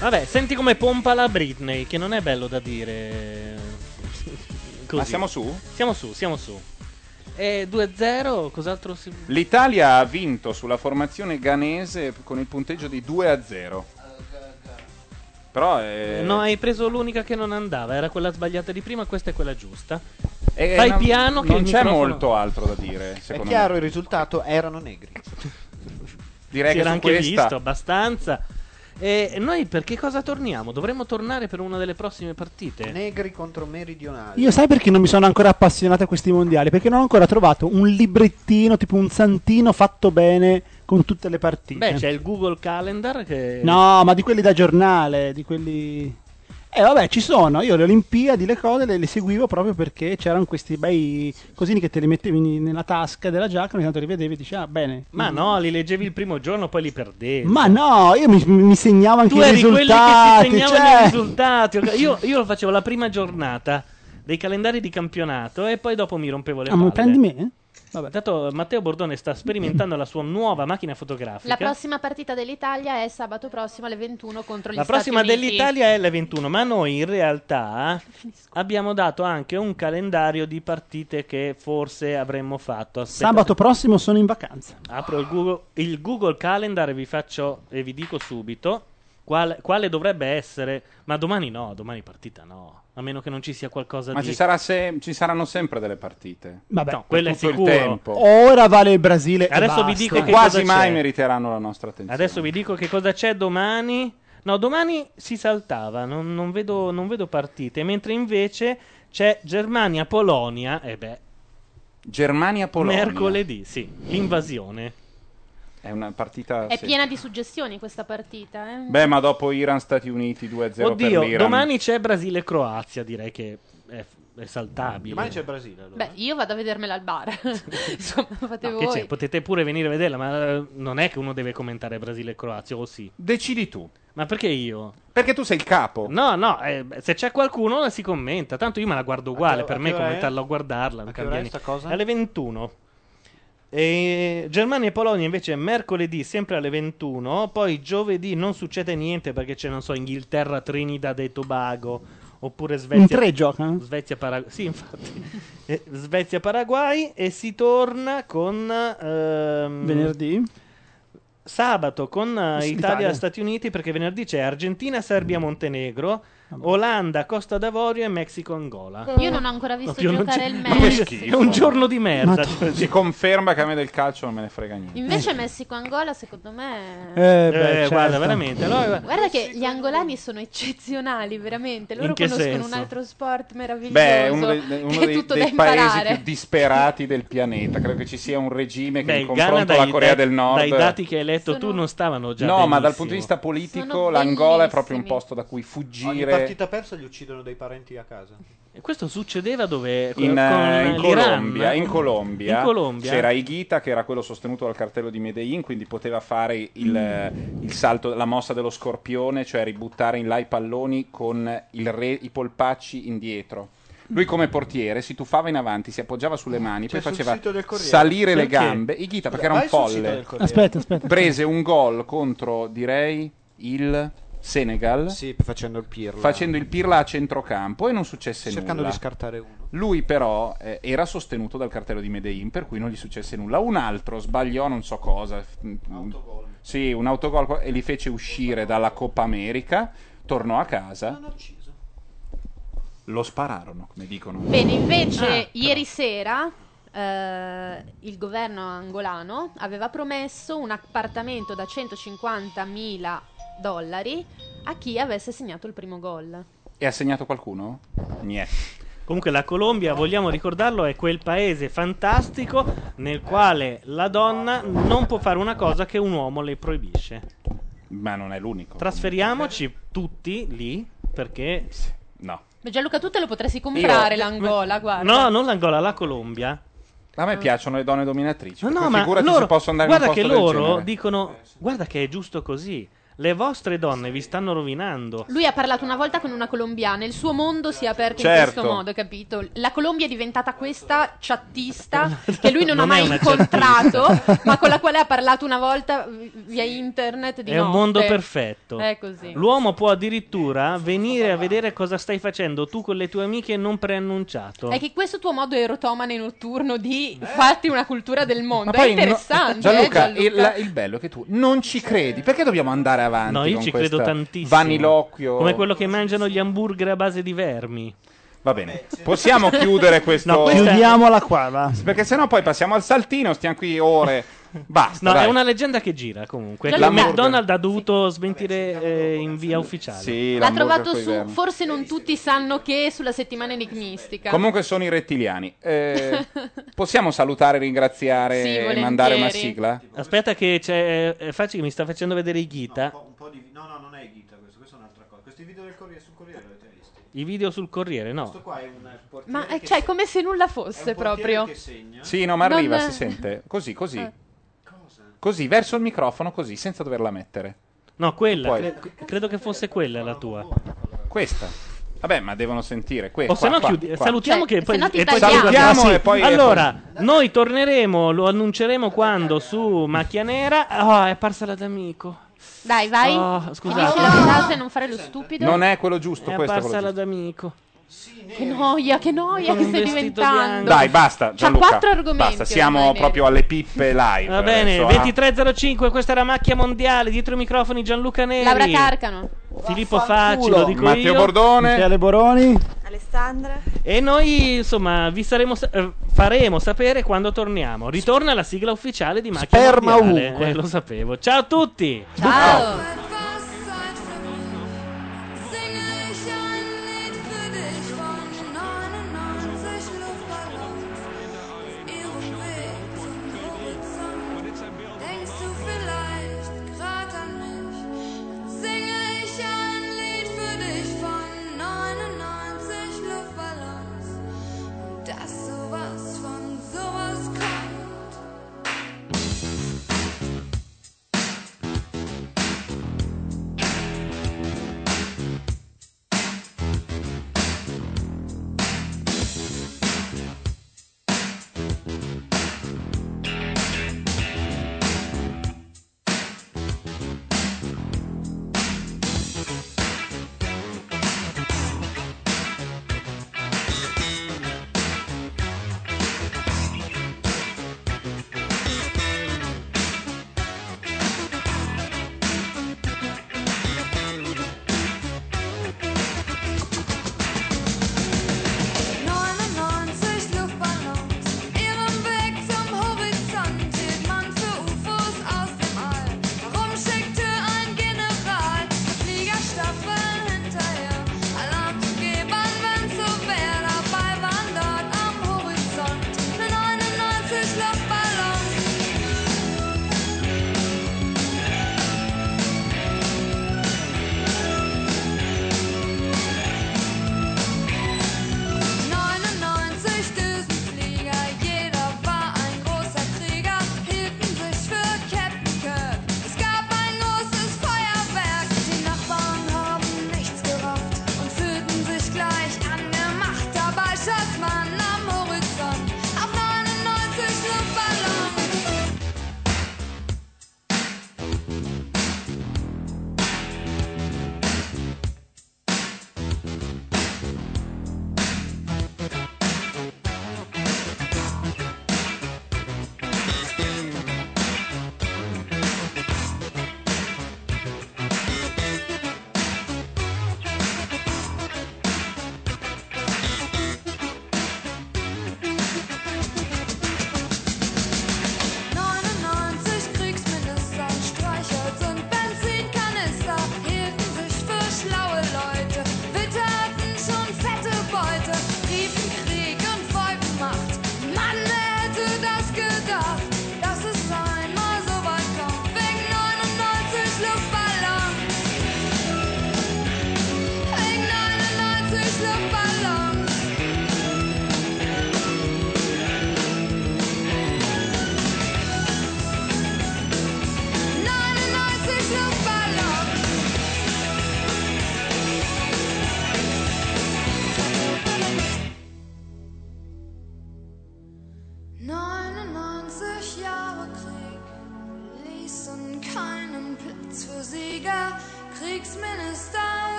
Speaker 2: Vabbè, senti come pompa la Britney, che non è bello da dire. Così.
Speaker 5: Ma siamo su?
Speaker 2: Siamo su, siamo su. E 2-0, cos'altro si...
Speaker 5: L'Italia ha vinto sulla formazione ghanese con il punteggio di 2 a 0. Però è...
Speaker 2: No, hai preso l'unica che non andava, era quella sbagliata di prima, questa è quella giusta.
Speaker 5: è-
Speaker 2: Fai
Speaker 5: non-
Speaker 2: piano che
Speaker 5: Eh, non
Speaker 2: il
Speaker 5: c'è
Speaker 2: microfono-
Speaker 5: molto altro da dire,
Speaker 19: È
Speaker 5: secondo
Speaker 19: chiaro,
Speaker 5: me.
Speaker 19: il risultato erano negri.
Speaker 5: Direi
Speaker 2: si
Speaker 5: che
Speaker 2: era
Speaker 5: su
Speaker 2: anche
Speaker 5: questa-
Speaker 2: visto abbastanza. E noi per che cosa torniamo? Dovremmo tornare per una delle prossime partite.
Speaker 19: Negri contro meridionali.
Speaker 4: Io sai perché non mi sono ancora appassionato a questi mondiali? Perché non ho ancora trovato un librettino, tipo un santino fatto bene con tutte le partite.
Speaker 2: Beh, c'è il Google Calendar che
Speaker 4: eh. No, ma di quelli da giornale, di quelli... Eh vabbè, ci sono, io le Olimpiadi, le cose le, le seguivo proprio perché c'erano questi bei cosini che te li mettevi ni- nella tasca della giacca, ogni tanto li vedevi e dici, ah bene.
Speaker 2: Ma no, li leggevi il primo giorno, poi li perdevi.
Speaker 4: Ma no, io mi, mi segnavo anche
Speaker 2: tu
Speaker 4: i
Speaker 2: eri quelli che
Speaker 4: risultati.
Speaker 2: ti segnavano
Speaker 4: cioè...
Speaker 2: i risultati. Io, io lo facevo la prima giornata dei calendari di campionato e poi dopo mi rompevo le
Speaker 4: Ah, ma
Speaker 2: palle.
Speaker 4: prendi me?
Speaker 2: Intanto Matteo Bordone sta sperimentando la sua nuova macchina fotografica.
Speaker 10: La prossima partita dell'Italia è sabato prossimo alle 21 contro gli
Speaker 2: La
Speaker 10: Stati
Speaker 2: prossima
Speaker 10: Uniti.
Speaker 2: dell'Italia è la 21, ma noi in realtà abbiamo dato anche un calendario di partite che forse avremmo fatto. Aspetta,
Speaker 4: Sabato prossimo sono in vacanza.
Speaker 2: Apro il Google, il Google Calendar e vi faccio e vi dico subito qual- quale dovrebbe essere. Ma domani no, domani partita no. A meno che non ci sia qualcosa
Speaker 5: Ma
Speaker 2: di.
Speaker 5: ci, sarà se- ci saranno sempre delle partite.
Speaker 4: Vabbè.
Speaker 2: No, quello è
Speaker 5: Tutto il
Speaker 2: sicuro.
Speaker 5: tempo.
Speaker 4: Ora vale il Brasile. e
Speaker 2: Adesso vi
Speaker 4: basta.
Speaker 2: dico che
Speaker 5: Quasi
Speaker 2: cosa
Speaker 5: mai
Speaker 2: c'è.
Speaker 5: meriteranno la nostra attenzione.
Speaker 2: Adesso vi dico che cosa c'è domani. No, domani si saltava, non, non vedo, non vedo partite. Mentre invece c'è Germania-Polonia. E beh,
Speaker 5: Germania-Polonia.
Speaker 2: mercoledì, sì, l'invasione.
Speaker 5: È una partita...
Speaker 10: È
Speaker 5: sì.
Speaker 10: piena di suggestioni questa partita, eh?
Speaker 5: Beh, ma dopo Iran-Stati Uniti 2-0 per
Speaker 2: Oddio,
Speaker 5: l'Iran.
Speaker 2: domani c'è Brasile-Croazia. Direi che è, è saltabile.
Speaker 19: Domani c'è il Brasile. Allora. eh?
Speaker 10: Beh, io vado a vedermela al bar. Insomma, fate
Speaker 2: Che c'è?
Speaker 10: voi.
Speaker 2: Potete pure venire a vederla, ma eh, non è che uno deve commentare Brasile e Croazia, o sì?
Speaker 5: Decidi tu.
Speaker 2: Ma perché io?
Speaker 5: Perché tu sei il capo.
Speaker 2: No, no, eh, beh, se c'è qualcuno si commenta. Tanto io me la guardo uguale, per me commentarla o guardarla non cambia niente. Alle 21. E Germania e Polonia invece mercoledì sempre alle 21, poi giovedì non succede niente perché c'è, non so, Inghilterra, Trinidad e Tobago, oppure Svezia.
Speaker 4: In tre gioca, eh?
Speaker 2: Svezia, Paraguay. Sì, infatti. Eh, Svezia, Paraguay e si torna con... ehm,
Speaker 4: Venerdì?
Speaker 2: Sabato con eh,
Speaker 4: Sì,
Speaker 2: Italia
Speaker 4: l'Italia.
Speaker 2: e Stati Uniti perché venerdì c'è Argentina,
Speaker 4: Mm.
Speaker 2: Serbia, Montenegro, Olanda, Costa d'Avorio e Mexico, Angola.
Speaker 10: Mm. Io non ho ancora visto
Speaker 2: Proprio non
Speaker 10: giocare
Speaker 2: c'è-
Speaker 10: il
Speaker 2: Ma che
Speaker 10: Messico.
Speaker 2: schifo. È un giorno di merda.
Speaker 5: Si conferma che a me del calcio non me ne frega niente.
Speaker 10: Invece Messico-Angola, secondo me...
Speaker 5: Eh, beh,
Speaker 2: Eh, guarda,
Speaker 5: certo.
Speaker 2: veramente. eh, allora-
Speaker 10: Guarda che gli angolani sono eccezionali, veramente. Loro
Speaker 2: In che
Speaker 10: conoscono un
Speaker 2: senso?
Speaker 10: altro sport meraviglioso
Speaker 5: Beh, è uno, dei, uno
Speaker 10: che è
Speaker 5: dei-
Speaker 10: tutto da
Speaker 5: dei paesi
Speaker 10: imparare.
Speaker 5: più disperati del pianeta. Credo che ci sia un regime che
Speaker 2: Beh,
Speaker 5: in
Speaker 2: il Ghana
Speaker 5: confronto
Speaker 2: dai,
Speaker 5: alla Corea
Speaker 2: dai-
Speaker 5: del Nord.
Speaker 2: dai dati che hai letto tu non stavano già
Speaker 5: No, ma dal
Speaker 2: benissimo.
Speaker 5: punto di vista politico
Speaker 19: Sono
Speaker 5: l'Angola è proprio un posto da cui
Speaker 19: Ogni
Speaker 5: fuggire.
Speaker 19: partita persa gli uccidono dei parenti a casa.
Speaker 2: E questo succedeva dove
Speaker 5: In,
Speaker 2: con
Speaker 5: eh, in
Speaker 2: l'Iran?
Speaker 5: Colombia, in Colombia
Speaker 2: In Colombia?
Speaker 5: c'era Higuita che era quello sostenuto dal cartello di Medellin, quindi poteva fare il, eh, il salto, la mossa dello scorpione, cioè ributtare in là i palloni con il re- i polpacci indietro. Lui come portiere si tuffava in avanti, si appoggiava sulle mani,
Speaker 19: Cioè,
Speaker 5: poi
Speaker 19: sul
Speaker 5: faceva
Speaker 19: sito del Corriere.
Speaker 5: salire le
Speaker 19: Perché?
Speaker 5: gambe. Higuita perché era
Speaker 19: Vai
Speaker 5: un
Speaker 19: sul sito
Speaker 5: folle.
Speaker 19: del Corriere. Aspetta,
Speaker 4: aspetta.
Speaker 5: Prese un gol contro, direi, il Senegal.
Speaker 19: Sì, facendo il pirla.
Speaker 5: Facendo il pirla a centrocampo e non successe
Speaker 19: Cercando
Speaker 5: nulla.
Speaker 19: di scartare uno.
Speaker 5: Lui però eh, era sostenuto dal cartello di Medellin, per cui non gli successe nulla. Un altro sbagliò non so cosa. f- mm, Sì, un autogol qua- e li fece uscire dalla Coppa America, tornò a casa. Lo spararono, come dicono.
Speaker 10: Bene, invece ieri sera eh, il governo angolano aveva promesso un appartamento da 150.000 dollari a chi avesse segnato il primo gol.
Speaker 5: E ha segnato qualcuno? Niente.
Speaker 2: Comunque la Colombia, vogliamo ricordarlo, è quel paese fantastico nel quale la donna non può fare una cosa che un uomo le proibisce.
Speaker 5: Ma non è l'unico.
Speaker 2: Trasferiamoci tutti lì perché...
Speaker 5: No.
Speaker 10: Beh, Gianluca, tu te lo potresti comprare l'Angola, guarda.
Speaker 2: No, non l'Angola, la Colombia.
Speaker 5: A me piacciono le donne dominatrici.
Speaker 2: No,
Speaker 5: per
Speaker 2: no,
Speaker 5: cui
Speaker 2: ma
Speaker 5: figurati
Speaker 2: loro,
Speaker 5: se posso andare in
Speaker 2: guarda
Speaker 5: un posto
Speaker 2: che loro
Speaker 5: del genere.
Speaker 2: dicono, guarda che è giusto così. Le vostre donne vi stanno rovinando.
Speaker 10: Lui ha parlato una volta con una colombiana, il suo mondo si è aperto in
Speaker 2: Certo.
Speaker 10: questo modo, capito? La Colombia è diventata questa chattista che lui non,
Speaker 2: Non
Speaker 10: ha
Speaker 2: è
Speaker 10: mai
Speaker 2: una
Speaker 10: incontrato, ma con la quale ha parlato una volta vi- via internet di
Speaker 2: È un
Speaker 10: notte.
Speaker 2: mondo perfetto.
Speaker 10: È così.
Speaker 2: L'uomo può addirittura venire a vedere cosa stai facendo tu con le tue amiche non preannunciato.
Speaker 10: È che questo tuo modo erotomane notturno di farti una cultura del mondo
Speaker 2: poi
Speaker 10: è interessante.
Speaker 2: Gianluca,
Speaker 10: eh,
Speaker 2: il-
Speaker 10: Gianluca?
Speaker 5: Il bello è che tu non ci credi. Perché dobbiamo andare avanti?
Speaker 2: No, io
Speaker 5: con
Speaker 2: ci credo
Speaker 5: questa
Speaker 2: tantissimo.
Speaker 5: Vaniloquio.
Speaker 2: Come quello che mangiano gli hamburger a base di vermi.
Speaker 5: Va bene. Possiamo chiudere questo.
Speaker 2: No, questa-
Speaker 4: Chiudiamola qua, va.
Speaker 5: Perché sennò poi passiamo al saltino, stiamo qui ore. Basta.
Speaker 2: No,
Speaker 5: dai.
Speaker 2: è una leggenda che gira comunque.
Speaker 5: Già
Speaker 2: La
Speaker 5: l'hamburger.
Speaker 2: McDonald's ha dovuto smentire eh, in via ufficiale.
Speaker 5: Sì,
Speaker 10: L'ha
Speaker 5: l'hamburger
Speaker 10: trovato
Speaker 5: coi
Speaker 10: su,
Speaker 5: vermi.
Speaker 10: forse non tutti sanno che, sulla settimana enigmistica.
Speaker 5: Comunque sono i rettiliani. Eh, possiamo salutare, ringraziare
Speaker 10: Sì,
Speaker 5: e
Speaker 10: volentieri.
Speaker 5: mandare una sigla?
Speaker 2: Aspetta, che c'è. eh, Facci che mi sta facendo vedere i Ghita.
Speaker 19: Un po' di... No, no, non è Ghita questo, questo è un'altra cosa. Questi video del Corriere sul Corriere l'avete visto?
Speaker 2: I video sul Corriere,
Speaker 19: Questo
Speaker 2: no.
Speaker 19: qua è un portiere
Speaker 10: Ma eh,
Speaker 19: che
Speaker 10: cioè, come se nulla fosse proprio.
Speaker 5: Sì, no, ma arriva,
Speaker 10: Non-
Speaker 5: si sente. Così, così.
Speaker 10: Eh.
Speaker 5: Così, verso il microfono, così, senza doverla mettere.
Speaker 2: No, quella.
Speaker 5: Poi.
Speaker 2: cre- credo che fosse quella la tua.
Speaker 5: Questa. Vabbè, ma devono sentire. Que-
Speaker 2: O
Speaker 5: Eh, qua,
Speaker 2: se no
Speaker 5: qua,
Speaker 2: chiudi-
Speaker 5: qua.
Speaker 2: salutiamo
Speaker 10: Cioè,
Speaker 2: che poi,
Speaker 10: se no ti
Speaker 2: e poi
Speaker 10: tagliamo.
Speaker 2: salutiamo,
Speaker 5: Salutiamo
Speaker 2: sì.
Speaker 5: e poi- e
Speaker 2: allora noi torneremo, lo annunceremo quando su Macchia Nera. Ah, è apparsa la d'amico.
Speaker 10: Dai, vai.
Speaker 2: Oh, scusate.
Speaker 10: Finisci la frase, non fare lo stupido.
Speaker 5: Non è quello giusto,
Speaker 2: È
Speaker 5: questo è
Speaker 2: apparsa
Speaker 5: quello
Speaker 2: la d'amico.
Speaker 10: Che noia, che noia
Speaker 2: Con
Speaker 10: che
Speaker 2: un
Speaker 10: stai
Speaker 2: vestito
Speaker 10: diventando.
Speaker 5: Dai, basta.
Speaker 10: C'ha
Speaker 5: Gianluca.
Speaker 10: quattro argomenti.
Speaker 5: Basta, siamo
Speaker 10: ormai,
Speaker 5: proprio alle pippe live.
Speaker 2: Va bene,
Speaker 5: adesso, ah.
Speaker 2: 2305, questa era Macchia Mondiale, dietro i microfoni Gianluca Neri.
Speaker 10: Laura Carcano.
Speaker 2: Filippo Facci, lo dico
Speaker 5: Matteo
Speaker 2: io.
Speaker 5: Bordone.
Speaker 4: Michele Boroni.
Speaker 6: Alessandra.
Speaker 2: E noi, insomma, vi saremo sa- eh, faremo sapere quando torniamo. Ritorna la sigla ufficiale di Macchia
Speaker 4: Sperma
Speaker 2: Mondiale.
Speaker 4: ovunque.
Speaker 2: Eh, lo sapevo. Ciao a tutti.
Speaker 10: Ciao.
Speaker 1: Singe